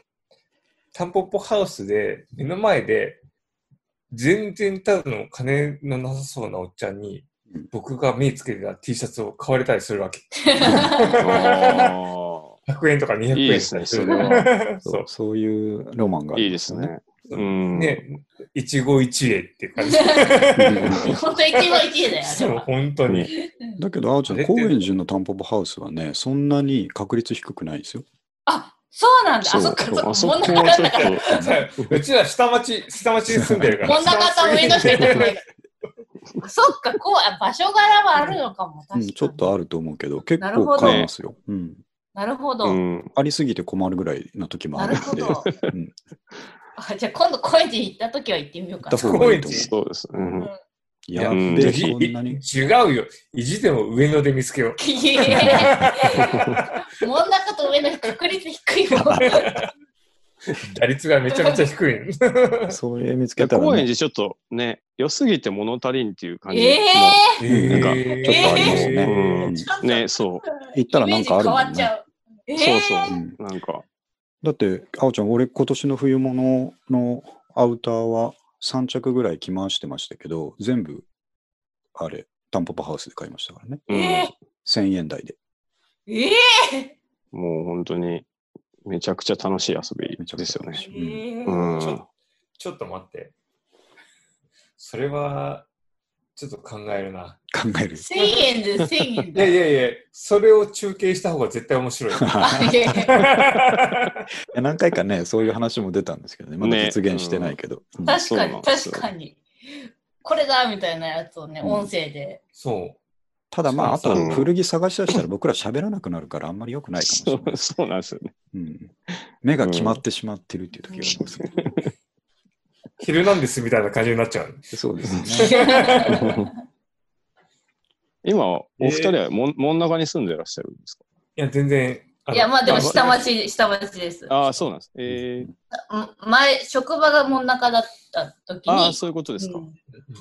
[SPEAKER 4] タンポポハウスで、目の前で、全然ただの金のなさそうなおっちゃんに
[SPEAKER 3] うん、
[SPEAKER 4] 僕が目つけてた T シャツを買われたりするわけ。
[SPEAKER 2] あ
[SPEAKER 4] 100円とか200円
[SPEAKER 2] いいですね
[SPEAKER 4] とかする
[SPEAKER 3] そ
[SPEAKER 4] そう
[SPEAKER 3] そういうロマンがあ
[SPEAKER 2] ー
[SPEAKER 3] る
[SPEAKER 2] い
[SPEAKER 3] ん
[SPEAKER 2] いで
[SPEAKER 3] です
[SPEAKER 2] す
[SPEAKER 3] よ。
[SPEAKER 2] ね。
[SPEAKER 4] う
[SPEAKER 2] うん。
[SPEAKER 4] う。ね、一期一会っていう感じ。
[SPEAKER 1] 本当一期一会だよ、あれ
[SPEAKER 4] そう、
[SPEAKER 1] は。
[SPEAKER 4] 本当に。
[SPEAKER 3] だけど、あおちゃ
[SPEAKER 4] あ
[SPEAKER 3] ん、
[SPEAKER 4] れって
[SPEAKER 3] 高円寺のタンポポハウスはね、そんなに確率低くないですよ。
[SPEAKER 1] あ、そうなんだ。
[SPEAKER 2] そ
[SPEAKER 1] あ、
[SPEAKER 2] う
[SPEAKER 1] そっか、そっか。
[SPEAKER 2] あそこ
[SPEAKER 1] もん
[SPEAKER 2] は
[SPEAKER 1] な
[SPEAKER 2] ち
[SPEAKER 1] かったから。
[SPEAKER 2] ょっと。
[SPEAKER 4] うちら下町、下町に住ん
[SPEAKER 1] *laughs*
[SPEAKER 4] でるから。
[SPEAKER 1] もんなかった上の人いたくないから。あそっか、こう、あ場所柄はあるのかも。確
[SPEAKER 3] う
[SPEAKER 1] か
[SPEAKER 3] ん、
[SPEAKER 1] に
[SPEAKER 3] ちょっ。とあると思うけど、結
[SPEAKER 1] なるほ
[SPEAKER 3] 構
[SPEAKER 1] ど
[SPEAKER 3] 買えますよ。うん、
[SPEAKER 1] なるほ
[SPEAKER 2] う
[SPEAKER 1] ど。
[SPEAKER 2] ん
[SPEAKER 3] ありすぎて困るぐらいの時もあ
[SPEAKER 1] な
[SPEAKER 3] る
[SPEAKER 1] るほ
[SPEAKER 3] ので、
[SPEAKER 1] ど。
[SPEAKER 3] うん
[SPEAKER 1] あじゃあ今度、高円寺行った時は行ってみようかな。
[SPEAKER 3] 行った方がいいと思う。
[SPEAKER 2] そうです。うん
[SPEAKER 3] いや、
[SPEAKER 2] うん
[SPEAKER 3] で、
[SPEAKER 4] *laughs* い
[SPEAKER 3] そんなに。
[SPEAKER 4] 違うよ。意地でも上野で見つけよう。
[SPEAKER 1] いやいやいやもんなかと上の人確率低いもん。
[SPEAKER 4] 打率がめちゃめちゃ低い。
[SPEAKER 3] それ見つ
[SPEAKER 2] い
[SPEAKER 3] け
[SPEAKER 2] や
[SPEAKER 3] たら、
[SPEAKER 2] 高円
[SPEAKER 3] ね、
[SPEAKER 2] 寺ちょっとね、良すぎて物足りんっていう感じ。
[SPEAKER 1] ええ
[SPEAKER 3] なんか
[SPEAKER 4] えー
[SPEAKER 3] ちょっとありますね。
[SPEAKER 2] えー
[SPEAKER 3] うん
[SPEAKER 1] ー、
[SPEAKER 2] ね、そ
[SPEAKER 3] 行ったらなんかあるもん
[SPEAKER 1] イメージ変わっち
[SPEAKER 3] ね。
[SPEAKER 1] ゃう。えー、
[SPEAKER 2] そうそう
[SPEAKER 3] うん
[SPEAKER 2] う。なんか、
[SPEAKER 3] だって、あおちゃん、俺、今年の冬物のアウターは3着ぐらい着回してましたけど、全部、あれ、タンポポハウスで買いましたからね。
[SPEAKER 2] うん
[SPEAKER 1] え
[SPEAKER 3] 1000円台で。
[SPEAKER 1] ー、え
[SPEAKER 2] もう本当にめちゃくちゃ楽しい遊びですよね。
[SPEAKER 1] ー、え
[SPEAKER 2] う
[SPEAKER 1] ー、
[SPEAKER 2] ん。
[SPEAKER 4] ちょちょっと待って。それは、ちょっと考えるな。
[SPEAKER 3] 考える。 *laughs*
[SPEAKER 1] 1000円で1000円
[SPEAKER 4] いや
[SPEAKER 1] で。
[SPEAKER 4] いやいや、それを中継した方が絶対面白い。
[SPEAKER 1] あいやいや
[SPEAKER 3] いや何回かね、そういう話も出たんですけどね、まだ
[SPEAKER 2] ね
[SPEAKER 3] 実現してないけど。うん
[SPEAKER 1] 確
[SPEAKER 2] そう
[SPEAKER 1] か
[SPEAKER 2] なん
[SPEAKER 1] に、
[SPEAKER 2] ですよ
[SPEAKER 1] 確かに。これだみたいなやつをね、
[SPEAKER 3] うん
[SPEAKER 1] 音声で。
[SPEAKER 4] そ
[SPEAKER 3] ただまあ、あと
[SPEAKER 4] そうそう
[SPEAKER 3] 古着探し出したら僕ら喋らなくなるからあんまり良くないかもしれない
[SPEAKER 2] そう。 *laughs* そうなんですよね。
[SPEAKER 3] うん、目が決まってしまってるっていう時がありますね。
[SPEAKER 4] う。ヒルナンデスみたいな感じになっちゃう。
[SPEAKER 3] そうですね。
[SPEAKER 2] 今、お二人はもん真ん中に住んでらっしゃるんですか
[SPEAKER 4] いや、全然。の
[SPEAKER 1] *laughs* いや、まあでも下
[SPEAKER 4] あ
[SPEAKER 1] 町、下町です。
[SPEAKER 2] ああ、そうなんです。え
[SPEAKER 1] うん前、職場が真ん中だった時
[SPEAKER 2] ー、
[SPEAKER 1] に。
[SPEAKER 2] ああ、そういうことですか。
[SPEAKER 1] うん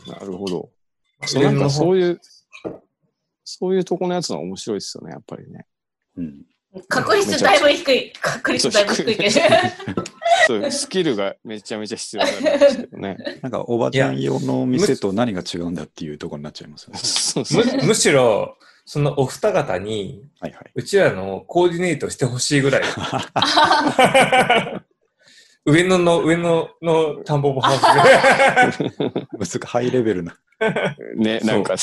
[SPEAKER 2] なるほど。
[SPEAKER 4] ヒ
[SPEAKER 2] そうな
[SPEAKER 4] ル
[SPEAKER 2] ん
[SPEAKER 4] ナ
[SPEAKER 2] か
[SPEAKER 4] の
[SPEAKER 2] そ
[SPEAKER 4] 方
[SPEAKER 2] ういう、そういうとこのやつは面白いですよね、やっぱりね。
[SPEAKER 3] うん、
[SPEAKER 1] 確率だいぶ低い。確率だいぶ低いけど。
[SPEAKER 2] そうスキルがめちゃめちゃ必要なんですけどね。 *laughs*
[SPEAKER 3] なんか、おばちゃん用の店と何が違うんだっていうところになっちゃいますよね。
[SPEAKER 2] そうそう
[SPEAKER 4] むむしろ、そのお二方に、
[SPEAKER 3] はい
[SPEAKER 4] *laughs*
[SPEAKER 3] はい。
[SPEAKER 4] うちらのコーディネートしてほしいぐらい。上野の、上野の田んぼもハウスで。
[SPEAKER 3] 難ハイレベルな。
[SPEAKER 2] ね、なんか。 *laughs*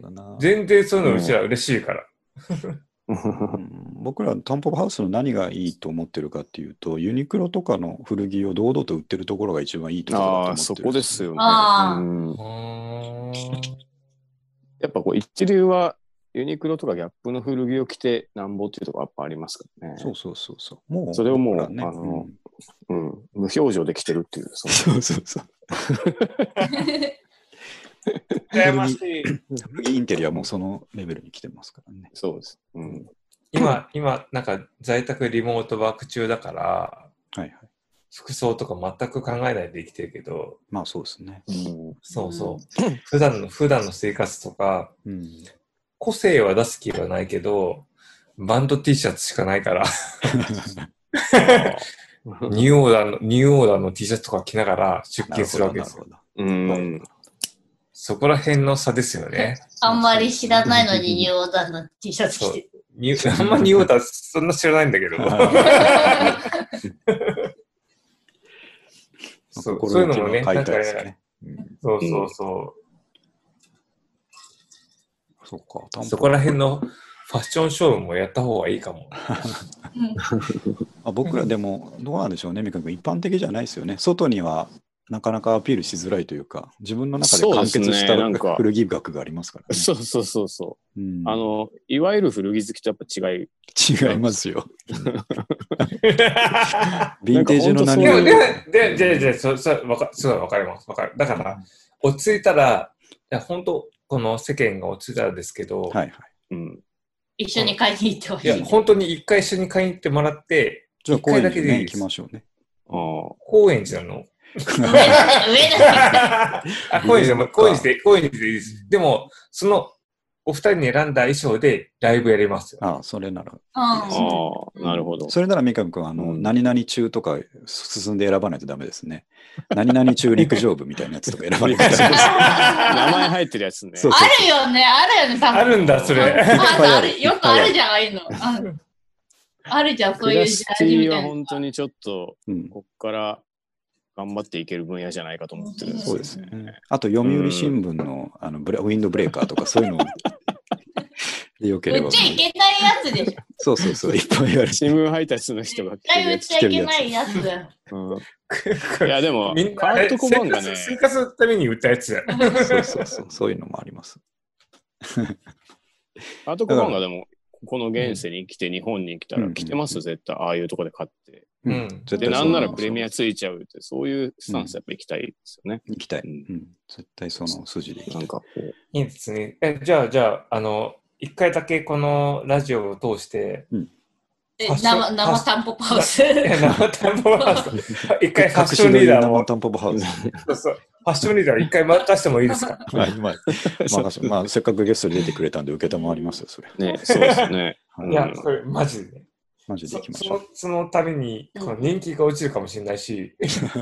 [SPEAKER 3] だな
[SPEAKER 4] 全然そういうのうちら嬉しいから。
[SPEAKER 3] うん僕らタンポポハウスの何がいいと思ってるかっていうと、ユニクロとかの古着を堂々と売ってるところが一番いいところだと思っ
[SPEAKER 2] あ
[SPEAKER 3] て
[SPEAKER 2] あ、
[SPEAKER 3] る。
[SPEAKER 2] そこですよね。
[SPEAKER 1] あー
[SPEAKER 2] うん
[SPEAKER 4] う
[SPEAKER 3] *laughs*
[SPEAKER 4] ーん
[SPEAKER 2] やっぱこう一流はユニクロとかギャップの古着を着てなんぼっていうところやっぱありますからね。
[SPEAKER 3] そうそうそうそう。もう、
[SPEAKER 2] それをもう
[SPEAKER 3] 僕らね
[SPEAKER 2] あの
[SPEAKER 3] うん
[SPEAKER 2] うん、無表情で着てるっていう、その
[SPEAKER 3] そうそうそう。
[SPEAKER 4] 羨ましい。
[SPEAKER 3] 古着インテリアもそのレベルに来てますからね。
[SPEAKER 2] そうです。うん、
[SPEAKER 4] *laughs* 今、今、なんか在宅リモートワーク中だから、
[SPEAKER 3] はいはい。
[SPEAKER 4] 服装とか全く考えないで生きてるけど、
[SPEAKER 3] まあそうですね。
[SPEAKER 4] そ
[SPEAKER 3] *laughs*
[SPEAKER 4] うそう。 *laughs* 普段の、普段の生活とか、 *laughs*
[SPEAKER 3] うん。
[SPEAKER 4] 個性は出す気はないけど、バンド T シャツしかない
[SPEAKER 3] *laughs*
[SPEAKER 4] から、ニューオーダーの、ニューオーダーの T シャツとか着ながら出勤するわけですよ。
[SPEAKER 3] な
[SPEAKER 2] うん、
[SPEAKER 4] そこら辺の差です
[SPEAKER 3] *laughs*
[SPEAKER 4] よね。
[SPEAKER 1] あんまり知らないのにニューオーダーの T シャツ着てる。
[SPEAKER 4] ニューあんまニューオーダーそんな知らないんだ
[SPEAKER 3] *laughs*
[SPEAKER 4] け
[SPEAKER 3] る
[SPEAKER 4] ど。
[SPEAKER 3] ほどなるほど
[SPEAKER 4] *laughs* そうそうい
[SPEAKER 3] 心
[SPEAKER 4] う
[SPEAKER 3] の
[SPEAKER 4] の
[SPEAKER 3] 気
[SPEAKER 4] もね、
[SPEAKER 3] 分買
[SPEAKER 4] なん
[SPEAKER 3] い
[SPEAKER 4] か
[SPEAKER 3] たいです
[SPEAKER 4] ね、
[SPEAKER 3] ね。うん
[SPEAKER 4] そうそうそ
[SPEAKER 3] そっか、
[SPEAKER 4] う。
[SPEAKER 3] タン
[SPEAKER 4] そ
[SPEAKER 3] ポ
[SPEAKER 4] こら辺のファッションショーもやった方がいいかも。
[SPEAKER 1] うん
[SPEAKER 3] あ僕らでも、どうなんでしょうね、みかん君、一般的じゃないですよね。外にはなかなかアピールしづらいというか、自分の中で完結
[SPEAKER 2] そうです
[SPEAKER 3] し
[SPEAKER 2] ね
[SPEAKER 3] た
[SPEAKER 2] なんか
[SPEAKER 3] 古着額がありますからね。
[SPEAKER 2] そうそうそうそうう、
[SPEAKER 3] ん
[SPEAKER 2] あのいわゆる古着好きとやっぱ違い
[SPEAKER 3] 違いますよ。
[SPEAKER 4] で
[SPEAKER 3] ヴィンテージの何
[SPEAKER 2] な
[SPEAKER 4] も、
[SPEAKER 2] ん
[SPEAKER 4] で
[SPEAKER 2] か
[SPEAKER 4] も
[SPEAKER 2] 本、
[SPEAKER 4] で、で、で、そ、そ、わか、そう、わかります。わかる。だから、落ち着いたら、いや、本当この世間が落ち着いたらですけど、
[SPEAKER 3] はいはい。
[SPEAKER 2] うん、
[SPEAKER 1] 一緒に買いに行ってほし
[SPEAKER 4] い
[SPEAKER 1] い
[SPEAKER 4] や、。本当に一回一緒に買いに行ってもらって、
[SPEAKER 3] じゃあ、
[SPEAKER 4] 一
[SPEAKER 3] 公
[SPEAKER 4] 回
[SPEAKER 3] 園
[SPEAKER 4] だけ
[SPEAKER 3] に、ね、
[SPEAKER 4] でい
[SPEAKER 3] 行
[SPEAKER 4] いで
[SPEAKER 3] き
[SPEAKER 4] す
[SPEAKER 3] ましょうね。
[SPEAKER 2] あ
[SPEAKER 4] 高円寺なの
[SPEAKER 1] 上だね、上だね。
[SPEAKER 4] あ、高円寺でも、高円寺で、高円寺でいいです。でも、その、お二人に選んだ衣装でライブやりますよ。
[SPEAKER 3] *laughs* ああ、それなら。
[SPEAKER 2] あ
[SPEAKER 1] うん
[SPEAKER 2] ーなるほど
[SPEAKER 3] それなら三上君、あの、
[SPEAKER 2] うん
[SPEAKER 3] 何々中とか進んで選ばないとダメですね。何々中陸上部みたいなやつとか選ばないとダメ
[SPEAKER 2] *laughs*
[SPEAKER 3] です。
[SPEAKER 2] 名前入ってるやつね
[SPEAKER 3] そう
[SPEAKER 1] あるよね、あるよね、多分。
[SPEAKER 4] あるんだ、
[SPEAKER 1] *laughs*
[SPEAKER 4] それ。
[SPEAKER 1] ああるよくあるじゃん、ああいうの。あるあるじゃん、そう
[SPEAKER 2] ク
[SPEAKER 1] いう
[SPEAKER 2] ラ
[SPEAKER 1] ジ
[SPEAKER 2] シ
[SPEAKER 1] ャ
[SPEAKER 2] テ
[SPEAKER 1] ージみ
[SPEAKER 2] ィ
[SPEAKER 1] た
[SPEAKER 2] はい
[SPEAKER 1] な。
[SPEAKER 2] 本当にちょっと
[SPEAKER 3] うん、
[SPEAKER 2] こっから頑張っていける分野じゃないかと思ってるんです
[SPEAKER 3] そ
[SPEAKER 2] よ
[SPEAKER 3] うですね。あと、読売新聞のあのブレウィンドブレーカーとかそういうのでよけれ
[SPEAKER 1] 売
[SPEAKER 3] ば
[SPEAKER 1] っ。ちゃいけないやつでしょ。
[SPEAKER 3] そうそうそう、いっぱいあるし。
[SPEAKER 2] 新聞配達の人が
[SPEAKER 1] 絶
[SPEAKER 2] 着てるや
[SPEAKER 1] 対売っ
[SPEAKER 2] つ、
[SPEAKER 1] ちゃいけないやつだよ。
[SPEAKER 2] うんいやでも
[SPEAKER 4] みん
[SPEAKER 2] カ
[SPEAKER 4] な、
[SPEAKER 2] ー
[SPEAKER 4] え
[SPEAKER 2] トコ
[SPEAKER 4] 生
[SPEAKER 2] バンが
[SPEAKER 4] 活
[SPEAKER 2] ね
[SPEAKER 4] 生活のために売ったやつ。
[SPEAKER 3] そうそうそう、そういうのもあります。
[SPEAKER 2] カートコバンがでもこの現世に来て日本に来た
[SPEAKER 3] う
[SPEAKER 2] ら
[SPEAKER 3] ん
[SPEAKER 2] 来てますよ絶対ああいうとこで買って
[SPEAKER 4] うん
[SPEAKER 3] 絶
[SPEAKER 2] で
[SPEAKER 3] 対
[SPEAKER 2] な
[SPEAKER 3] そ
[SPEAKER 2] ん
[SPEAKER 3] う
[SPEAKER 2] なら
[SPEAKER 3] の
[SPEAKER 2] プレミアついちゃうってそういうスタンスやっぱ行きたいですよね
[SPEAKER 3] 行きたい。う
[SPEAKER 2] うん
[SPEAKER 3] ん。絶対その筋で行きた。
[SPEAKER 2] ないんかこう
[SPEAKER 4] いいですね。え、じゃあ、じゃあ、あの、一回だけこのラジオを通して、 *laughs*
[SPEAKER 1] え
[SPEAKER 4] ファッション
[SPEAKER 1] 生生タンポポハウス。
[SPEAKER 4] いや生田もら
[SPEAKER 3] *laughs*
[SPEAKER 4] うぞ一回ファッ
[SPEAKER 3] 隠
[SPEAKER 4] ショ
[SPEAKER 3] し
[SPEAKER 4] ン
[SPEAKER 3] 撮
[SPEAKER 4] リ
[SPEAKER 3] り
[SPEAKER 4] ーダー
[SPEAKER 3] 生
[SPEAKER 4] も、
[SPEAKER 3] タンポポハウス。
[SPEAKER 4] そうそうファッションリーダー一回任してもいいですか
[SPEAKER 3] はい、まあ、
[SPEAKER 2] *laughs*
[SPEAKER 3] 任せまあ、せっかくゲストで出てくれたんで、受けたまわりますよ、それ。
[SPEAKER 2] ね、そうですね。
[SPEAKER 3] *laughs* はい
[SPEAKER 4] いや、それマジでね。
[SPEAKER 3] マジで
[SPEAKER 4] そ
[SPEAKER 3] 行きま
[SPEAKER 4] そ
[SPEAKER 3] しょう
[SPEAKER 4] の。そのために、この人気が落ちるかもしれな
[SPEAKER 3] *laughs*
[SPEAKER 4] いし、
[SPEAKER 1] 服装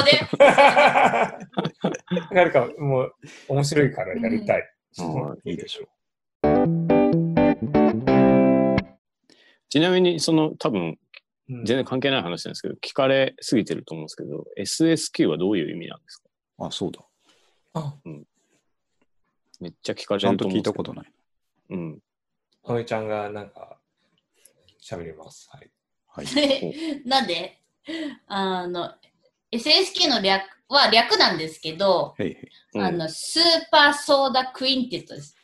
[SPEAKER 1] *laughs* で。
[SPEAKER 4] なんかもう面白いからやりたい。
[SPEAKER 2] うん
[SPEAKER 3] いいでしょ
[SPEAKER 2] ちなみに、その多分、
[SPEAKER 4] うん
[SPEAKER 2] 全然関係ない話なんですけど、聞かれすぎてると思うんですけど、SSQ はどういう意味なんですか
[SPEAKER 3] う。あ、そうだ。
[SPEAKER 4] あ、
[SPEAKER 2] めっちゃ聞かれ
[SPEAKER 3] ちゃ
[SPEAKER 2] る
[SPEAKER 3] ん
[SPEAKER 2] と
[SPEAKER 3] と
[SPEAKER 2] 思うん
[SPEAKER 3] 聞
[SPEAKER 2] で
[SPEAKER 3] いた
[SPEAKER 2] すけ
[SPEAKER 3] こ
[SPEAKER 2] ど。
[SPEAKER 3] とない。
[SPEAKER 2] うん。
[SPEAKER 4] 葵ちゃんがなんか喋ります。はい。 *laughs*
[SPEAKER 3] はい。
[SPEAKER 1] なんであの、SSK の略は略なんですけど、
[SPEAKER 3] へいへい。
[SPEAKER 2] うん
[SPEAKER 1] あの、スーパーソーダクインテットです。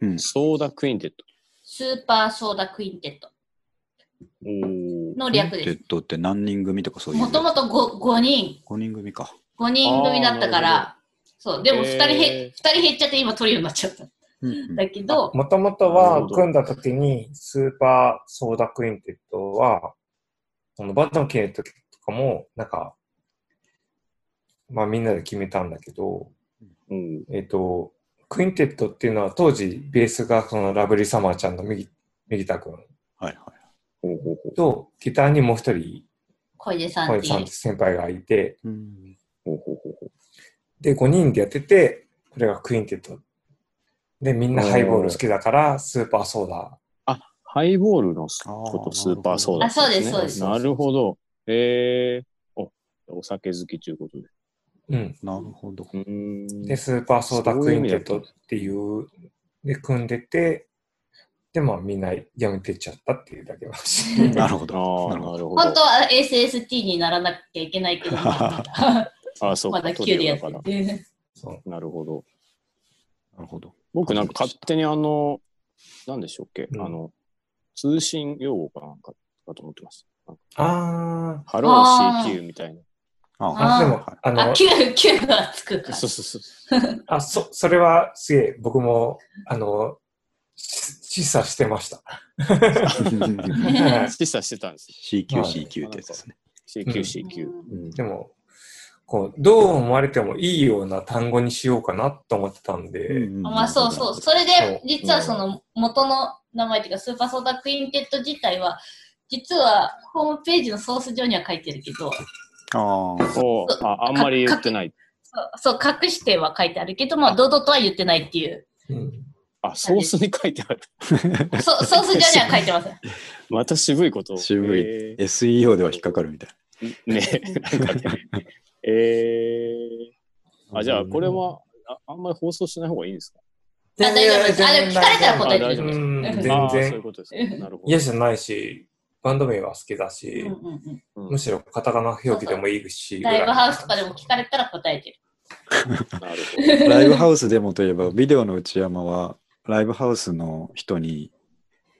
[SPEAKER 3] うん。
[SPEAKER 2] ソーダクインテット。
[SPEAKER 1] スーパーソーダクインテット
[SPEAKER 2] おー
[SPEAKER 1] の略
[SPEAKER 3] テ
[SPEAKER 1] で
[SPEAKER 3] ッドって何人組とかそう
[SPEAKER 1] す。
[SPEAKER 3] いう。
[SPEAKER 1] もともと 5, 5人、
[SPEAKER 3] 5人組か。
[SPEAKER 1] 5人組だったか
[SPEAKER 2] あ
[SPEAKER 1] ら、そう、でも2人へ、
[SPEAKER 2] へー
[SPEAKER 1] 二人減っちゃって今トリオになっちゃったん
[SPEAKER 3] うんうん
[SPEAKER 1] だけど、
[SPEAKER 4] もともと
[SPEAKER 2] なる
[SPEAKER 4] は
[SPEAKER 2] ほど
[SPEAKER 4] 組んだ時にスーパーソーダクインテッドは、そのバンドの経営の時とかも、なんか、まあみんなで決めたんだけど、
[SPEAKER 2] うん。
[SPEAKER 4] えっ、と、クインテッドっていうのは当時ベースがそのラブリーサマーちゃんの右、右田くん。
[SPEAKER 3] はいはい。
[SPEAKER 2] ほうほうほう
[SPEAKER 4] と、ギターにもう一人、
[SPEAKER 1] 小出さん
[SPEAKER 4] 小
[SPEAKER 1] っ
[SPEAKER 4] 出
[SPEAKER 1] て
[SPEAKER 4] さ
[SPEAKER 1] い
[SPEAKER 4] んっ
[SPEAKER 1] う
[SPEAKER 4] て。先輩がいて、
[SPEAKER 3] うん
[SPEAKER 2] ほうほうほうほう。
[SPEAKER 4] で、5人でやってて、これがクインテット。で、みんなハイボール好きだから、スーパーソーダ。
[SPEAKER 2] ハイボールのことスーパーソーダ、
[SPEAKER 1] あそうですそうです
[SPEAKER 2] なるほど。えー、お、お酒好きということで。
[SPEAKER 4] うん。
[SPEAKER 3] なるほど。
[SPEAKER 2] うーん。
[SPEAKER 4] で、スーパーソーダ
[SPEAKER 2] そう
[SPEAKER 4] ク
[SPEAKER 2] いう
[SPEAKER 4] イ
[SPEAKER 2] 意
[SPEAKER 4] ン
[SPEAKER 2] 味
[SPEAKER 4] テ
[SPEAKER 2] だ
[SPEAKER 4] ットっていう、で、組んでて、で、まあ、みんなやめてっちゃったっていうだけ
[SPEAKER 2] *laughs*
[SPEAKER 4] の話。
[SPEAKER 3] なるほ
[SPEAKER 2] あ
[SPEAKER 3] ど。な
[SPEAKER 2] あ、
[SPEAKER 3] るほ
[SPEAKER 2] なるほど。
[SPEAKER 1] 本当は SST にならなきゃいけないけど、まあ
[SPEAKER 2] あ *laughs* あ、そう
[SPEAKER 1] ま
[SPEAKER 2] か、
[SPEAKER 1] だ9
[SPEAKER 2] ト
[SPEAKER 1] で
[SPEAKER 2] リオ
[SPEAKER 1] や
[SPEAKER 2] だから
[SPEAKER 1] っ。てて。
[SPEAKER 4] そう。
[SPEAKER 2] なるほど。
[SPEAKER 3] ど。なるほど。
[SPEAKER 2] 僕なんか勝手にあの、なんでしょうっけ、
[SPEAKER 4] うん
[SPEAKER 2] あの、通信用語かなんかかと思ってます。なんか
[SPEAKER 4] あ
[SPEAKER 2] ハロー CQ みたいな。
[SPEAKER 4] ー
[SPEAKER 1] あ
[SPEAKER 4] あ、
[SPEAKER 1] ー
[SPEAKER 4] でも、あ
[SPEAKER 1] あ、
[SPEAKER 4] の、
[SPEAKER 1] 9、9がつくか。
[SPEAKER 2] そうそうそう。
[SPEAKER 4] あ、そ、それはすげえ、僕も、あの、し示唆してました。
[SPEAKER 2] *laughs*
[SPEAKER 4] はい
[SPEAKER 2] 示唆してたんです
[SPEAKER 3] CQCQ ってやつですね。
[SPEAKER 2] よ。
[SPEAKER 4] うん
[SPEAKER 2] CQ、CQ。
[SPEAKER 3] うん
[SPEAKER 4] でも、こう、どう思われてもいいような単語にしようかなと思ってたんで、
[SPEAKER 1] あまあそうそう。それ
[SPEAKER 4] そう
[SPEAKER 1] で、実はその元の名前っていうか、スーパーソーダクインテッド自体は、実はホームページのソース上には書いてるけど、
[SPEAKER 3] ああ。
[SPEAKER 2] おああんまり言ってない。
[SPEAKER 1] そう、隠しては書いてあるけど、まあ、堂々とは言ってないっていう。
[SPEAKER 4] うん
[SPEAKER 2] あ、ソースに書いてある。 *laughs*
[SPEAKER 1] そソース上には書いてません。
[SPEAKER 2] また渋いことを。
[SPEAKER 3] 渋い
[SPEAKER 2] え
[SPEAKER 3] SEO では引っかかるみたい
[SPEAKER 2] ーね。なんかねえ
[SPEAKER 3] *laughs*
[SPEAKER 2] ー、あ、じゃあこれはああんまり放送しない方がいいんですか
[SPEAKER 1] あ大丈夫ですあでも聞かれたら答えて
[SPEAKER 2] 大
[SPEAKER 1] る
[SPEAKER 2] 丈夫です
[SPEAKER 4] うん全
[SPEAKER 2] あーそういう
[SPEAKER 4] 然
[SPEAKER 2] ことですね。なるほど
[SPEAKER 4] 嫌。じゃないし、バンド名は好きだし、
[SPEAKER 1] うんうんうん
[SPEAKER 2] うん
[SPEAKER 4] むしろカタカナ表記でもいいし、
[SPEAKER 1] ライブハウスとかでも聞かれたら答えてる。
[SPEAKER 2] なるほど。
[SPEAKER 3] な。ライブハウスでもといえば、ビデオの内山は、ライブハウスの人に、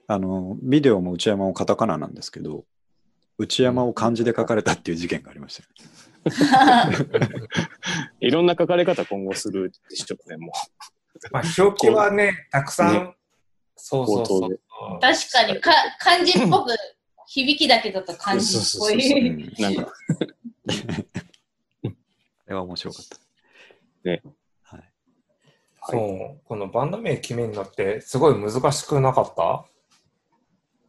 [SPEAKER 3] あの、ビデオも内山もカタカナなんですけど、内山を漢字で書かれたっていう事件がありましたよね。
[SPEAKER 2] いろんな書かれ方今後するでしょうね、も
[SPEAKER 4] まあ、表記はね、たくさん、
[SPEAKER 2] ね
[SPEAKER 4] そうそうそ
[SPEAKER 2] 口頭で
[SPEAKER 4] う。
[SPEAKER 1] *laughs* 確かにか、漢字っぽく、響きだけだと漢字っぽ
[SPEAKER 2] そうそうそ
[SPEAKER 3] う
[SPEAKER 2] う
[SPEAKER 1] い。
[SPEAKER 3] ん
[SPEAKER 2] う。なんか、
[SPEAKER 3] *laughs* あれは面白かった。
[SPEAKER 2] ね。
[SPEAKER 3] はい。
[SPEAKER 4] そう、このバンド名決めるのって、すごい難しくなかった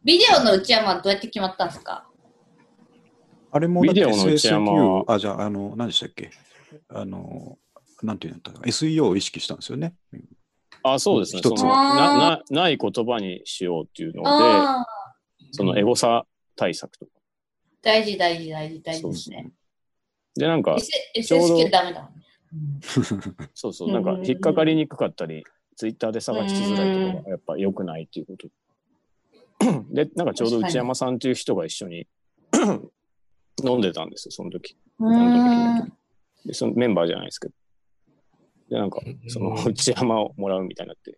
[SPEAKER 1] ビデオの内山はどうやって決まったんですか
[SPEAKER 3] あれもだって
[SPEAKER 2] ビデオの内山
[SPEAKER 3] SSQ あ、じゃあ、あの、何でしたっけあの、なんていうんだったかな SEO を意識したんですよね。
[SPEAKER 2] あ、そうですね。
[SPEAKER 3] 一
[SPEAKER 2] そ
[SPEAKER 3] つ
[SPEAKER 2] の
[SPEAKER 1] あ
[SPEAKER 2] ななない言葉にしようっていうの
[SPEAKER 1] ああ、
[SPEAKER 2] で、そのエゴサ対策とか。
[SPEAKER 1] 大事大事大事大事ですね。
[SPEAKER 2] で、なんか、
[SPEAKER 1] S-
[SPEAKER 2] ちょうど
[SPEAKER 1] SSQ ダメだもんね。
[SPEAKER 2] そうそう、なんか
[SPEAKER 1] うん
[SPEAKER 2] 引っかかりにくかったり、ツイッターで探しづらいところがやっぱ良くないっていうこと。 *clears throat* で、なんかちょうど内山さんっていう人が一緒に *clears throat* 飲んでたんですよ、その時。
[SPEAKER 1] うーん
[SPEAKER 2] で、そのメンバーじゃないですけど。で、なんか、その内山をもらうみたいにな *laughs* って。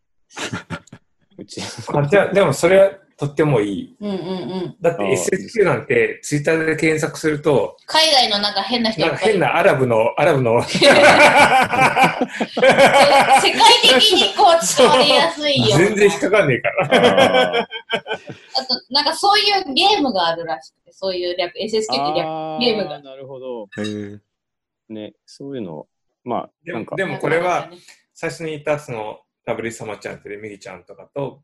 [SPEAKER 2] 内
[SPEAKER 4] あじゃあでもそれはとってもいい。
[SPEAKER 1] うんうんうん。
[SPEAKER 4] だって
[SPEAKER 2] あー
[SPEAKER 4] SSQ なんて、ツイッターで検索すると、
[SPEAKER 1] 海外のなんか変な人い
[SPEAKER 4] な
[SPEAKER 1] っ
[SPEAKER 4] ん
[SPEAKER 1] ぱ
[SPEAKER 4] か
[SPEAKER 1] い
[SPEAKER 4] 変なアラブの、アラブの。
[SPEAKER 1] 世界的にこう伝わりやす *laughs* いよ。
[SPEAKER 4] 全然引っかかんねえから。
[SPEAKER 2] 山 *laughs*
[SPEAKER 1] あと、なんかそういうゲームがあるらしくて、そういう略、SSK って略。
[SPEAKER 2] あ
[SPEAKER 1] ゲームが
[SPEAKER 2] ーなるほど。
[SPEAKER 3] へえ。
[SPEAKER 2] ね、そういうの、まあ、
[SPEAKER 4] で
[SPEAKER 2] なんか
[SPEAKER 4] も、でもこれは、最初に言ったその、ラブリーサマちゃんってミギちゃんとかと、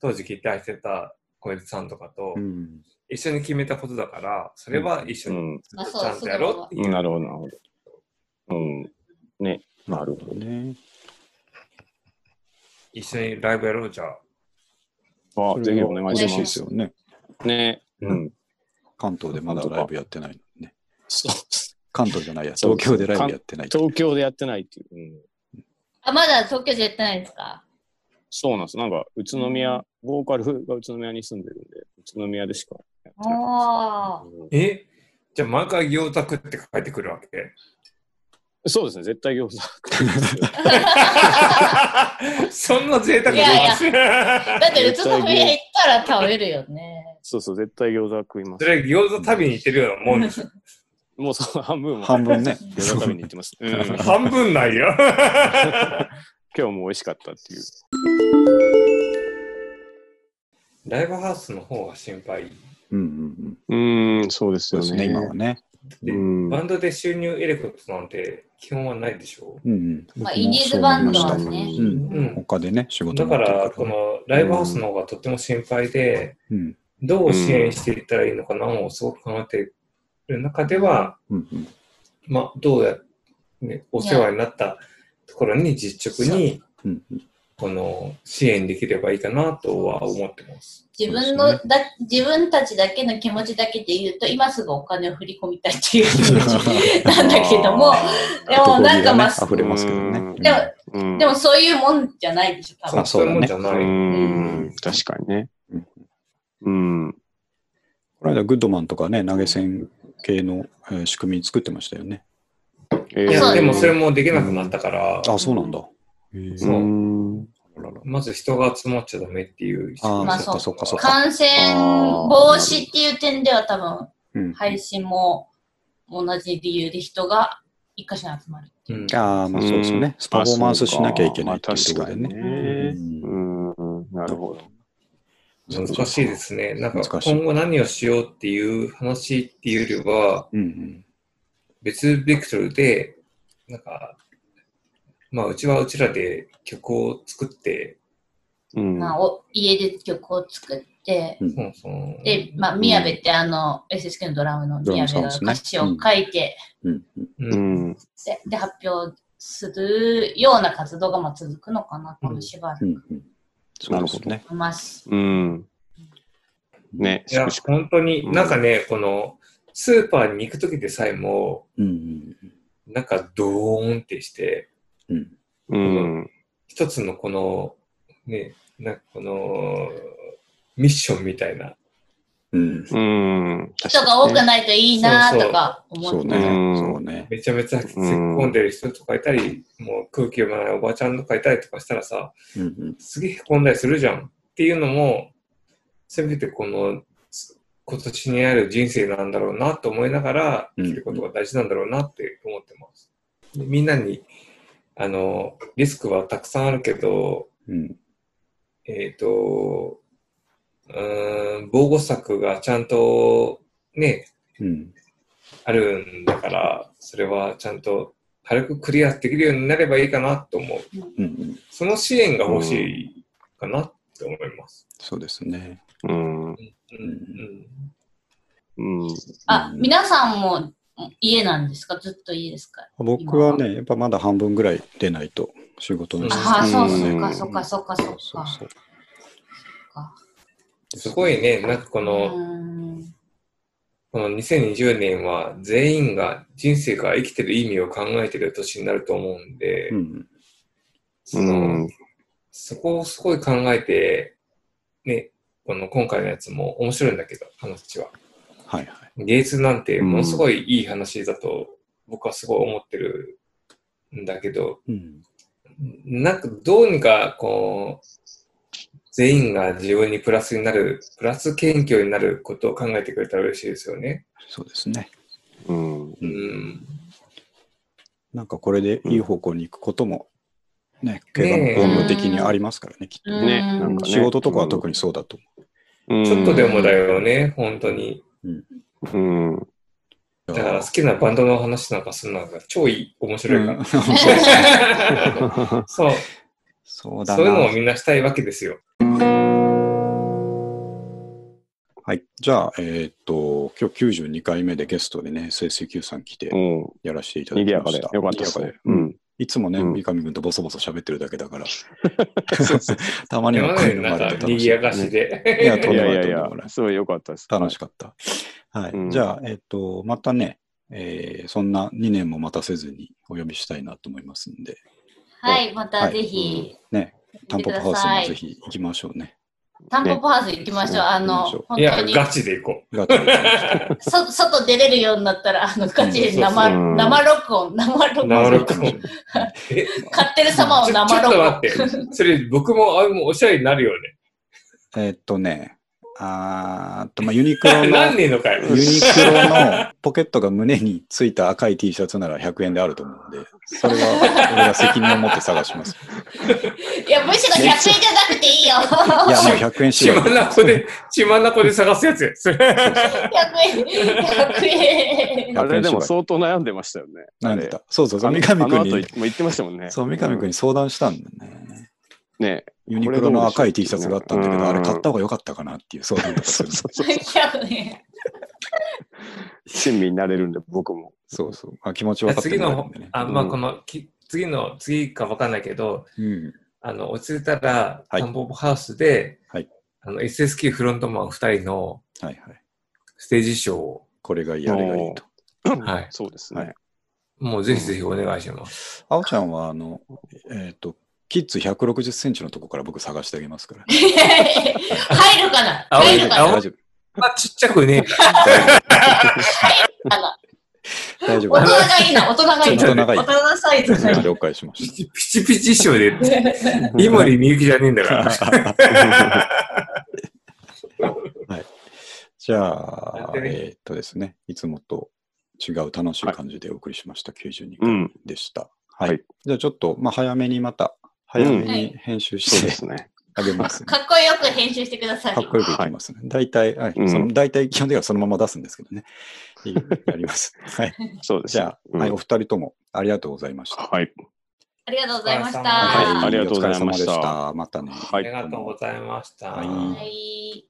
[SPEAKER 4] 当時ギターしてた小出さんとかと
[SPEAKER 3] う、ん。
[SPEAKER 4] 一緒に決めたことだから、それは一緒
[SPEAKER 2] う
[SPEAKER 4] に
[SPEAKER 2] ん、
[SPEAKER 1] まあ
[SPEAKER 4] ち
[SPEAKER 1] そ
[SPEAKER 4] ゃ
[SPEAKER 1] うんそ
[SPEAKER 4] と
[SPEAKER 1] う
[SPEAKER 4] や
[SPEAKER 1] だ
[SPEAKER 4] ろ
[SPEAKER 1] わ
[SPEAKER 4] うっていう。
[SPEAKER 2] なるほど、なるほど。うん、ね、なるほど。
[SPEAKER 3] ね。
[SPEAKER 4] 一緒にライブやろうじゃあ。
[SPEAKER 2] あ、ぜひお願い
[SPEAKER 3] 嬉
[SPEAKER 2] し
[SPEAKER 3] しい
[SPEAKER 2] ま。
[SPEAKER 3] ですすよね。
[SPEAKER 2] ね、うん。
[SPEAKER 3] 関東でまだライブやってないのにね。
[SPEAKER 2] そう
[SPEAKER 3] 関東じゃないや、
[SPEAKER 2] そう
[SPEAKER 3] 東京でライブやってない。
[SPEAKER 2] 東京でやってないっていう。うん、
[SPEAKER 1] あ、まだ東京じゃやってないんですか
[SPEAKER 2] そうなんです。なんか、宇都宮、ボーカルが宇都宮に住んでるんで、宇都宮でしかやってな
[SPEAKER 1] ああ。
[SPEAKER 2] いうん
[SPEAKER 4] えじゃあ毎回行宅って書いてくるわけ
[SPEAKER 2] *laughs* そうですね、絶対餃子。 *laughs*
[SPEAKER 4] そんな贅沢
[SPEAKER 1] いや
[SPEAKER 4] いや
[SPEAKER 1] だって宇都宮行ったら食べるよね。
[SPEAKER 2] そうそう、絶対餃子食いま
[SPEAKER 4] *laughs* そ
[SPEAKER 2] す。
[SPEAKER 4] れ餃子食べに行ってるようなもんです。
[SPEAKER 2] もうその半分も
[SPEAKER 3] 半分ね。
[SPEAKER 2] 餃子食べに行ってます。 *laughs* うん、今
[SPEAKER 4] 半分な
[SPEAKER 2] *laughs*
[SPEAKER 4] いよ。
[SPEAKER 2] 日も美味しかったっていう。
[SPEAKER 4] ライブハウスの方が心配。
[SPEAKER 3] うんうんうん。
[SPEAKER 2] うん、そうです
[SPEAKER 3] そう
[SPEAKER 2] よ
[SPEAKER 3] です
[SPEAKER 2] ね。
[SPEAKER 3] ね、今はね。
[SPEAKER 2] うん
[SPEAKER 4] バンドで収入を得ることなんて基本はないでしょ
[SPEAKER 3] うんうん。
[SPEAKER 1] ま
[SPEAKER 3] 僕も
[SPEAKER 1] あインディーズ
[SPEAKER 3] そう思いました
[SPEAKER 1] バンドはね
[SPEAKER 3] う
[SPEAKER 4] う。
[SPEAKER 3] ん。
[SPEAKER 4] うん。
[SPEAKER 3] 他でね、仕事
[SPEAKER 4] だ
[SPEAKER 3] もや
[SPEAKER 4] か
[SPEAKER 3] ってる
[SPEAKER 4] ら、このライブハウスの方がとっても心配で、
[SPEAKER 3] うん。
[SPEAKER 4] どう支援していったらいいのかなをすごく考えてる中では、
[SPEAKER 3] うんうん
[SPEAKER 4] まあ、どうや、ね、お世話になったところに実直に、
[SPEAKER 3] うんうん
[SPEAKER 4] この、支援できればいいかなとは思ってます。
[SPEAKER 1] 自分のだ、自分たちだけの気持ちだけで言うと、今すぐお金を振り込みたいっていう気持ちなんだけども、
[SPEAKER 4] *laughs*
[SPEAKER 1] でもなんかまあ、
[SPEAKER 3] 男気がね、溢れますけどね。
[SPEAKER 2] うん
[SPEAKER 1] でも、でもそういうもんじゃないでしょ、多
[SPEAKER 4] そ
[SPEAKER 1] 分
[SPEAKER 4] う。そういうもんじゃ
[SPEAKER 2] う
[SPEAKER 4] ない。
[SPEAKER 2] ーん、確かにね。うん。
[SPEAKER 3] この間、グッドマンとかね、投げ銭系の、えー仕組み作ってましたよね。
[SPEAKER 2] え
[SPEAKER 4] い
[SPEAKER 1] そ
[SPEAKER 4] や、
[SPEAKER 1] う
[SPEAKER 4] でもそれもできなくなったから、
[SPEAKER 3] あ、そうなんだ。
[SPEAKER 2] う。
[SPEAKER 4] そうん
[SPEAKER 3] あらら
[SPEAKER 4] まず人が集まっちゃダメっていう。
[SPEAKER 3] あー
[SPEAKER 1] まあ
[SPEAKER 3] そっかそっかそっか。
[SPEAKER 1] 感染防止っていう点では多分、
[SPEAKER 3] うん
[SPEAKER 1] 配信も同じ理由で人が一箇所に集まる。
[SPEAKER 4] うん
[SPEAKER 3] ああ、まあそうですよね。パフォーマンスしなきゃいけないっていうと
[SPEAKER 2] 確
[SPEAKER 3] こ
[SPEAKER 2] か
[SPEAKER 3] ろで
[SPEAKER 2] に
[SPEAKER 3] ね。
[SPEAKER 2] ね。
[SPEAKER 3] う
[SPEAKER 2] うんん、なるほど。
[SPEAKER 4] 難しいで。すね。なんか
[SPEAKER 3] 難しい
[SPEAKER 4] 今後何をしようっていう話っていうよりは、
[SPEAKER 3] うんうん。
[SPEAKER 4] 別ベクトルで、なんか、まあうちはうちらで曲を作って、
[SPEAKER 2] うん。
[SPEAKER 1] まあ、お家で曲を作って、
[SPEAKER 4] そのその
[SPEAKER 1] で、まあ、宮部ってあの、SSK のドラムの宮部が歌詞を書いて、
[SPEAKER 3] うんうん
[SPEAKER 4] う、
[SPEAKER 2] うんん。
[SPEAKER 1] でで発表するような活動がまあ続くのかな、このしばらく
[SPEAKER 3] うんうん。そうですね。
[SPEAKER 1] 思います。
[SPEAKER 2] うん。ね、
[SPEAKER 4] いや、
[SPEAKER 2] しくしく
[SPEAKER 4] 本当に、なんかね、この、スーパーに行くときでさえも、
[SPEAKER 3] うんうん
[SPEAKER 4] なんかドーンってして、
[SPEAKER 3] うん。
[SPEAKER 2] うん。
[SPEAKER 4] 一つのこの、ね、なんかこの、ミッションみたいな、
[SPEAKER 3] うん。
[SPEAKER 2] うん。
[SPEAKER 1] 人が多くないといいなとか思
[SPEAKER 3] そう
[SPEAKER 1] って
[SPEAKER 3] ね。
[SPEAKER 1] た
[SPEAKER 2] うん
[SPEAKER 3] そうね。
[SPEAKER 4] めちゃめちゃ突っ込んでる人とかいたり、もう空気読まないおばちゃんとかいたりとかしたらさ、
[SPEAKER 3] うんうん。
[SPEAKER 4] すげえ凹んだりするじゃんっていうのも、せめてこの、す今年にある人生なんだろうなと思いながら、
[SPEAKER 3] うん
[SPEAKER 4] 生きることが大事なんだろうなって思ってます。でみんなに、あの、リスクはたくさんあるけど、
[SPEAKER 3] うん。
[SPEAKER 4] えっ、と、うーん、防護策がちゃんとね、
[SPEAKER 3] うん。
[SPEAKER 4] あるんだから、それはちゃんと軽くクリアできるようになればいいかなと思う。
[SPEAKER 3] うんうん。
[SPEAKER 4] その支援が欲しいかなって思います。
[SPEAKER 3] そうですね。
[SPEAKER 2] うん。
[SPEAKER 4] うんうん
[SPEAKER 2] うん。
[SPEAKER 1] あ、
[SPEAKER 3] うん
[SPEAKER 1] 皆さんも家なんですかずっと家ですか
[SPEAKER 3] 僕はね、やっぱまだ半分ぐらい出ないと仕事の人
[SPEAKER 1] ああ、
[SPEAKER 2] うん
[SPEAKER 1] そうそうか、そうか、そうか、そう
[SPEAKER 3] そう
[SPEAKER 1] か。
[SPEAKER 3] そう。
[SPEAKER 4] すごいね、なんかこ
[SPEAKER 1] う
[SPEAKER 4] の、
[SPEAKER 1] ー
[SPEAKER 4] *laughs*
[SPEAKER 1] ん
[SPEAKER 4] この2020年は全員が人生が生きてる意味を考えてる年になると思うんで、
[SPEAKER 3] うん。
[SPEAKER 4] そのそこをすごい考えて、ね、この今回のやつも面白いんだけど、話は。
[SPEAKER 3] はいはい。
[SPEAKER 4] 芸術なんてものすごいいい話だと僕はすごい思ってるんだけど、
[SPEAKER 3] うん。
[SPEAKER 4] なんかどうにかこう、全員が自分にプラスになる、プラス謙虚になることを考えてくれたら嬉しいですよね。
[SPEAKER 3] そうですね。
[SPEAKER 2] うん。
[SPEAKER 4] うん。
[SPEAKER 3] なんかこれでいい方向に行くことも、ね、怪我の本能的にありますからね、きっとね。
[SPEAKER 2] ね、
[SPEAKER 1] うん
[SPEAKER 2] なんかね。
[SPEAKER 3] 仕事とかは特にそうだと。
[SPEAKER 2] うん。
[SPEAKER 4] ちょっとでもだよね、本当に。
[SPEAKER 2] うん。
[SPEAKER 4] だから好きなバンドの話なんかするのが超いい面白いから。
[SPEAKER 3] うん
[SPEAKER 4] そう、
[SPEAKER 3] *laughs* そうだ
[SPEAKER 4] そういうのを
[SPEAKER 3] な。
[SPEAKER 4] みんなしたいわけですよ。
[SPEAKER 3] はい。じゃあ、えーっと、今日92回目でゲストでね、SSQ さん来て
[SPEAKER 2] うん。
[SPEAKER 3] やらせていただ
[SPEAKER 2] 賑
[SPEAKER 3] き
[SPEAKER 2] や
[SPEAKER 3] ま
[SPEAKER 2] か
[SPEAKER 3] し
[SPEAKER 2] で
[SPEAKER 3] た。。
[SPEAKER 2] よかったです
[SPEAKER 3] 賑や
[SPEAKER 2] ね
[SPEAKER 3] か。で
[SPEAKER 2] う
[SPEAKER 3] うん
[SPEAKER 2] ん。
[SPEAKER 3] いつもね、
[SPEAKER 2] うん
[SPEAKER 3] 三上君とボソボソ喋ってるだけだから、 *laughs*
[SPEAKER 2] そうそう
[SPEAKER 3] たまにはこういうのも
[SPEAKER 4] な
[SPEAKER 3] あ
[SPEAKER 4] ん
[SPEAKER 3] る
[SPEAKER 4] か
[SPEAKER 3] と楽しい。
[SPEAKER 4] 賑やかし
[SPEAKER 3] ね
[SPEAKER 4] で。
[SPEAKER 3] いや、と
[SPEAKER 2] い
[SPEAKER 3] んでも
[SPEAKER 2] やい
[SPEAKER 3] ない、
[SPEAKER 2] や
[SPEAKER 3] とん
[SPEAKER 2] い
[SPEAKER 3] で
[SPEAKER 2] や
[SPEAKER 3] もない、。
[SPEAKER 2] すごい良かったです。
[SPEAKER 3] 楽しかった。はい。
[SPEAKER 2] うん
[SPEAKER 3] じゃあ、えーっと、またね、えーそんな2年も待たせずにお呼びしたいなと思いますんで、
[SPEAKER 1] はい、またぜひ、
[SPEAKER 3] ね、
[SPEAKER 1] 来
[SPEAKER 3] タン
[SPEAKER 1] て
[SPEAKER 3] ポ
[SPEAKER 1] く
[SPEAKER 3] ポ
[SPEAKER 1] だ
[SPEAKER 3] ハウスも
[SPEAKER 1] さ
[SPEAKER 3] ぜ
[SPEAKER 1] い。
[SPEAKER 3] ひ行きましょうね。 *laughs*
[SPEAKER 1] タンポポハウス行きましょう。あの、
[SPEAKER 3] 行きましょう
[SPEAKER 1] 本
[SPEAKER 4] いや
[SPEAKER 1] 当、に
[SPEAKER 4] ガチで行こ
[SPEAKER 3] ガチで行きましょう
[SPEAKER 1] そ、外出れるようになったら、あの、ガチで生、
[SPEAKER 2] うん
[SPEAKER 1] 生録音、生録音。
[SPEAKER 4] 生録音う。え
[SPEAKER 1] 買ってる様を
[SPEAKER 4] ちょ
[SPEAKER 1] 生
[SPEAKER 4] ちょ
[SPEAKER 1] 録
[SPEAKER 4] っと
[SPEAKER 1] 音。
[SPEAKER 4] 待って。それ僕も、あもうおしゃれになるよね。
[SPEAKER 3] えーっとね、あーっと、まあ、ユニクロの、
[SPEAKER 4] *laughs* なんねえのかよ。
[SPEAKER 3] ユニクロのポケットが胸についた赤い T シャツなら100円であると思うんで、それは俺が責任を持って探します。
[SPEAKER 1] *laughs* いや、むしろ100円じゃなくていいよ。
[SPEAKER 3] いや、もう100円し
[SPEAKER 4] 血
[SPEAKER 3] よう
[SPEAKER 4] まなこで、血まなこで探すやつや。それ
[SPEAKER 1] 100円、100円。
[SPEAKER 2] あれでも相当悩んでましたよね。
[SPEAKER 3] 悩んでた。そうそうそう、
[SPEAKER 2] あ
[SPEAKER 3] 三
[SPEAKER 2] れ。
[SPEAKER 3] 上
[SPEAKER 2] あのあの
[SPEAKER 3] 君
[SPEAKER 2] 後
[SPEAKER 3] に、
[SPEAKER 2] も言ってましたもんね。
[SPEAKER 3] そう、三上君に相談したんだよね。
[SPEAKER 2] ね
[SPEAKER 3] ユニクロの赤い T シャツがあったんだけど、
[SPEAKER 2] これ
[SPEAKER 3] あ
[SPEAKER 2] ど
[SPEAKER 3] れ
[SPEAKER 2] うでしょう
[SPEAKER 3] 買った方が良かったかなっていう相談とかす
[SPEAKER 2] *laughs* *laughs* そう
[SPEAKER 3] る。
[SPEAKER 2] そうそう。
[SPEAKER 1] いやね。
[SPEAKER 2] 親身になれるんで、僕も。
[SPEAKER 3] そうそう。まあ、気持ち分かって
[SPEAKER 4] *laughs* 次
[SPEAKER 3] もらえる
[SPEAKER 4] の
[SPEAKER 3] んでね、。
[SPEAKER 4] あ、まあ、
[SPEAKER 2] うん
[SPEAKER 4] この、き次の、次かわかんないけど、
[SPEAKER 3] うん。
[SPEAKER 4] あの、落ち着いたら、
[SPEAKER 3] はい
[SPEAKER 4] タンポポハウスで、
[SPEAKER 3] はい
[SPEAKER 4] あの、SSQ フロントマン2人の
[SPEAKER 3] はいはい。
[SPEAKER 4] ステージショーを、
[SPEAKER 3] これがいい、あれがいいと。
[SPEAKER 4] はい。
[SPEAKER 2] そうです
[SPEAKER 3] はい
[SPEAKER 2] ね。
[SPEAKER 4] もうぜひぜひお願いします。
[SPEAKER 3] あおちゃんは、あの、えっ、と、キッズ160センチのとこから僕探してあげますから。
[SPEAKER 1] 入るかな
[SPEAKER 4] あ
[SPEAKER 1] 入るか
[SPEAKER 4] あ
[SPEAKER 1] な
[SPEAKER 3] 大丈夫。
[SPEAKER 4] まあ、ちっちゃくね、
[SPEAKER 1] あの
[SPEAKER 3] 大丈夫。
[SPEAKER 1] 大人
[SPEAKER 3] 大
[SPEAKER 1] がいいな、大人がいい
[SPEAKER 3] 人
[SPEAKER 1] な。
[SPEAKER 3] がいい
[SPEAKER 1] 大人サイズがい
[SPEAKER 3] 丈夫。
[SPEAKER 1] い。
[SPEAKER 3] 了解しま
[SPEAKER 2] *laughs*
[SPEAKER 4] ピ
[SPEAKER 3] し
[SPEAKER 4] チピチピチショーで、
[SPEAKER 1] は
[SPEAKER 4] 井森美幸じゃねえんだから。
[SPEAKER 3] た。じゃ
[SPEAKER 4] や
[SPEAKER 3] あ
[SPEAKER 4] っ、てみ
[SPEAKER 3] えーっとですね、いつもと違う楽しい感じでお送りしました、92
[SPEAKER 2] う
[SPEAKER 3] 回
[SPEAKER 2] ん、
[SPEAKER 3] でした。はい。
[SPEAKER 2] はい
[SPEAKER 3] じゃあちょっと、まあ、早めにまた、早め
[SPEAKER 1] は
[SPEAKER 3] に
[SPEAKER 1] い
[SPEAKER 3] 編集
[SPEAKER 2] そう
[SPEAKER 3] し
[SPEAKER 2] で
[SPEAKER 3] て
[SPEAKER 2] すね。
[SPEAKER 3] あげます *laughs* んで、
[SPEAKER 1] かっこよく編集してください。
[SPEAKER 3] かっこよくいきますね。大体、はい
[SPEAKER 2] うん
[SPEAKER 3] その大体基本的にはそのまま出すんですけど
[SPEAKER 2] *laughs*
[SPEAKER 3] ね。いやります。はい。
[SPEAKER 2] そうです
[SPEAKER 3] じ
[SPEAKER 2] ね。
[SPEAKER 3] ゃあ、
[SPEAKER 2] うん
[SPEAKER 3] はい、お二人ともありがとうございました。
[SPEAKER 2] はい。
[SPEAKER 1] ありがとうございました。
[SPEAKER 4] はい
[SPEAKER 2] ありがとうございました
[SPEAKER 3] お疲れ様でしたまたね。
[SPEAKER 2] はい。
[SPEAKER 4] ありがとうございました。
[SPEAKER 3] は
[SPEAKER 1] はい